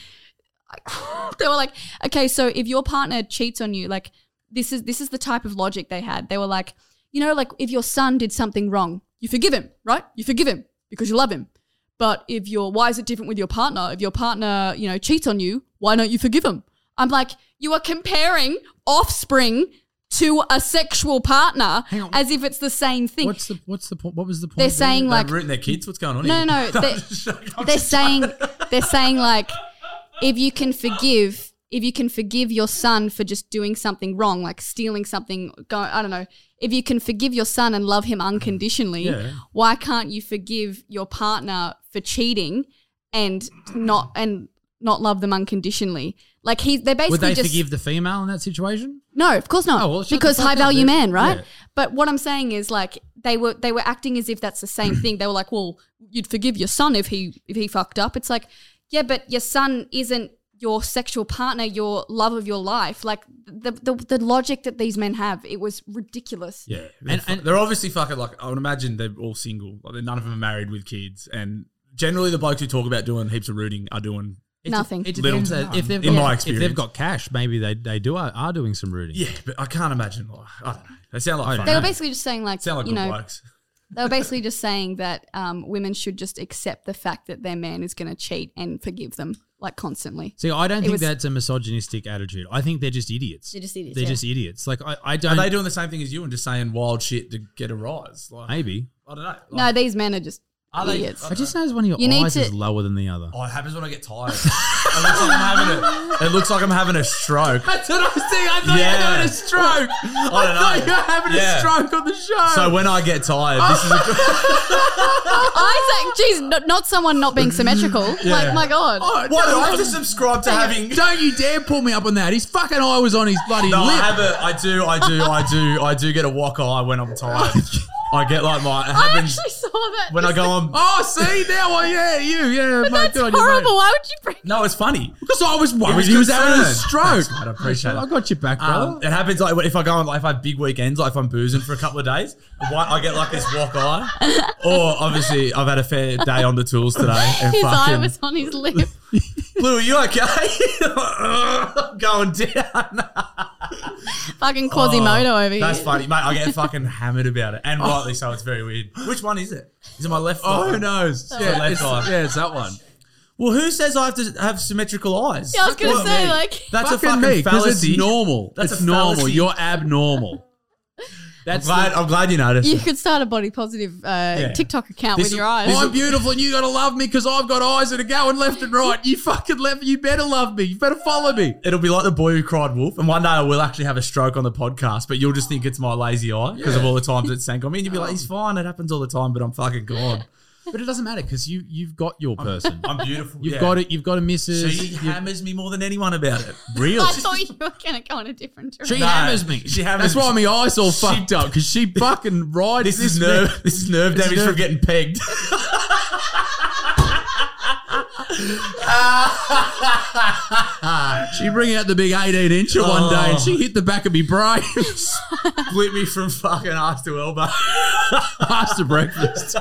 S3: they were like, okay, so if your partner cheats on you, like this is this is the type of logic they had. They were like, you know, like if your son did something wrong, you forgive him, right? You forgive him because you love him. But if your why is it different with your partner? If your partner, you know, cheats on you, why don't you forgive him? I'm like, you are comparing offspring to a sexual partner
S4: Hang on.
S3: as if it's the same thing.
S4: What's the what's the point? What was the point? uh,
S3: they're
S4: there?
S3: saying
S7: Like,
S3: like
S7: They're rooting their kids. What's going on?
S3: no,
S7: here?
S3: no, no. They're, they're saying they're saying like if you can forgive if you can forgive your son for just doing something wrong, like stealing something, go I don't know. If you can forgive your son and love him unconditionally, why can't you forgive your partner for cheating and not and not love them unconditionally? Like he, they're basically
S4: Would they
S3: just
S4: forgive the female in that situation?
S3: no, of course not.
S4: Oh, well, shut
S3: because
S4: the fuck
S3: high
S4: up,
S3: value
S4: dude.
S3: man, right?
S4: Yeah.
S3: But what I'm saying is like they were they were acting as if that's the same thing. They were like, "Well, you'd forgive your son if he if he fucked up." It's like, "Yeah, but your son isn't your sexual partner, your love of your life." Like the the, the logic that these men have, it was ridiculous.
S7: Yeah,
S4: And-
S7: and,
S4: and-
S7: they're obviously fucking like I would imagine they're all single. Like none of them are married with kids, and generally the blokes who talk about doing heaps of rooting are doing
S13: It de-
S3: Nothing.
S13: It depends
S7: Little to
S13: uh, if they've
S7: none. In
S13: got,
S7: my
S13: if
S7: experience.
S13: they've got cash, maybe they, they do are, are doing some rooting.
S7: Yeah, but I can't imagine. Like, I don't know. They sound
S13: I
S7: like
S13: don't
S7: fun.
S13: know.
S3: They were basically just saying like,
S7: sound like
S3: you
S7: good
S3: know,
S7: blokes.
S3: they were basically just saying that um, women should just accept the fact that their man is going to cheat and forgive them like constantly.
S13: See, I don't
S3: It
S13: think
S3: was-
S13: that's a misogynistic attitude. I think they're just idiots.
S3: They're just idiots,
S13: They're
S3: yeah.
S13: just idiots. Like I, I
S7: Are
S13: don't.
S7: they doing the same thing as you and just saying wild shit to get a rise? Like,
S13: maybe.
S7: I don't know. Like,
S3: no, these men are just
S7: Are they-
S3: idiots.
S13: I just noticed one of your
S3: You need
S13: eyes
S3: to-
S13: is lower than the other.
S7: Oh, it happens when I get tired. it, looks like I'm having a, it looks like I'm having a stroke.
S4: That's what I was thinking. I thought you were
S7: Yeah.
S4: having a stroke. I,
S7: don't
S4: thought
S7: know.
S4: you were having a
S7: Yeah.
S4: stroke on the show.
S7: So when I get tired, this is a good,
S3: Isaac, geez, not, not someone not being symmetrical. Like, my God.
S4: Oh,
S7: why do
S4: no,
S7: I have to subscribe to having? No,
S4: Don't you dare pull me up on that. His fucking eye was on his bloody
S7: I
S4: lip.
S7: have a. I do. I do. I do. I do get a walk eye when I'm tired. I get like my. It
S3: I
S7: happens
S3: actually saw that.
S7: when I
S3: just
S7: go
S3: then.
S7: on.
S4: oh, see now, I yeah, you, yeah, mate,
S3: That's
S4: good on you, mate.
S3: horrible. Why would you bring
S7: No, it's funny.
S4: Because I was worried
S7: was
S4: he was having a
S7: concerned.
S4: stroke.
S7: Thanks, mate, I appreciate it.
S4: I got your back, brother.
S7: Um, it happens like if I go on, like if I have big weekends, like if I'm boozing for a couple of days, why I get like this walk eye. Or obviously, I've had a fair day on the tools today. And
S3: His eye
S7: fucking,
S3: was on his lip.
S7: Blue, are you okay? I'm going down.
S3: Fucking Quasimodo over here.
S7: Oh, That's funny, mate. I get fucking hammered about it, and
S3: Oh.
S7: rightly so. It's very weird. Which one is it? Is it my left?
S4: Oh,
S7: eye?
S4: who knows?
S7: my
S4: Yeah,
S7: left
S4: it's,
S7: eye.
S4: yeah, it's that one.
S7: Well, who says I have to have symmetrical eyes?
S3: Yeah, I was gonna
S7: Fuck
S3: say,
S7: me.
S3: like-
S7: that's
S4: fucking
S7: a fucking
S4: me, 'cause
S7: fallacy.
S4: It's normal.
S7: That's
S4: it's
S7: a
S4: normal.
S7: fallacy.
S4: You're abnormal. That's
S7: Glad, I'm glad you noticed.
S3: You could start a body positive uh, TikTok account
S7: This
S3: with
S7: is-
S3: your eyes.
S7: this
S4: I'm beautiful, and you gotta love me because I've got eyes that are going left and right. You fucking left. You better love me. You better follow me.
S7: It'll be like the boy who cried wolf, and one day I will actually have a stroke on the podcast, but you'll just think it's my lazy eye because of all the times it sank on me, and you'll be like,
S4: Um,
S7: "He's fine, it happens all the time," but I'm fucking gone.
S13: But it doesn't matter because you you've got your person.
S7: I'm beautiful.
S13: You've got it. You've got a missus.
S7: She hammers me more than anyone about it.
S13: Really?
S3: I thought you were going to go in a different direction.
S4: She
S7: No,
S4: hammers me.
S7: she hammers
S4: That's why my eyes all
S7: She-
S4: fucked up because she fucking rides
S7: This is
S4: this
S7: nerve.
S4: man.
S7: This is nerve
S4: It's
S7: damage
S4: nerve-
S7: from getting pegged.
S4: She bring out the big 18 incher one day and
S7: Oh.
S4: she hit the back of me brain
S7: Split me from fucking ass to elbow.
S4: after breakfast.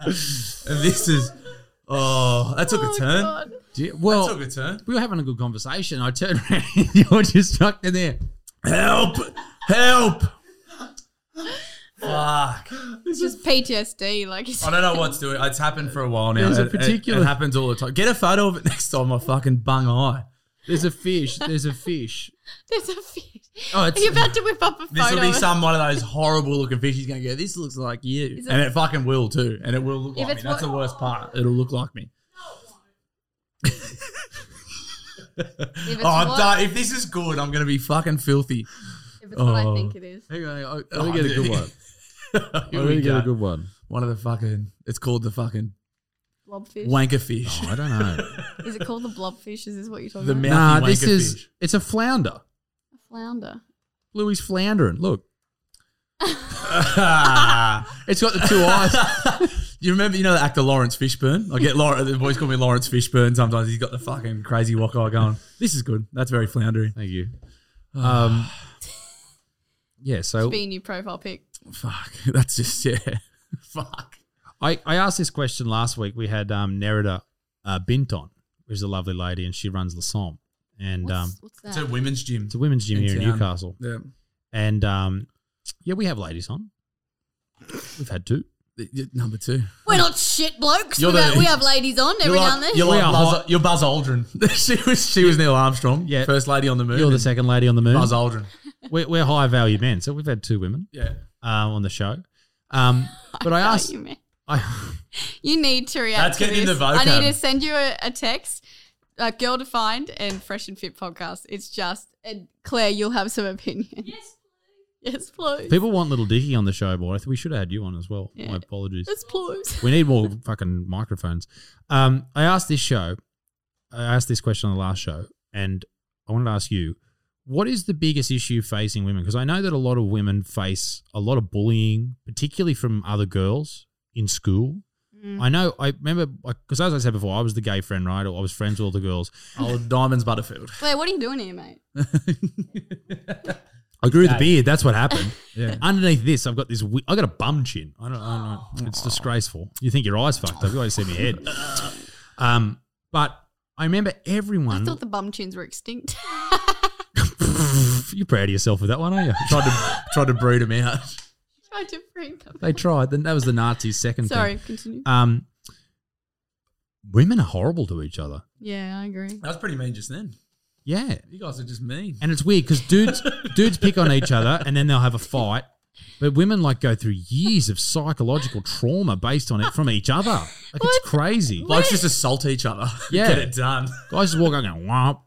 S7: And this is. Oh, that took a turn.
S3: God.
S4: Gee,
S7: That
S4: Well,
S7: took a turn.
S4: we were having a good conversation. I turned around and you're just stuck in there.
S7: Help! Help! Fuck.
S3: It's just PTSD. Like, it's
S7: I don't know what's doing. It's happened for a while now.
S4: There's a
S7: It- it-
S4: particular-
S7: It, happens all the time. Get a photo of it next time. My fucking bung eye.
S4: There's a fish. There's a fish.
S3: there's a fish.
S4: Oh,
S3: You're about to whip up a
S7: This
S3: photo.
S7: will be some one of those horrible looking fish. He's gonna go. This looks like you, and it fucking will too. And it will look
S3: If
S7: like me.
S3: it's
S7: That's
S3: what-
S7: the worst part. It'll look like me.
S3: if it's
S7: Oh, I'm
S3: what-
S7: done. If this is good, I'm gonna be fucking filthy.
S3: If it's what I
S7: Oh.
S3: think it is.
S4: Hang on, hang on.
S7: Oh,
S4: Let me get a
S7: dude.
S4: good one.
S7: Here
S4: Let me
S7: we
S4: get
S7: go.
S4: a good one.
S7: One of the fucking. It's called the fucking
S3: Blobfish.
S7: wanker fish.
S4: I don't know.
S3: Is it called the blobfish? Is this what you're talking
S7: The
S3: about?
S7: ma-
S4: nah,
S7: Mouthy
S4: this
S7: wanker
S4: is
S7: fish.
S4: it's a flounder.
S3: Flounder.
S4: Louis floundering. Look. it's got the two eyes.
S7: You remember, you know, the actor Lawrence Fishburne. I get Laura, the boys call me Lawrence Fishburne. Sometimes he's got the fucking crazy walk eye going. This is good. That's very floundery.
S4: Thank you. Um, yeah, so
S3: Being your profile pic.
S7: Fuck. That's just yeah. Fuck.
S13: I, I asked this question last week. We had um, Nerida uh, Binton, who's a lovely lady, and she runs La Somme. And
S3: What's,
S13: um,
S3: what's
S7: It's
S3: that?
S7: a women's gym.
S13: it's a women's gym
S7: In
S13: here in
S7: town.
S13: Newcastle.
S7: Yeah.
S13: And um, yeah, we have ladies on. We've had two.
S7: Y- y- Number two.
S5: We're not shit blokes. We,
S7: You're
S5: got,
S7: the-
S5: we have ladies on every now
S7: You're like,
S5: and then.
S7: You're,
S13: We
S7: like
S13: are
S7: Buzz,
S13: hot.
S7: you're Buzz Aldrin. she was she was Neil Armstrong.
S13: Yeah.
S7: First lady on the moon.
S13: You're the second lady on the moon.
S7: Buzz Aldrin.
S13: We're, we're high value men, so we've had two women
S7: Yeah.
S13: uh, on the show. Um, but I
S3: Oh,
S13: asked,
S3: you, man.
S13: I,
S3: You need to react
S7: That's
S3: to
S7: getting
S3: this.
S7: into
S3: I
S7: vocab.
S3: need to send you a, a text. Uh, Girl Defined and Fresh and Fit podcast. It's just, and Claire, you'll have some opinion. Yes, please.
S13: people want little Dicky on the show, boy. I think we should have had you on as well. My apologies.
S3: Yes, please.
S13: We need more fucking microphones. Um, I asked this show, I asked this question on the last show, and I wanted to ask you, what is the biggest issue facing women? Because I know that a lot of women face a lot of bullying, particularly from other girls in school. I know. I remember because, as I said before, I was the gay friend, right? Or I was friends with all the girls.
S7: Old Diamonds Butterfield.
S3: Claire, what are you doing here, mate?
S13: I grew the beard. That's what happened. Underneath this, I've got this. We- I got a bum chin. I don't, I don't know. It's disgraceful. You think your eyes fucked up? You always see my head. Um, but I remember everyone.
S3: I thought the bum tunes were extinct.
S13: You're proud of yourself with that one, aren't you? tried to tried to breed them out.
S3: Tried to bring them.
S13: They tried. Then That was the Nazis' second. thing.
S3: Sorry, continue.
S13: Um, women are horrible to each other.
S3: yeah, I agree.
S7: That was pretty mean just then.
S13: Yeah,
S7: You guys are just mean.
S13: and it's weird because dudes dudes pick on each other and then they'll have a fight, but women like go through years of psychological trauma based on it from each other. Like it's crazy.
S7: Blokes just assault each other.
S13: Yeah.
S7: Get it done.
S13: Guys just walk out going womp.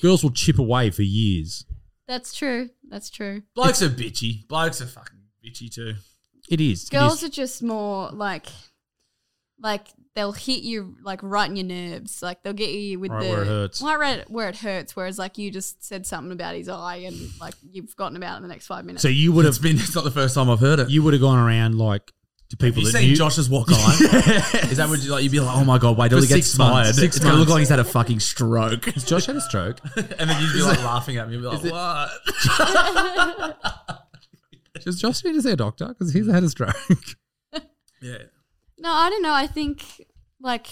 S13: Girls will chip away for years.
S3: That's true. That's true.
S7: Blokes are bitchy. Blokes are fucking bitchy too.
S13: It is. it
S3: Girls
S13: is.
S3: are just more like, like they'll hit you like right in your nerves. Like they'll get you with
S13: Right
S3: the
S13: where it hurts.
S3: Right, right where it hurts. Whereas like you just said something about his eye and like you've forgotten about it in the next five minutes.
S13: So you would have
S7: been. It's not the first time I've heard it.
S13: you would have gone around like to people
S7: you
S13: that
S7: seen
S13: knew-
S7: Josh's walk eye? Is that what you like? You'd be like, oh my god, wait till
S13: For
S7: he gets
S13: six months,
S7: fired.
S13: six
S7: it's gonna look
S13: months.
S7: like he's had a fucking stroke.
S13: Has Josh had a stroke?
S7: and then you'd be like laughing at me. You'd be like, what?
S13: Does Josh need to see a doctor because he's had a stroke?
S7: yeah.
S3: No, I don't know. I think like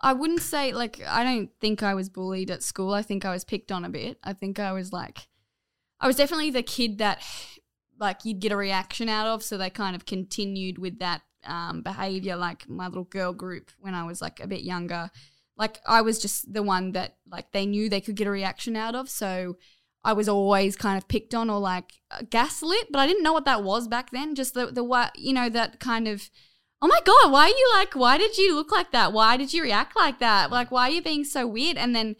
S3: I wouldn't say like I don't think I was bullied at school. I think I was picked on a bit. I think I was like I was definitely the kid that like you'd get a reaction out of, so they kind of continued with that um, behavior like my little girl group when I was like a bit younger. Like I was just the one that like they knew they could get a reaction out of, so I was always kind of picked on or like gaslit, but I didn't know what that was back then. Just the the wa- you know that kind of oh my god why are you like why did you look like that why did you react like that like why are you being so weird and then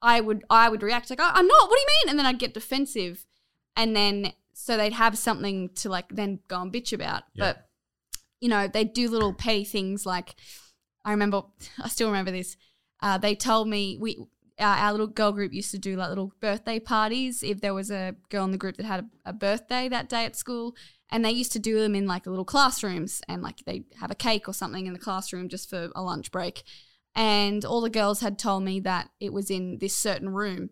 S3: i would i would react like oh, i'm not what do you mean and then i'd get defensive and then so they'd have something to like then go and bitch about but you know they do little petty things like i remember i still remember this uh, they told me we our, our little girl group used to do like little birthday parties if there was a girl in the group that had a, a birthday that day at school and they used to do them in like the little classrooms and like they have a cake or something in the classroom just for a lunch break and all the girls had told me that it was in this certain room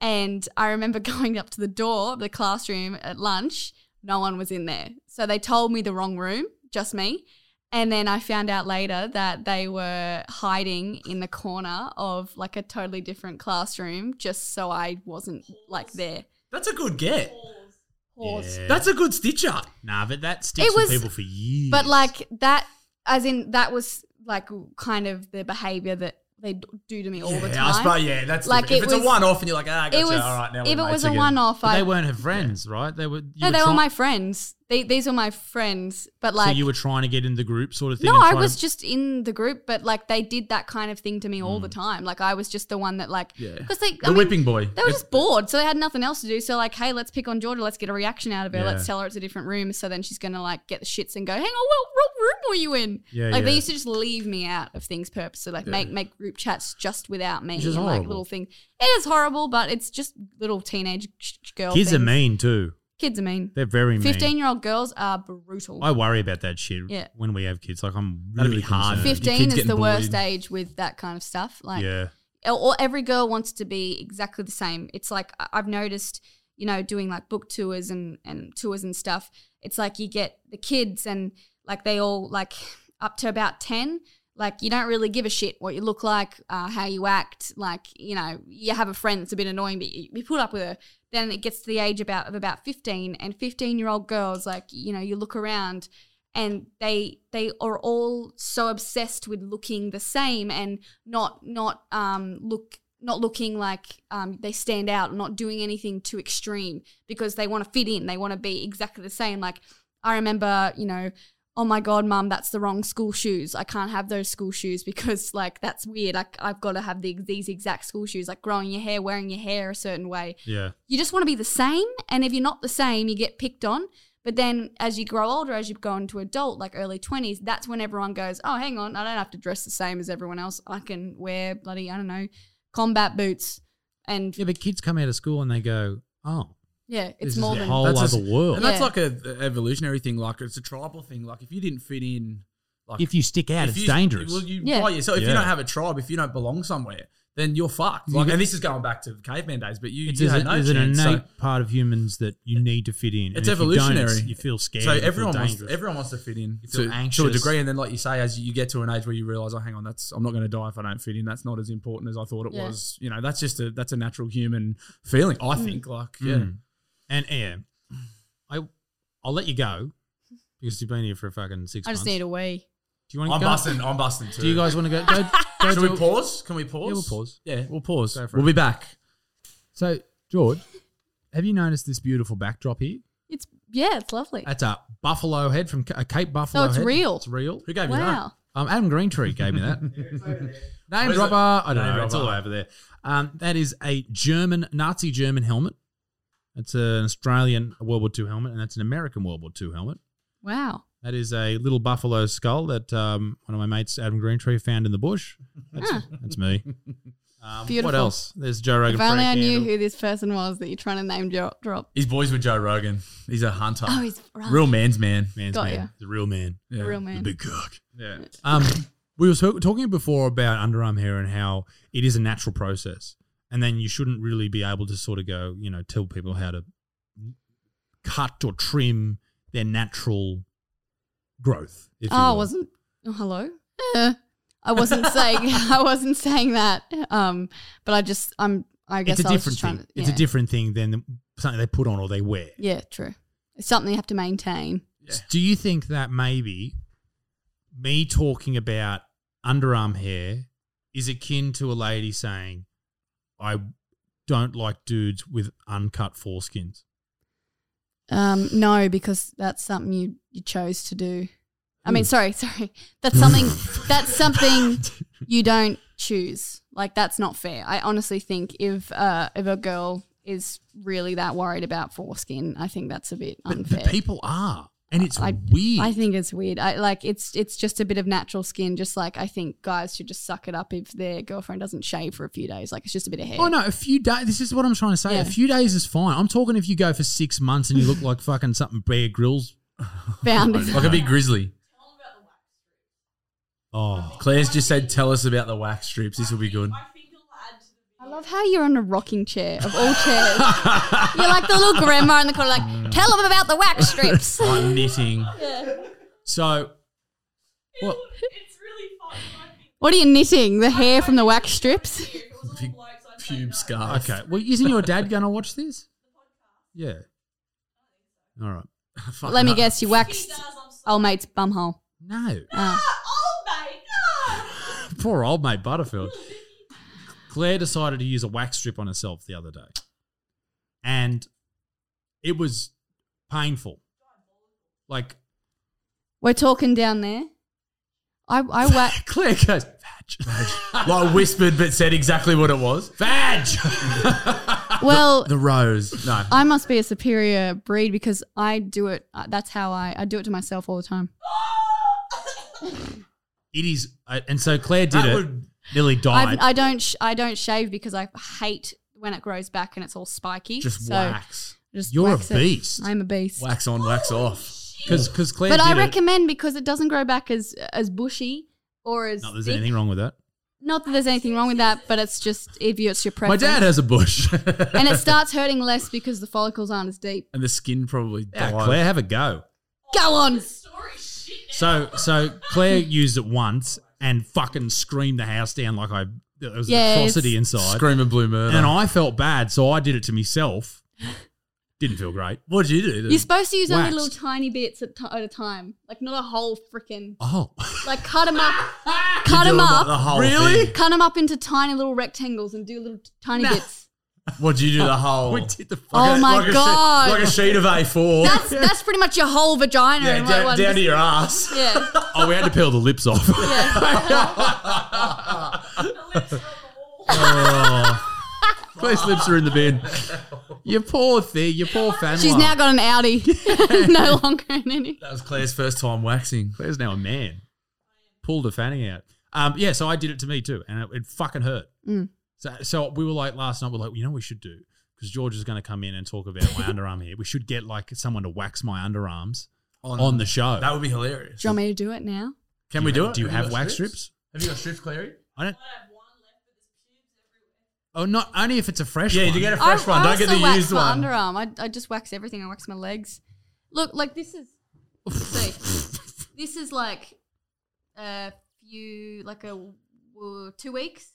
S3: and i remember going up to the door of the classroom at lunch no one was in there so they told me the wrong room just me and then I found out later that they were hiding in the corner of like a totally different classroom just so I wasn't like there.
S7: That's a good get.
S3: Pause.
S7: That's a good stitch up.
S13: Nah, but that sticks
S3: It was-
S13: with people for years.
S3: But like that, as in that was like kind of the behavior that they d- do to me all the time.
S7: Yeah, I suppose, yeah, that's
S3: Like,
S7: like if
S3: it
S7: it's
S3: was-
S7: a one off and you're like, ah, gotcha,
S3: it was
S7: all right, now
S3: if
S7: we're
S3: it was
S7: mates
S3: a
S7: again.
S3: one-off,
S13: But
S3: I
S13: they weren't her friends, right? They were. you
S3: no,
S13: were
S3: they were
S13: try-
S3: my friends. They, these were my friends, but like
S13: so you were trying to get in the group, sort of thing.
S3: No,
S13: and
S3: I
S13: trying
S3: was
S13: to-
S3: just in the group, but like they did that kind of thing to me
S13: Mm.
S3: all the time. Like I was just the one that like
S7: Yeah.
S3: because they
S7: The whipping boy.
S3: They were
S7: It-
S3: just bored, so they had nothing else to do. So like, hey, let's pick on Georgia. Let's get a reaction out of her.
S13: Yeah.
S3: Let's tell her it's a different room, so then she's gonna like get the shits and go, hang on, what, what room were you in?
S13: Yeah,
S3: like they
S13: yeah.
S3: used to just leave me out of things purposely, like make make group chats just without me,
S13: Which is
S3: and, like
S13: horrible.
S3: little thing. It is horrible, but it's just little teenage sh- sh- girl.
S13: Kids are
S3: things.
S13: mean too.
S3: Kids are mean.
S13: They're very mean.
S3: Fifteen year old girls are brutal.
S13: I worry about that shit
S3: Yeah.
S13: when we have kids. Like I'm
S7: That'd
S13: really
S7: be hard.
S13: hard.
S7: Your
S3: 15
S7: kid's
S3: is
S7: getting
S3: the worst
S7: bullied.
S3: age with that kind of stuff. Like,
S13: yeah.
S3: or- or every girl wants to be exactly the same. It's like I- I've noticed, you know, doing like book tours and and tours and stuff. It's like you get the kids and like they all like up to about ten. Like you don't really give a shit what you look like, uh, how you act. Like you know, you have a friend that's a bit annoying, but you, you put up with her. Then it gets to the age about of about fifteen, and fifteen year old girls, like you know, you look around and they they are all so obsessed with looking the same and not not um look not looking like um, they stand out, not doing anything too extreme because they want to fit in. They want to be exactly the same. Like I remember, you know, oh my god, mum, that's the wrong school shoes. I can't have those school shoes because like that's weird. Like I've got to have the, these exact school shoes. Like growing your hair, wearing your hair a certain way
S13: Yeah.
S3: you just want to be the same. And if you're not the same, you get picked on. But then as you grow older, as you go into adult, like early 20s, that's when everyone goes, oh, hang on, I don't have to dress the same as everyone else. I can wear bloody, I don't know, combat boots. And yeah,
S13: Yeah, but kids come out of school and they go, "Oh, this
S3: it's
S13: is
S3: more
S13: a
S3: than.
S13: whole
S7: That's
S13: other
S7: just-
S13: world."
S7: And that's
S3: Yeah.
S7: like a, a evolutionary thing. Like it's a tribal thing. Like if you didn't fit in Like,
S4: If you stick out,
S7: if
S4: it's
S7: you-
S4: dangerous.
S7: Well, you,
S4: Yeah.
S7: yeah. So if
S4: Yeah.
S7: you don't have a tribe, if you don't belong somewhere, then you're fucked. Like,
S4: You-
S7: and this is going back to caveman days, but you,
S4: It's
S7: you
S4: is
S7: had
S4: it,
S7: no
S4: is it an
S7: chance. so-
S4: innate part of humans that you need to fit in. And
S7: it's
S4: if you don't,
S7: evolutionary.
S4: it's- You, feel scared.
S7: So
S4: you feel
S7: everyone wants
S4: dangerous.
S7: everyone wants to fit in
S4: You feel
S7: to,
S4: anxious.
S7: to a degree, and then like you say, as you get to an age where you realize, oh, hang on, that's I'm not going to die if I don't fit in. That's not as important as I thought it
S4: Yeah.
S7: was. You know, that's just a that's a natural human feeling. I
S4: Mm.
S7: think like yeah.
S4: Mm. And yeah, I I'll let you go because you've been here for fucking six.
S3: I just
S4: months.
S3: need a wee.
S4: Do you want?
S7: I'm
S4: go?
S7: busting- I'm busting
S4: Do you
S7: too.
S4: guys want to go? go, go
S7: Should
S4: to
S7: we
S4: a-
S7: pause? Can we pause?
S4: Yeah, we'll pause.
S7: Yeah.
S4: we'll pause.
S7: Go for
S4: We'll
S7: it.
S4: be back. So George, have you noticed this beautiful backdrop here?
S3: It's yeah, it's lovely.
S4: That's a buffalo head from a Cape Buffalo.
S3: it's
S4: head.
S3: real.
S4: It's real. Who
S3: gave you that? Wow.
S4: Um, Adam Greentree gave me that. Name
S7: Where's it?
S4: dropper. I don't
S7: Name
S4: know. It's all
S7: dropper.
S4: over there. Um, that is a German Nazi German helmet. It's an Australian World War II helmet, and that's an American World War II helmet.
S3: Wow.
S4: That is a little buffalo skull that um, one of my mates, Adam Greentree, found in the bush. That's,
S3: Ah.
S4: that's me. Um,
S3: Beautiful.
S4: What else? There's Joe Rogan.
S3: if only
S4: Frank
S3: I knew
S4: Handel.
S3: who this person was that you're trying to name jo- drop.
S7: He's boys with Joe Rogan. He's a hunter.
S3: Oh, he's right.
S7: real man's man.
S4: Man's
S3: Got man. ya.
S4: The real man.
S7: Yeah.
S3: Real man.
S4: The big cock.
S7: Yeah.
S4: Um, we were sp- talking before about underarm hair and how it is a natural process, and then you shouldn't really be able to sort of go, you know, tell people how to cut or trim their natural growth. if you
S3: Oh, I
S4: will.
S3: wasn't. Oh, hello. Uh, I wasn't saying. I wasn't saying that. Um, but I just. I'm. I guess
S4: It's a
S3: I was just
S4: different
S3: trying
S4: thing.
S3: to.
S4: It's a
S3: yeah.
S4: different thing than the- something they put on or they wear.
S3: Yeah, true. It's something you have to maintain.
S4: Do you think that maybe me talking about underarm hair is akin to a lady saying, I don't like dudes with uncut foreskins?
S3: Um, no, because that's something you you chose to do. I
S4: Hmm.
S3: mean, sorry, sorry. That's something. that's something you don't choose. Like that's not fair. I honestly think if uh if a girl is really that worried about foreskin, I think that's a bit
S4: But,
S3: unfair.
S4: but people are. And it's
S3: I-
S4: weird.
S3: I think it's weird. I like it's it's just a bit of natural skin. Just like I think guys should just suck it up if their girlfriend doesn't shave for a few days. Like it's just a bit of hair.
S4: Oh no, a few days. This is what I'm trying to say.
S3: Yeah.
S4: A few days is fine. I'm talking if you go for six months and you look like fucking something Bear Grylls.
S3: Found
S4: I don't know.
S3: it.
S7: Like a big grizzly.
S4: Oh,
S7: Claire's just said, "Tell us about the wax strips. This will be good."
S3: I love how you're on a rocking chair of all chairs. you're like the little grandma in the corner, like tell them about the wax strips.
S7: Like knitting.
S4: So, what?
S3: What are you knitting? The hair from the wax strips?
S7: Big pube scarf.
S4: Okay. Well, isn't your dad going to watch this? Yeah. All right.
S3: Let me guess, you waxed old mate's bumhole.
S4: No.
S3: Oh.
S4: Poor old mate Butterfield. Claire decided to use a wax strip on herself the other day. And it was painful. Like,
S3: We're talking down there. I I wax.
S4: Claire goes,
S7: like whispered, but said exactly what it was.
S4: Vag!
S3: Well,
S7: The rose. No.
S3: I must be a superior breed because I do it. uh, That's how I I do it to myself all the time.
S4: It is. uh, And so Claire did
S7: That
S4: it.
S7: would-
S4: nearly died.
S3: I've, I don't sh- I don't shave because I hate when it grows back and it's all spiky.
S7: Just
S3: so
S7: wax.
S3: Just
S4: You're a
S3: wax it.
S4: beast.
S3: I'm Oh, a beast.
S7: Wax on, wax off.
S4: Because Claire
S3: but
S4: did
S3: I
S4: it.
S3: recommend because it doesn't grow back as as bushy or as
S4: Not that there's
S3: thick.
S4: anything wrong with that.
S3: Not that there's anything wrong with that, but it's just if you, it's your
S7: My
S3: preference.
S7: dad has a bush,
S3: and it starts hurting less because the follicles aren't as deep.
S7: and the skin probably
S4: Yeah,
S7: died.
S4: Claire, have a go.
S3: Go on.
S4: So so Claire used it once and fucking screamed the house down like I it was
S3: Yeah,
S4: an atrocity
S3: it's-
S4: inside.
S7: Screaming blue murder.
S4: And I felt bad, so I did it to myself. Didn't feel great.
S7: What'd you do?
S3: You're supposed to use only
S4: Waxed.
S3: little tiny bits at, t- at a time, like not a whole freaking.
S4: Oh,
S3: Like cut them up, cut them
S7: The
S3: up,
S7: whole
S4: Really?
S7: thing.
S3: cut them up into tiny little rectangles and do little t- tiny bits.
S7: What'd you do? The whole.
S4: Oh, we did the fuck.
S3: Oh
S7: Like a-
S3: my
S7: like a sheet-
S3: God.
S7: like a sheet of A4.
S3: That's that's pretty much your whole vagina.
S7: yeah,
S3: in
S7: down,
S3: one- one-
S7: down to your ass.
S3: yeah.
S4: Oh, we had to peel the lips off.
S7: Claire's lips are in the bin.
S4: you poor thing. You poor fan.
S3: She's now got an Audi, no longer an any.
S7: That was Claire's first time waxing.
S4: Claire's now a man. Pulled a fanny out. Um, yeah, so I did it to me too, and it, it fucking hurt.
S3: Mm.
S4: So, so we were like last night. We're like, you know, what we should do because George is going to come in and talk about my underarm here. We should get like someone to wax my underarms on, the show.
S7: That would be hilarious.
S3: Do you want me to do it now?
S4: Can
S14: we
S4: you
S14: do
S4: have-
S14: it?
S4: Do you
S14: Have you
S4: have
S14: got
S4: wax
S14: strips?
S4: strips?
S7: Have you got strips, Clary?
S4: I don't. Oh, not only if it's a fresh
S7: Yeah, you
S4: one.
S7: get a fresh one. Don't get
S3: also
S7: the
S3: wax
S7: used
S3: my
S7: one.
S3: underarm. I, I just wax everything. I wax my legs. Look, like this is. see, this is like a few, like a w- two weeks,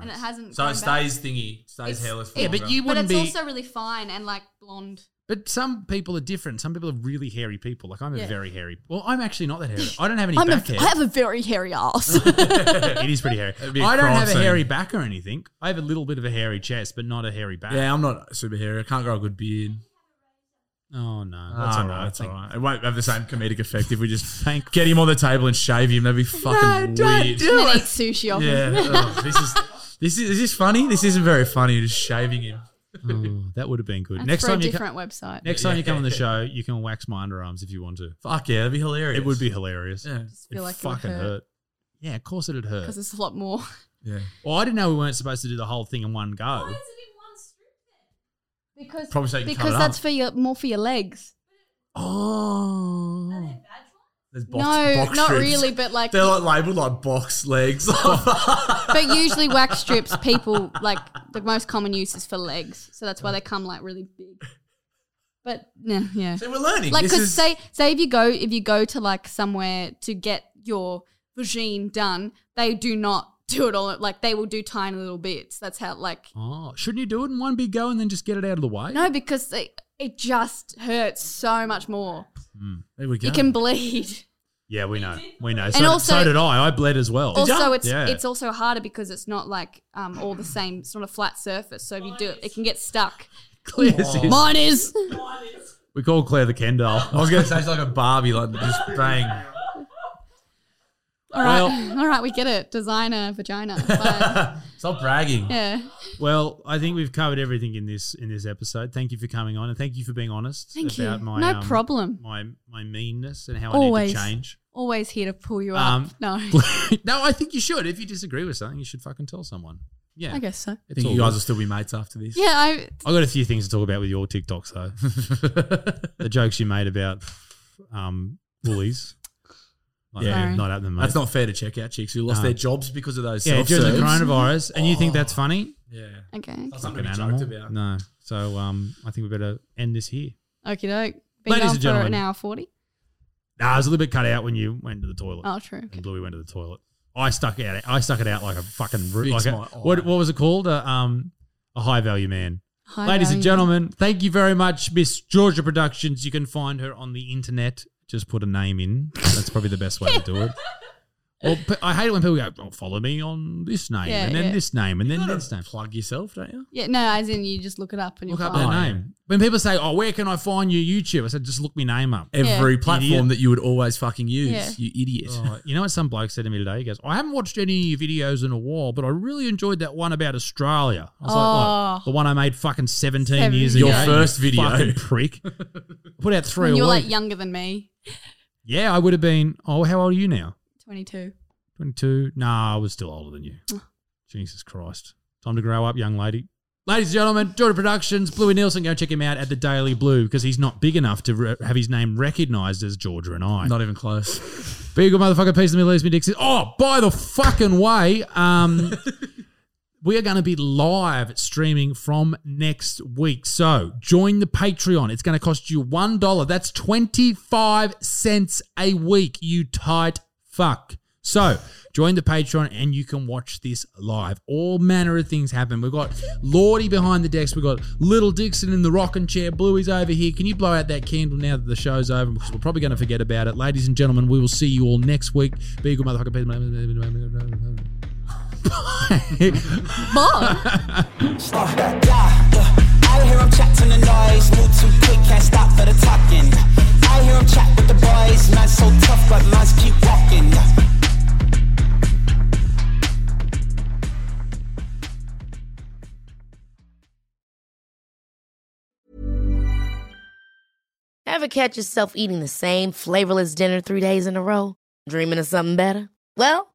S3: and it hasn't.
S7: Oh, So
S3: grown
S7: it stays
S3: back.
S7: thingy, stays hairless. For
S4: Yeah, but
S7: longer.
S4: you
S3: But
S4: wouldn't
S3: it's
S4: be.
S3: also really fine and like blonde.
S4: but some people are different. Some people are really hairy people. Like I'm
S3: Yeah.
S4: a very hairy. Well, I'm actually not that hairy. I don't have any
S15: I'm a,
S4: back
S15: I
S4: hair.
S15: have a very hairy ass.
S4: it is pretty hairy.
S7: be a
S4: I don't
S7: crime
S4: have a
S7: scene.
S4: hairy back or anything. I have a little bit of a hairy chest, but not a hairy back.
S7: yeah, I'm not super hairy. I can't grow a good beard.
S4: Oh no,
S7: That's
S4: that's
S7: oh,
S4: all
S7: no,
S4: right.
S7: that's
S4: Thank-
S7: all right. It won't have the same comedic effect if we just get him on the table and shave him. That'd be fucking weird.
S3: And then eat sushi off.
S7: yeah, Ugh, this is this is is this funny? This isn't very funny. Just shaving him.
S4: Oh, that would have been good.
S3: That's
S4: next
S3: for a
S4: time you
S3: different
S4: co-
S3: website.
S4: next time you come on the show, you can wax my underarms if you want to.
S7: Fuck yeah, that'd be hilarious.
S4: It would be hilarious.
S3: feel
S7: Yeah.
S4: It'd
S3: like it would
S4: fucking
S3: hurt.
S4: hurt. Yeah, of course it'd hurt.
S3: because it's a lot more.
S7: Yeah.
S4: Well, I didn't know we weren't supposed to do the whole thing in one go.
S3: Because
S7: Probably so you can cut
S3: because
S7: it
S3: that's
S7: up.
S3: for your more for your legs.
S7: Oh. There's box,
S3: no,
S7: box
S3: not
S7: strips.
S3: really, but like
S7: They're like labeled like box legs.
S3: but usually wax strips people like the most common use is for legs. So that's why they come like really big. But no, yeah.
S7: so we're learning.
S3: Like
S7: This
S3: 'cause
S7: is-
S3: say say if you go if you go to like somewhere to get your regime done, they do not do it all like they will do tiny little bits. That's how like
S4: Oh, shouldn't you do it in one big go and then just get it out of the way?
S3: no because it, it just hurts so much more.
S7: there we go.
S3: You can bleed.
S4: Yeah, we know. We know. So, did-
S3: also-
S4: so did I. I bled as well.
S3: Also, it's
S4: Yeah.
S3: it's also harder because it's not like um, all the same. It's not a flat surface, so if you do it, it can get stuck.
S4: Claire says-
S15: Mine is.
S4: we call Claire the Kendall.
S7: I was gonna say it's like a Barbie, like just bang.
S3: All right,
S4: Well-
S3: all right, we get it. Designer vagina. Fine.
S7: Stop bragging.
S3: yeah,
S4: Well, I think we've covered everything in this in this episode. Thank you for coming on, and thank you for being honest
S3: Thank you.
S4: about my
S3: No
S4: um,
S3: problem.
S4: my my meanness and how I
S3: Always.
S4: need to change.
S3: always here to pull you up.
S4: Um,
S3: no,
S4: no, I think you should. If you disagree with something, you should fucking tell someone. Yeah,
S3: I guess so.
S7: I
S4: It's
S7: think
S4: all
S7: you guys
S4: good.
S7: will still be mates after this.
S3: Yeah, I
S4: I got a few things to talk about with your TikToks though. the jokes you made about um, bullies. Like,
S7: Yeah.
S4: they're not at them. Mate.
S7: That's not fair to check out chicks who lost
S4: No.
S7: their jobs because of those.
S4: yeah during the
S7: self-serves.
S4: coronavirus, and you think that's funny?
S7: Yeah.
S3: okay.
S7: Oh. That's something
S4: Fucking
S7: we
S4: animal.
S7: joked about.
S4: No, so um, I think we better end this here.
S3: Okie doke. Been
S4: Ladies
S3: going
S4: and
S3: for
S4: gentlemen.
S3: an hour forty.
S4: Nah, I was a little bit cut out when you went to the toilet.
S3: Oh, true.
S4: and Bluey went to the toilet. I stuck it out. I stuck it out like a fucking root. Like a,
S7: my eye.
S4: what, what was it called? A, um, a high value man.
S3: High
S4: Ladies and
S3: value.
S4: gentlemen, thank you very much, Miss Georgia Productions. You can find her on the internet. Just put a name in. That's probably the best way to do it. Well, p- I hate it when people go, oh, follow me on this name,
S3: Yeah,
S4: and then
S3: yeah.
S4: this name, and then this name.
S7: Plug yourself, don't you?
S3: Yeah, no, as in you just look it up and you
S4: Look up
S3: find
S4: their
S3: it.
S4: name. When people say, oh, where can I find your YouTube? I said, just look my name up.
S7: Every
S3: Idiot.
S7: platform that you would always fucking use,
S3: Yeah.
S7: you idiot.
S4: Oh, you know what some bloke said to me today? He goes, I haven't watched any of your videos in a while, but I really enjoyed that one about Australia. I was like,
S3: Oh.
S4: what? The one I made fucking 17
S3: Seven
S4: years ago.
S3: Your
S4: you
S7: first video.
S4: Fucking prick. Put out three
S3: When
S4: a
S3: you're
S4: week.
S3: like younger than me,
S4: yeah, I would have been, oh, how old are you now?
S3: twenty two.
S4: 22? Nah, I was still older than you. Jesus Christ. Time to grow up, young lady. Ladies and gentlemen, Jordan Productions, Bluey Nielsen. Go check him out at the Daily Blue because he's not big enough to re- have his name recognised as Georgia and I.
S7: Not even close.
S4: Be a good motherfucker, piece of me, leaves me Dixie. Oh, by the fucking way, um, we are going to be live streaming from next week. So join the Patreon. It's going to cost you $1. That's 25 cents a week, you tight fuck. So join the Patreon and you can watch this live. All manner of things happen. We've got Lordy behind the decks. We've got Little Dixon in the rocking chair. Bluey's over here. Can you blow out that candle now that the show's over? Because we're probably going to forget about it. Ladies and gentlemen, we will see you all next week. Be a good motherfucker. Be a good motherfucker. Bye.
S3: Bob.
S6: Uh, yeah, yeah. I hear him chat to the noise, move too quick, can't stop for the talking. I hear him chat with the boys, man so tough, but must keep walking. Uh,
S16: Ever catch yourself eating the same flavorless dinner three days in a row? Dreaming of something better? Well,